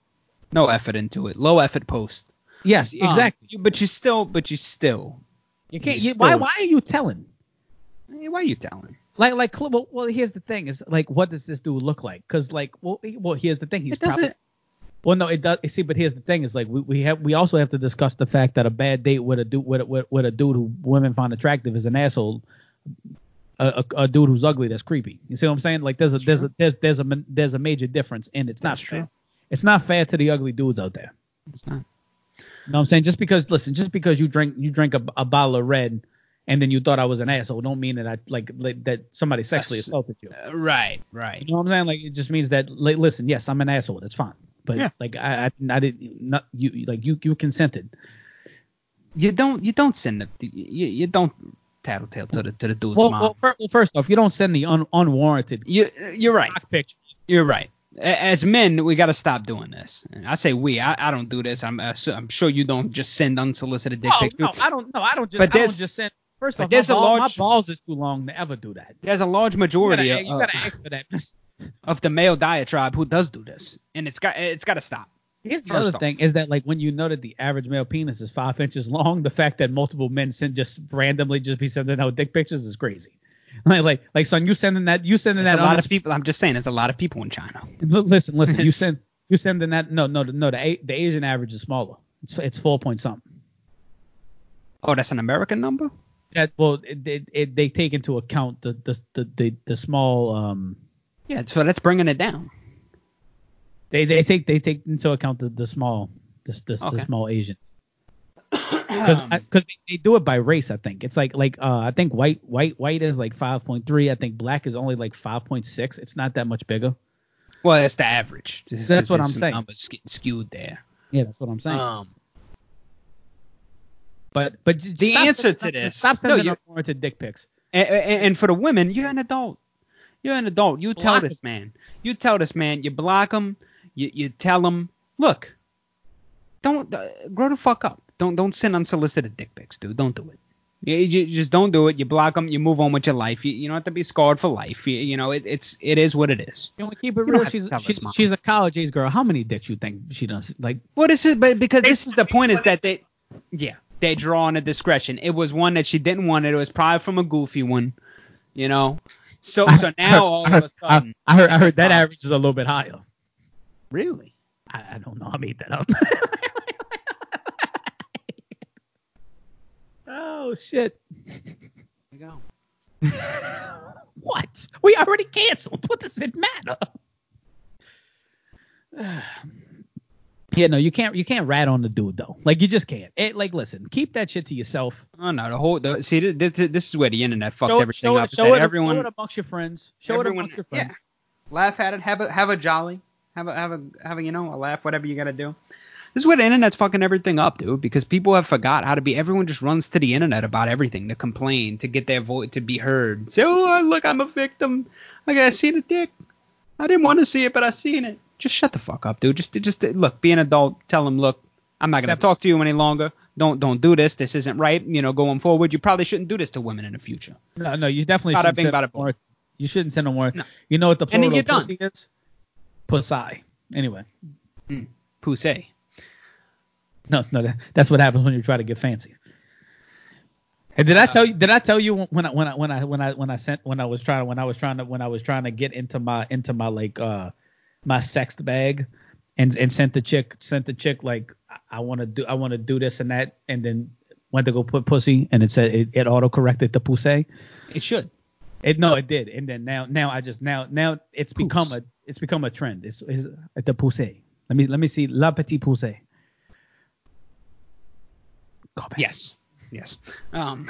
No effort into it. Low effort post.
Yes,
Um,
exactly.
you- but you still, but you still.
You can't.
you
You, why
still-
why are you telling?
eh, Why are you telling?
Like like Cl- well, well here's the thing is like what does this dude look like? Cause like well he- well here's the thing he's
it doesn't.
probably well no it does see but here's the thing is like we, we have we also have to discuss the fact that a bad date with a dude with a, with, with a dude who women find attractive is an asshole. A, a, a dude who's ugly that's creepy. You see what I'm saying? Like there's a there's a there's there's a min- there's a major difference and it's not
That's true.
fair. It's not fair to the ugly dudes out there.
it's not.
You know what I'm saying? Just because, listen, just because you drink you drink a, a bottle of red, and then you thought I was an asshole, don't mean that I like, like that somebody sexually
That's-
assaulted you.
Uh, right,
You
right.
know what I'm saying? Like it just means that, like, listen, yes, I'm an asshole. That's fine. But
Yeah.
like I, I, I didn't, not you, like you, you consented.
You don't. You don't send the. You, you don't tattletale to the to the dude's
Well,
mom.
well, fir- well, first off, you don't send the un, unwarranted
you you're right.
cock picture.
You're right. A- As men, we got to stop doing this. And I say we. I, I don't do this. I'm uh, su- I'm sure you don't just send unsolicited dick
Oh
pics.
no, I don't, no, I don't just,
But
I don't
there's-
just send. First
but
off,
there's
my,
a
ball-
large-
my balls is too long to ever do that.
There's a large majority
you gotta, you
of, uh,
gotta ask for that.
of the male diatribe who does do this, and it's got it's got to stop.
Here's the
First
other
off.
thing is that like when you know that the average male penis is five inches long, the fact that multiple men send just randomly just be sending out dick pictures is crazy. [LAUGHS] Like like like son, you sending that you sending
There's
that
a lot
on-
of people. I'm just saying, there's a lot of people in China.
L- listen listen
[LAUGHS]
you send you sending that no no no the A- the Asian average is smaller. It's it's four point something.
Oh, that's an American number.
That well it, it, it, they take into account the the the the, the small um.
Yeah, so that's bringing it down.
They, they take they take into account the, the small the, the, the
Okay.
small
[CLEARS THROAT]
Asians. because they, they do it by race. I think it's like like uh, I think white white white is like 5.3. I think black is only like 5.6. It's not that much bigger.
Well, that's the average. This is-
That's what
there's
I'm
some
saying.
Numbers ske- skewed there.
Yeah, that's what I'm saying.
Um,
but but j-
the
stop
answer
sending-
to this-
Stop
No,
sending
you-
unwarranted dick pics.
and, and for the women, you're an adult. You're an adult. You tell
Block
this man. You tell this man. You block him. You, you tell him. Look, don't uh, grow the fuck up. Don't don't send unsolicited dick pics, dude. Don't do it. You, you just don't do it. You block them. You move on with your life. You, you don't have to be scarred for life. You, you know it, it's it is what it is.
Can we keep it
don't
real?
have to
She's
tell us,
she's,
Mom.
she's a college age girl. How many dicks you think she does? Like
Well, this is but because this is the point is that they, yeah, they draw on a discretion. It was one that she didn't want. It was probably from a goofy one, you know. So
[LAUGHS]
Oh, so now all of a
I,
sudden,
I heard I heard that
problem.
average is a little bit higher.
really,
I, I don't know. I made that up. [LAUGHS] oh shit.
There you go.
What? We already canceled. What does it matter? [SIGHS] yeah, no, you can't. You can't rat on the dude though. Like you just can't. It, like, listen, keep that shit to yourself.
Oh no, the whole the, see this, this, this is where the internet fucked
Show-
everything
show it-
up. is
show
that
it-
everyone
show it amongst your friends. Show it
everyone-
amongst your
yeah.
friends.
laugh at it, have a have a jolly, have a have a have a you know a laugh, whatever you gotta do. This is where the internet's fucking everything up, dude, because people have forgot how to be. Everyone just runs to the internet about everything to complain, to get their voice to be heard. Say, oh uh, look, I'm a victim. Like I seen a dick. I didn't want to see it, but I seen it. Just shut the fuck up, dude. Just just look, be an adult. Tell them, look, I'm not gonna
Accept it.
talk to you any longer. Don't don't do this. This isn't right. You know, going forward, you probably shouldn't do this to women in the future.
No, no, you definitely
Bada
shouldn't
bing,
send
bada
a warrant. You shouldn't send a warrant. You know what the
And then
plural
you're
of pussy
done.
is? Pussy. Anyway,
Pussy.
no, no, that, that's what happens when you try to get fancy. And did I tell you? Did I tell you when I when I when I when I when I sent when I was trying when I was trying to when I was trying to get into my into my like uh my sexed bag, and and sent the chick sent the chick like I- I want to do I want to do this and that, and then went to go put pussy, and it said it, it auto corrected to pussy.
It should.
It no, it did, and then now now I just now now it's become a it's become a trend. It's, it's the poussée. Let me let me see la petite poussée. Call back.
Yes. Yes.
[LAUGHS]
Um,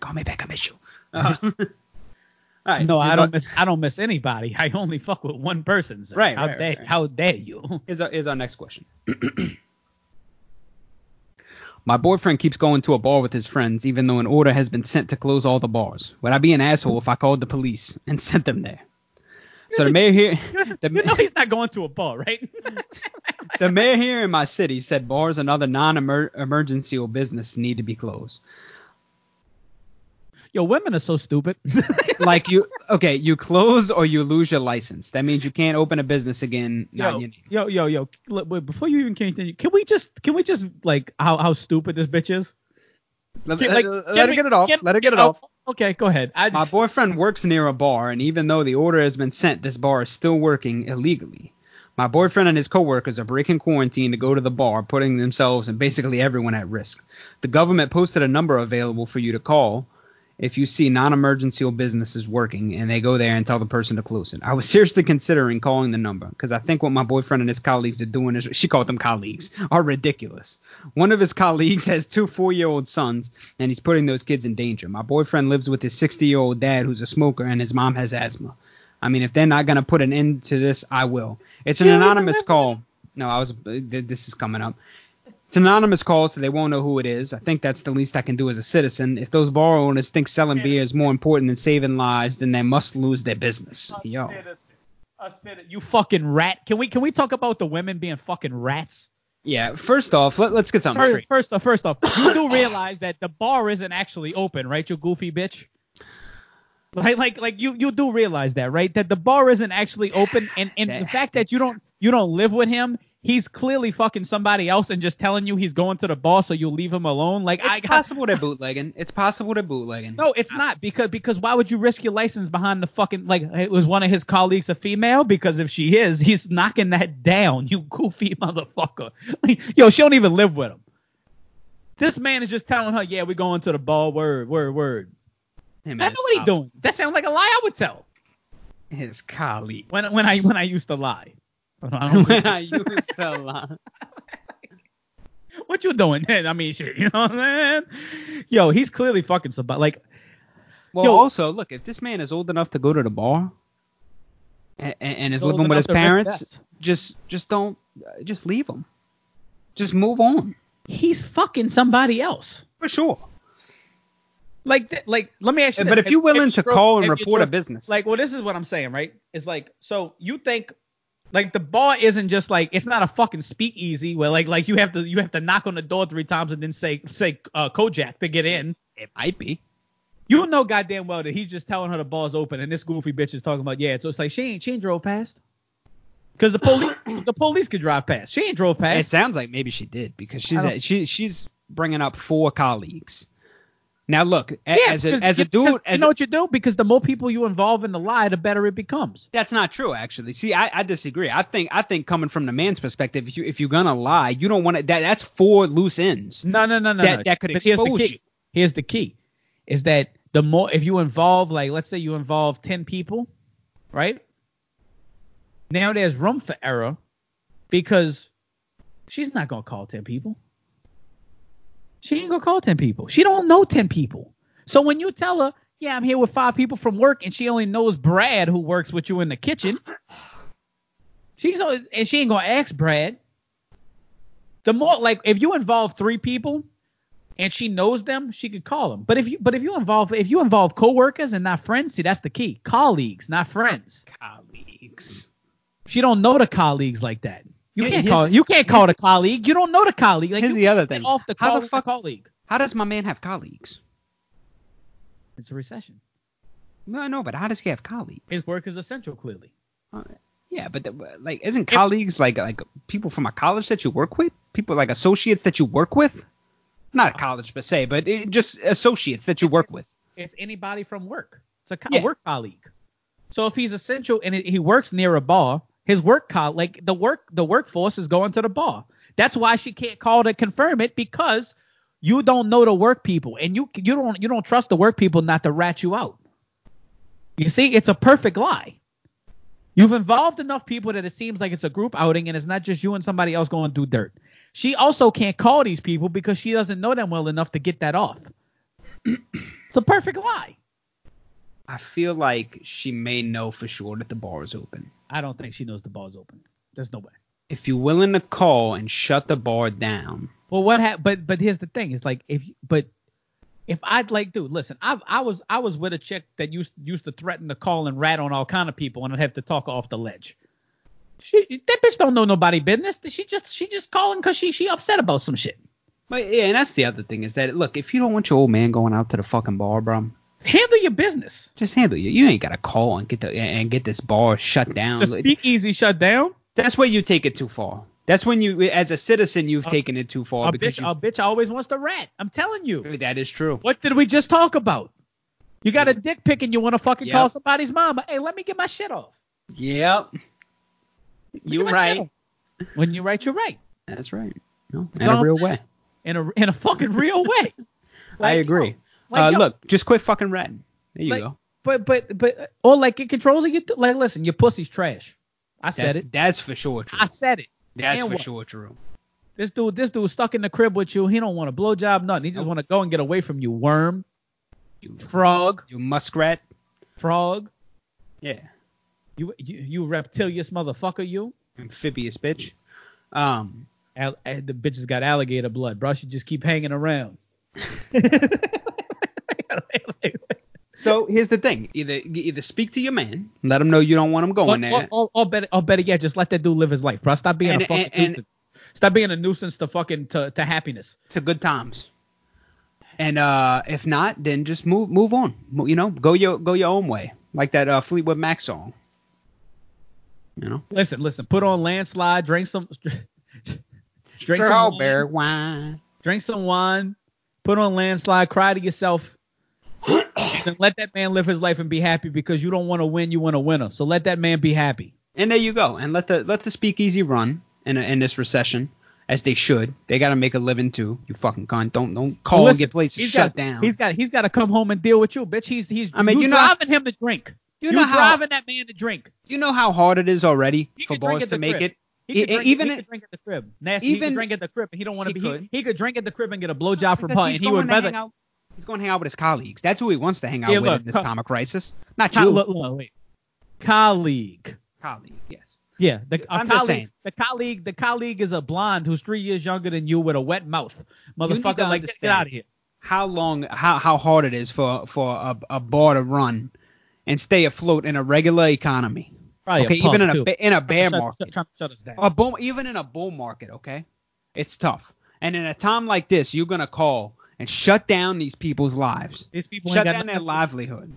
call me back. I miss you. Uh, all right.
No, I
here's
don't
Our,
miss I don't miss anybody. I only fuck with one person. sir.
Right,
How
right,
dare
right.
how dare you?
here's, our, here's our next question. [CLEARS THROAT] My boyfriend keeps going to a bar with his friends, even though an order has been sent to close all the bars. Would I be an asshole if I called the police and [LAUGHS] sent them there? So the mayor here, [LAUGHS] the,
You know he's not going to a ball, right?
the mayor here in my city said bars and other non-emergency or business need to be closed.
[LAUGHS] Yo, women are so [LAUGHS] stupid.
Like you, okay, you close or you lose your license. That means you can't open a business again. not
yo,
in your name.
yo, yo, yo. Look, wait, before you even continue, can we just can we just like how how stupid this bitch is?
Let,
Can- like,
let-
can
let her
we-
get it off.
can-
let her get it
oh,
off.
Okay, go ahead. I
My
just,
boyfriend works near a bar, and even though the order has been sent, this bar is still working illegally. My boyfriend and his coworkers are breaking quarantine to go to the bar, putting themselves and basically everyone at risk. The government posted a number available for you to call if you see non-emergency businesses working and they go there and tell the person to close it. I was [LAUGHS] seriously considering calling the number because I think what my boyfriend and his colleagues are doing is she called them colleagues [LAUGHS] are ridiculous. One of his colleagues has two four-year-old sons and he's putting those kids in danger. My boyfriend lives with his 60-year-old dad who's a smoker and his mom has asthma. I mean, if they're not gonna put an end to this, I will. It's an anonymous call. No, I was. th- This is coming up. It's an anonymous call, so they won't know who it is. I think that's the least I can do as a citizen. If those bar owners think selling beer is more important than saving lives, then they must lose their business.
Oh,
Yo,
I said it. You fucking rat. Can we can we talk about the women being fucking rats?
yeah. First off, let, let's get something
First,
straight.
first off, first off, you
[COUGHS]
do realize that the bar isn't actually open, right? You goofy bitch. Like like like you you do realize that, right? That the bar isn't actually open, and and the fact that you don't you don't live with him. He's clearly fucking somebody else and just telling you he's going to the bar, so you leave him alone. Like I
It's possible they're bootlegging. [LAUGHS] It's possible they're bootlegging.
No, it's not because because why would you risk your license behind the fucking like it was one of his colleagues a female because if she is he's knocking that down you goofy [LAUGHS] motherfucker like yo she don't even live with him. This man is just telling her yeah we're going to the ball word word word.
Him and
That's
his
what he
colleague-
doing. That sounds like a lie I would tell
His colleague. [LAUGHS]
when when I when I used to lie. I [LAUGHS] don't
when
really-
I use the line.
what you doing? I mean shit you know what I'm saying? Yo he's clearly fucking somebody like
Well,
Yo-
also look, if this man is old enough to go to the bar and, and is
Old
living
enough
with his
to risk
parents,
death.
just just don't uh, just leave him. Just move on.
he's fucking somebody else.
For sure.
Like, th- like, let me ask you.
But
this.
if you're willing to
drove-
call and
if you
report a
drove-
business.
like, well, this is what I'm saying, right? It's like, so you think, like, the bar isn't just like it's not a fucking speakeasy where like, like you have to you have to knock on the door three times and then say say uh, Kojak to get in.
It might be.
You know goddamn well that he's just telling her the bar's open and this goofy bitch is talking about yeah. So it's like she ain't she ain't drove past. Cause the police the police could drive past. She ain't drove
It
past.
sounds like maybe she did because she's
don't-
she she's bringing up four colleagues. Now look, a-
yeah,
as a
'cause
as a
you- 'cause
dude,
you
as
know
a-
what you do because the more people you involve in the lie, the better it becomes.
that's not true actually. See, I, I disagree. I think I think coming from the man's perspective, if you if you're gonna lie, you don't want to. That that's four loose ends.
No, no, no, no.
that-
no.
that could
here's the
expose
key.
you.
Here's the key, is that the more if you involve, like, let's say you involve ten people, right? Now there's room for error, because she's not gonna call ten people. She ain't gonna call ten people. She don't know ten people. So when you tell her, yeah, I'm here with five people from work, and she only knows Brad who works with you in the kitchen. She's always, and she ain't gonna ask Brad the more like if you involve three people and she knows them, she could call them. But if you but if you involve if you involve coworkers and not friends, see that's the key. Colleagues, not friends.
Colleagues.
She don't know the colleagues like that. You
Yeah,
can't
his-
call you can't call the colleague. You don't know the colleague. Like
Here's
you
the other
can't
thing.
off the
How the
call with
fuck-
colleague.
How does my man have colleagues?
It's a recession.
No, I know, but how does he have colleagues?
His work is essential clearly.
yeah, but the, like, isn't colleagues like like people from a college that you work with? People like associates that you work with? Not a college per se, but it, just associates that you work with.
It's anybody from work. It's a co-
Yeah.
work colleague. So if he's essential and he he works near a bar, his work col like the work the workforce is going to the bar. That's why she can't call to confirm it because you don't know the work people and you you don't you don't trust the work people not to rat you out. You see, it's a perfect lie. You've involved enough people that it seems like it's a group outing and it's not just you and somebody else going to do dirt. She also can't call these people because she doesn't know them well enough to get that off. it's a perfect lie.
I feel like she may know for sure that the bar is open.
I don't think she knows the bar's open. There's no way.
If you're willing to call and shut the bar down,
Well, what hap- but but here's the thing. It's like if you- but if I'd like, dude, listen, I I was I was with a chick that used used to threaten to call and rat on all kind of people, and I'd have to talk her off the ledge. She that bitch don't know nobody business. She just she just calling because she she upset about some shit.
But yeah, and that's the other thing is that look, if you don't want your old man going out to the fucking bar, bro,
Handle your business.
just handle it. You ain't gotta call and get the and get this bar shut down.
The speakeasy shut down.
that's where you take it too far. That's when you, as a citizen, you've
A-
taken it too far
A
because
Uh, bitch, a bitch always wants to rat. I'm telling you.
you, that is true.
What did we just talk about? You got a dick pic and you want to fucking
Yep.
call somebody's mama. Hey, let me get my shit off.
Yep. You're
Get my shit
right.
off. When you're right, you're right.
That's right. No,
It's
in a
all-
real way.
in a in a fucking real way.
[LAUGHS] I
Like,
agree.
yo, like,
uh,
yo,
look, just quit fucking ratting. There you
Like,
go.
but but but uh, or like in controlling it. Like, listen, your pussy's trash. I
That's,
said it.
that's for sure true.
I said it.
That's
and
for
what?
sure true.
This dude, this dude stuck in the crib with you. He don't want a blowjob, nothing. He just want to go and get away from you, worm,
You,
frog,
you muskrat.
frog.
Yeah.
You you, you reptilious motherfucker, you.
Amphibious bitch. Um.
Al- eh, the bitches got alligator blood, bro. She just keep hanging around. [LAUGHS]
[LAUGHS] So here's the thing. Either either speak to your man, let him know you don't want him
or,
going there.
or, or, or oh, better, or better yet, just let that dude live his life, bro. Stop being
And-
a fucking
and- and-
nuisance. Stop being a nuisance to fucking to, to happiness.
to good times. And uh, if not, then just move move on. Mo- You know, go your go your own way, like that uh, Fleetwood Mac song. You know,
Listen, listen. Put on landslide. Drink some. [LAUGHS] drink some
strawberry
wine,
wine.
Drink some wine. Put on landslide. Cry to
[CLEARS THROAT]
yourself. and let that man live his life and be happy because you don't want to win. You want a winner. So let that man be happy.
And there you go. And let the let the speakeasy run in a, in this recession, as they should. They gotta make a living too. You fucking cunt. Don't don't call
Listen,
and get places
he's
shut
got-
down.
He's got he's got to come home and deal with you, bitch. He's he's.
I mean,
you
you know-
driving him to drink.
you
You,
know how-
driving that man to drink.
you know how hard it is already
He
for
could drink
bars
at
to
the
make
crib.
it.
He could
E- e-
drink,
even
he
it-
could drink at the crib. Nasty. Even, he
even-
could drink at the crib, and he don't want
he
to be.
could.
He, he could drink at the crib and get a blowjob from
Because
her, and
he's
he
going
would
to
rather.
hang out. He's going to hang out with his colleagues. That's who he wants to hang out
Yeah,
with
look,
in this
co-
time of crisis. Not
Co-
you,
look, look, wait. Colleague.
colleague. Yes.
Yeah, the, a
I'm just
colleague,
saying.
the colleague, the colleague is a blonde who's three years younger than you with a wet mouth,
need to
motherfucker. Like, get,
understand.
out of here.
how long how how hard it is for for a, a bar to run and stay afloat in a regular economy.
Probably
okay,
a punk,
even in a
too.
ba- in a bear
Trying to shut,
market, Oh,
shut- trying to shut us down.
a bull, even in a bull market, okay, it's tough. And in a time like this, you're gonna call and shut down these people's lives,
These people
shut
ain't got
down their
nothing-
livelihood.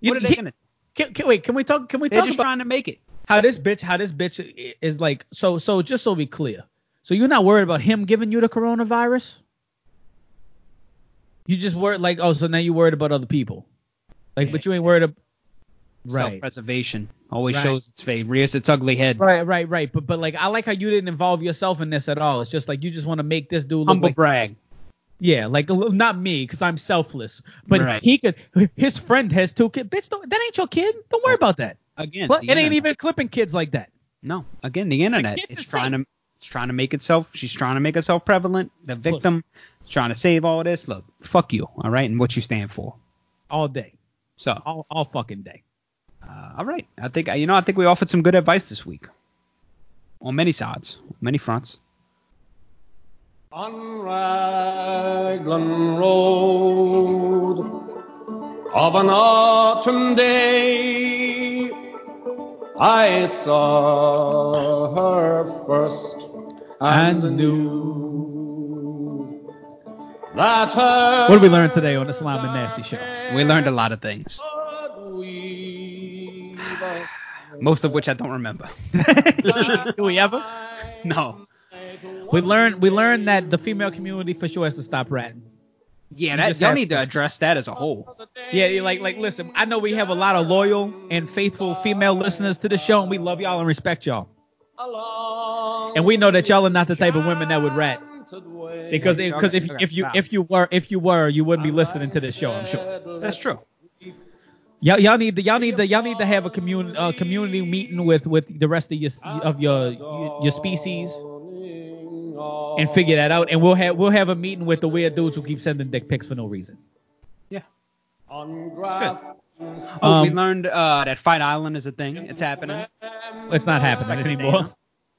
You-
what are they
he-
gonna?
Can, can, wait, can we talk? Can we
They're
talk
just
about
trying to make it.
how this bitch, how this bitch i- is like? So, so just so we clear, so you're not worried about him giving you the coronavirus. You just worried like, oh, so now you worried about other people, like, but you ain't worried about. Right.
Self-preservation always
Right.
shows its face, rears its ugly head.
Right, right, right. But but like I like how you didn't involve yourself in this at all. It's just like you just want to make this dude look
Humble
like
brag.
yeah, like a little- not me because I'm selfless. But
Right.
he could his friend has two kids. Bitch, don't, that ain't your kid. Don't worry about that.
Again,
But
the
it ain't
internet.
even clipping kids like that.
No, again, the internet.
kids
It's
is
trying
safe.
to it's trying to make itself. She's trying to make herself prevalent. The victim is trying to save all this. Look, fuck you, all right, and what you stand for.
All day,
So,
all all fucking day.
uh, all right, I think you know I think we offered some good advice this week on many sides, many fronts.
On Raglan Road of an autumn day, I saw her first and,
And
knew that her.
What did we learn today on the Slime and Nasty show?
We learned a lot of things,
would weave a
most of which I don't
[LAUGHS]
remember.
Do we ever?
No,
We learned we learned that the female community for sure has to stop ratting.
yeah,
just
that, y'all
have
need to address that as a whole.
Yeah, you like like listen, I know we have a lot of loyal and faithful female listeners to the show, and we love y'all and respect y'all. And we know that y'all are not the type of women that would rat. Because
Okay,
because if
okay,
if you
stop.
if you were if you were you wouldn't be listening to this show I'm sure.
That's true.
Y'all y'all need to y'all need to y'all need to have a community uh, community meeting with with the rest of your of your your species and figure that out. And we'll have we'll have a meeting with the weird dudes who keep sending dick pics for no reason.
It's good. Oh,
Um,
we learned uh, that Fight Island is a thing. It's happening.
It's not happening anymore.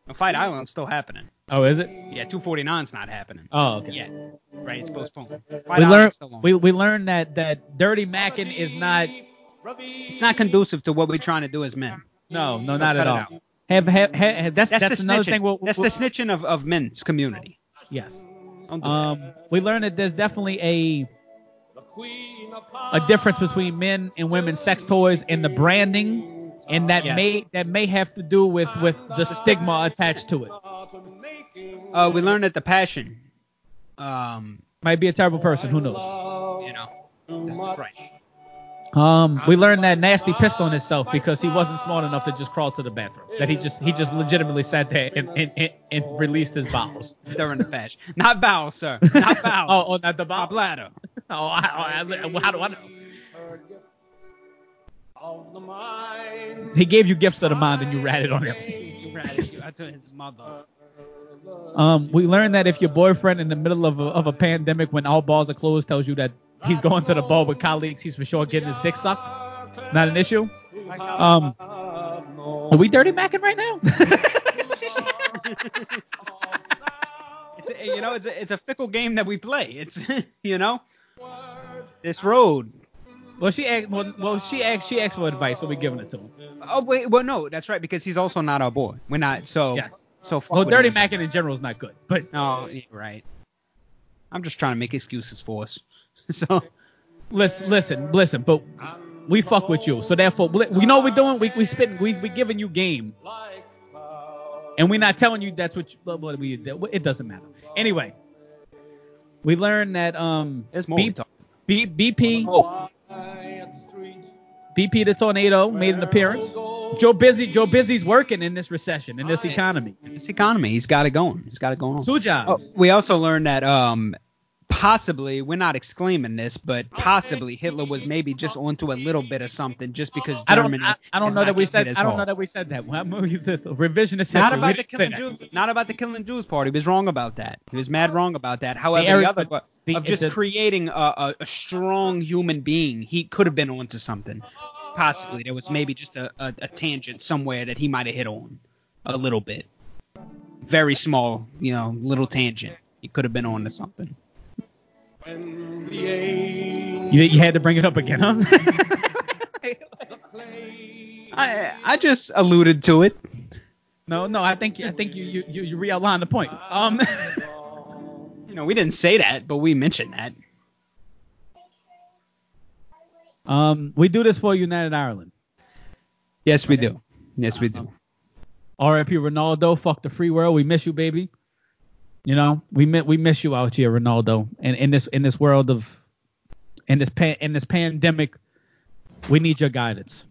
No, Fight Island's still happening.
Oh, is it?
Yeah, 249's not happening.
Oh, okay.
Yeah, right. It's postponed. Fight
we
Island's
learned
still on.
we, we learned that that dirty macking is not
it's not conducive to what we're trying to do as men.
no no not at
cut it
all.
out.
Have, have, have, that's,
That's,
that's,
the
another
snitching.
thing. We'll,
that's
we'll-
the snitching of, of men's community.
Yes.
Don't do that.
Um, we learned that there's definitely a
A
a difference between men and women's sex toys and the branding, and that
Yes.
may that may have to do with with the stigma attached to it.
Uh, we learned that the passion, um,
Might be a terrible person, who knows?
you know, that- right.
Um, we learned that nasty pissed on himself because he wasn't smart enough to just crawl to the bathroom. That he just he just legitimately sat there and and, and, and released his bowels.
During the passion, not bowels,
[LAUGHS]
sir, [LAUGHS] not bowels.
Oh, oh, not the
my
bowels. [LAUGHS]
bladder.
Oh, I, oh, I, well, how do I know? He gave you gifts of the mind and you ratted on him.
You ratted you. I told his mother.
Um, we learned that if your boyfriend in the middle of a, of a pandemic when all bars are closed tells you that he's going to the bar with colleagues, he's for sure getting his dick sucked. Not an issue. Um, are we dirty macking right now? [LAUGHS]
It's a, you know, it's a, it's a fickle game that we play. It's [LAUGHS] you know, this road.
well, she asked. Well, well, she asked. She asked for advice, so we giving it to him.
Oh wait, well no, that's right because he's also not our boy. We're not so
Yes.
so. fuck
Well,
with
dirty
him.
macking in general is not good, but
No, yeah, right. I'm just trying to make excuses for us. [LAUGHS] So
Listen, listen, listen, but we fuck with you. So therefore, we we know what we're doing. We we spitting. We we giving you game, and we're not telling you that's what you, what- what we. that- It doesn't matter. Anyway, we learned that um
there's more.
B-
we talk.
B- BP BP the tornado made an appearance. Joe Busy Joe Busy's working in this recession in this economy.
It's economy. He's got it going. He's got it going on.
Two
Oh,
jobs.
we also learned that um possibly we're not exclaiming this, but possibly Hitler was maybe just onto a little bit of something just because
I don't.
Germany.
I, I don't
is
know
not
that we
getting
said.
it as
I don't
hard.
know that we said that. Well, [LAUGHS] the revisionist history.
Not
we
about the
didn't say
killing
that.
Jews. Not about the killing Jews part. He was wrong about that. He was mad wrong about that. However, the,
Aryan-
other part
the-
of just
the-
creating a, a, a strong human being, he could have been onto something. Possibly there was maybe just a, a, a tangent somewhere that he might have hit on a little bit. Very small, you know, little tangent. He could have been onto something.
You, you had to bring it up again, huh? [LAUGHS]
I I just alluded to it.
No, no, I think I think you you you, you realign the point. Um,
You know, we didn't say that, but we mentioned that.
um, we do this for United Ireland.
Yes, we do. Yes, we do.
R.I.P. Ronaldo, fuck the free world. We miss you, baby. You know, we miss we miss you out here, Ronaldo. And in this in this world of in this pan, in this pandemic, we need your guidance.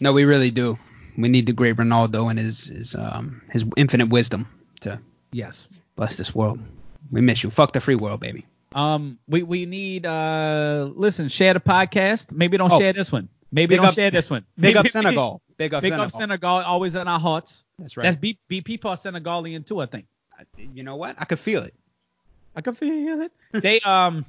No, we really do. We need the great Ronaldo and his his um his infinite wisdom to
Yes.
bless this world. We miss you. Fuck the free world, baby.
Um, we we need uh, listen, share the podcast. Maybe don't
Oh.
share this one. Maybe
Big
don't
up-
share this one.
Big up [LAUGHS]
Maybe-
Senegal. Big up
Big
Senegal.
up Senegal, always in our hearts.
That's
That's
right.
B, BP part Senegalian too, I think.
you know what? I could feel it.
I can feel it. They um,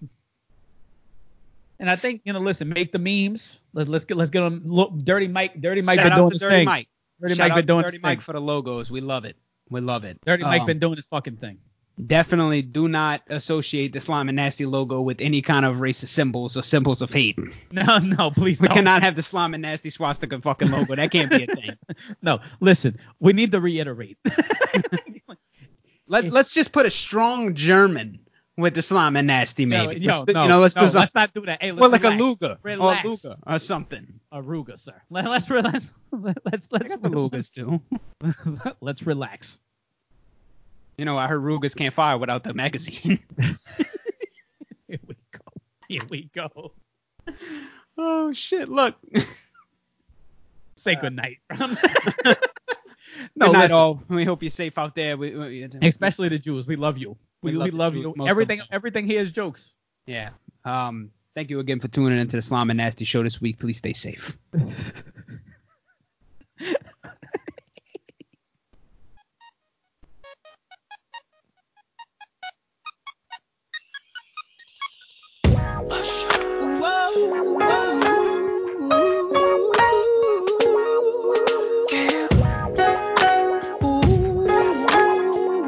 and I think you know. Listen, make the memes. Let, let's get let's get on. Look, Dirty Mike. Dirty Mike
Shout
been
out
doing
to
his
Dirty
thing.
Mike.
Dirty
Shout
Mike
out
been
to
doing
Dirty
his
Mike
thing.
for the logos. We love it. We love it.
Dirty Mike
Um,
been doing his fucking thing. [LAUGHS]
definitely do not associate the slime and nasty logo with any kind of racist symbols or symbols of hate.
No, no, please
We
don't.
cannot have the slime and nasty swastika fucking logo. That can't be a thing.
[LAUGHS] No, listen. We need to reiterate.
[LAUGHS]
[LAUGHS]
Let, let's just put a strong German with the slime and nasty
No,
maybe.
yo,
Let's do-
no,
you know, let's
no,
do something.
let's not do that. Hey, let's
Well, like a
relax.
Luga
Relax.
or a Luga or something.
Aruga, sir. [LAUGHS] Let, let's relax. Let, let's let's
That's what Lugas do.
[LAUGHS] let's relax.
[LAUGHS] You know, I heard Rugas can't fire without the [LAUGHS] magazine.
Here we go. Here we go.
oh shit! [LAUGHS] Look.
Say good [LAUGHS]
[LAUGHS]
night. no,
Good night,
listen.
all. We hope you're safe out there. We, we-
especially the Jews. We love you. We, we love,
the Jews
you.
most of
Everything
all.
everything here is jokes.
yeah. Um. Thank you again for tuning into the Slime and Nasty Show this week. Please stay safe.
Ooh.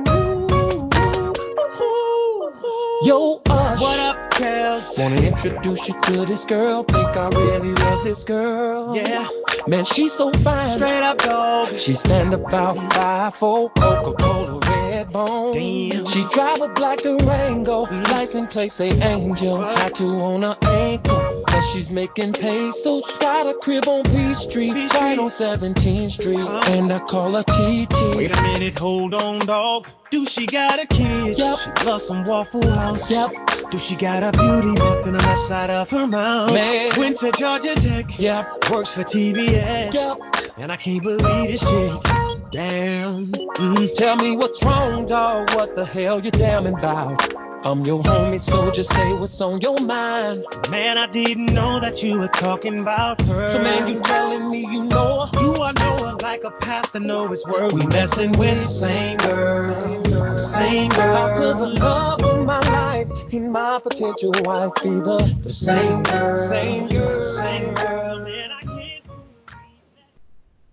uh,
introduce you to this girl. Think I really love this girl. Yeah. Man, she's so fine. Straight up gold. She stand about five four Coca-Cola red bone. She drive a black Durango. License plate say angel. Tattoo on her ankle. Cause she's making pesos. Got a crib on P Street. Right on 17th Street. And I call her TT.
Wait a minute, hold on, dog. Do she got a kid?
Yep.
She loves some Waffle House.
Yep.
Do she got a beauty mark on the left side of her mouth?
Man.
Went to Georgia Tech.
Yep.
Works for TBS.
Yep.
And I can't believe this chick. mm-hmm.
Damn. Mm, tell me what's wrong, dog. What the hell you damning about? I'm your homie, so just say what's on your mind.
Man, I didn't know that you were talking about her.
So man, you telling me you know her?
You I know her like a pastor know his word.
We messing with the same girl, same girl. How could the love of my life and my potential wife be the, the same girl, same girl, same girl?
Yeah.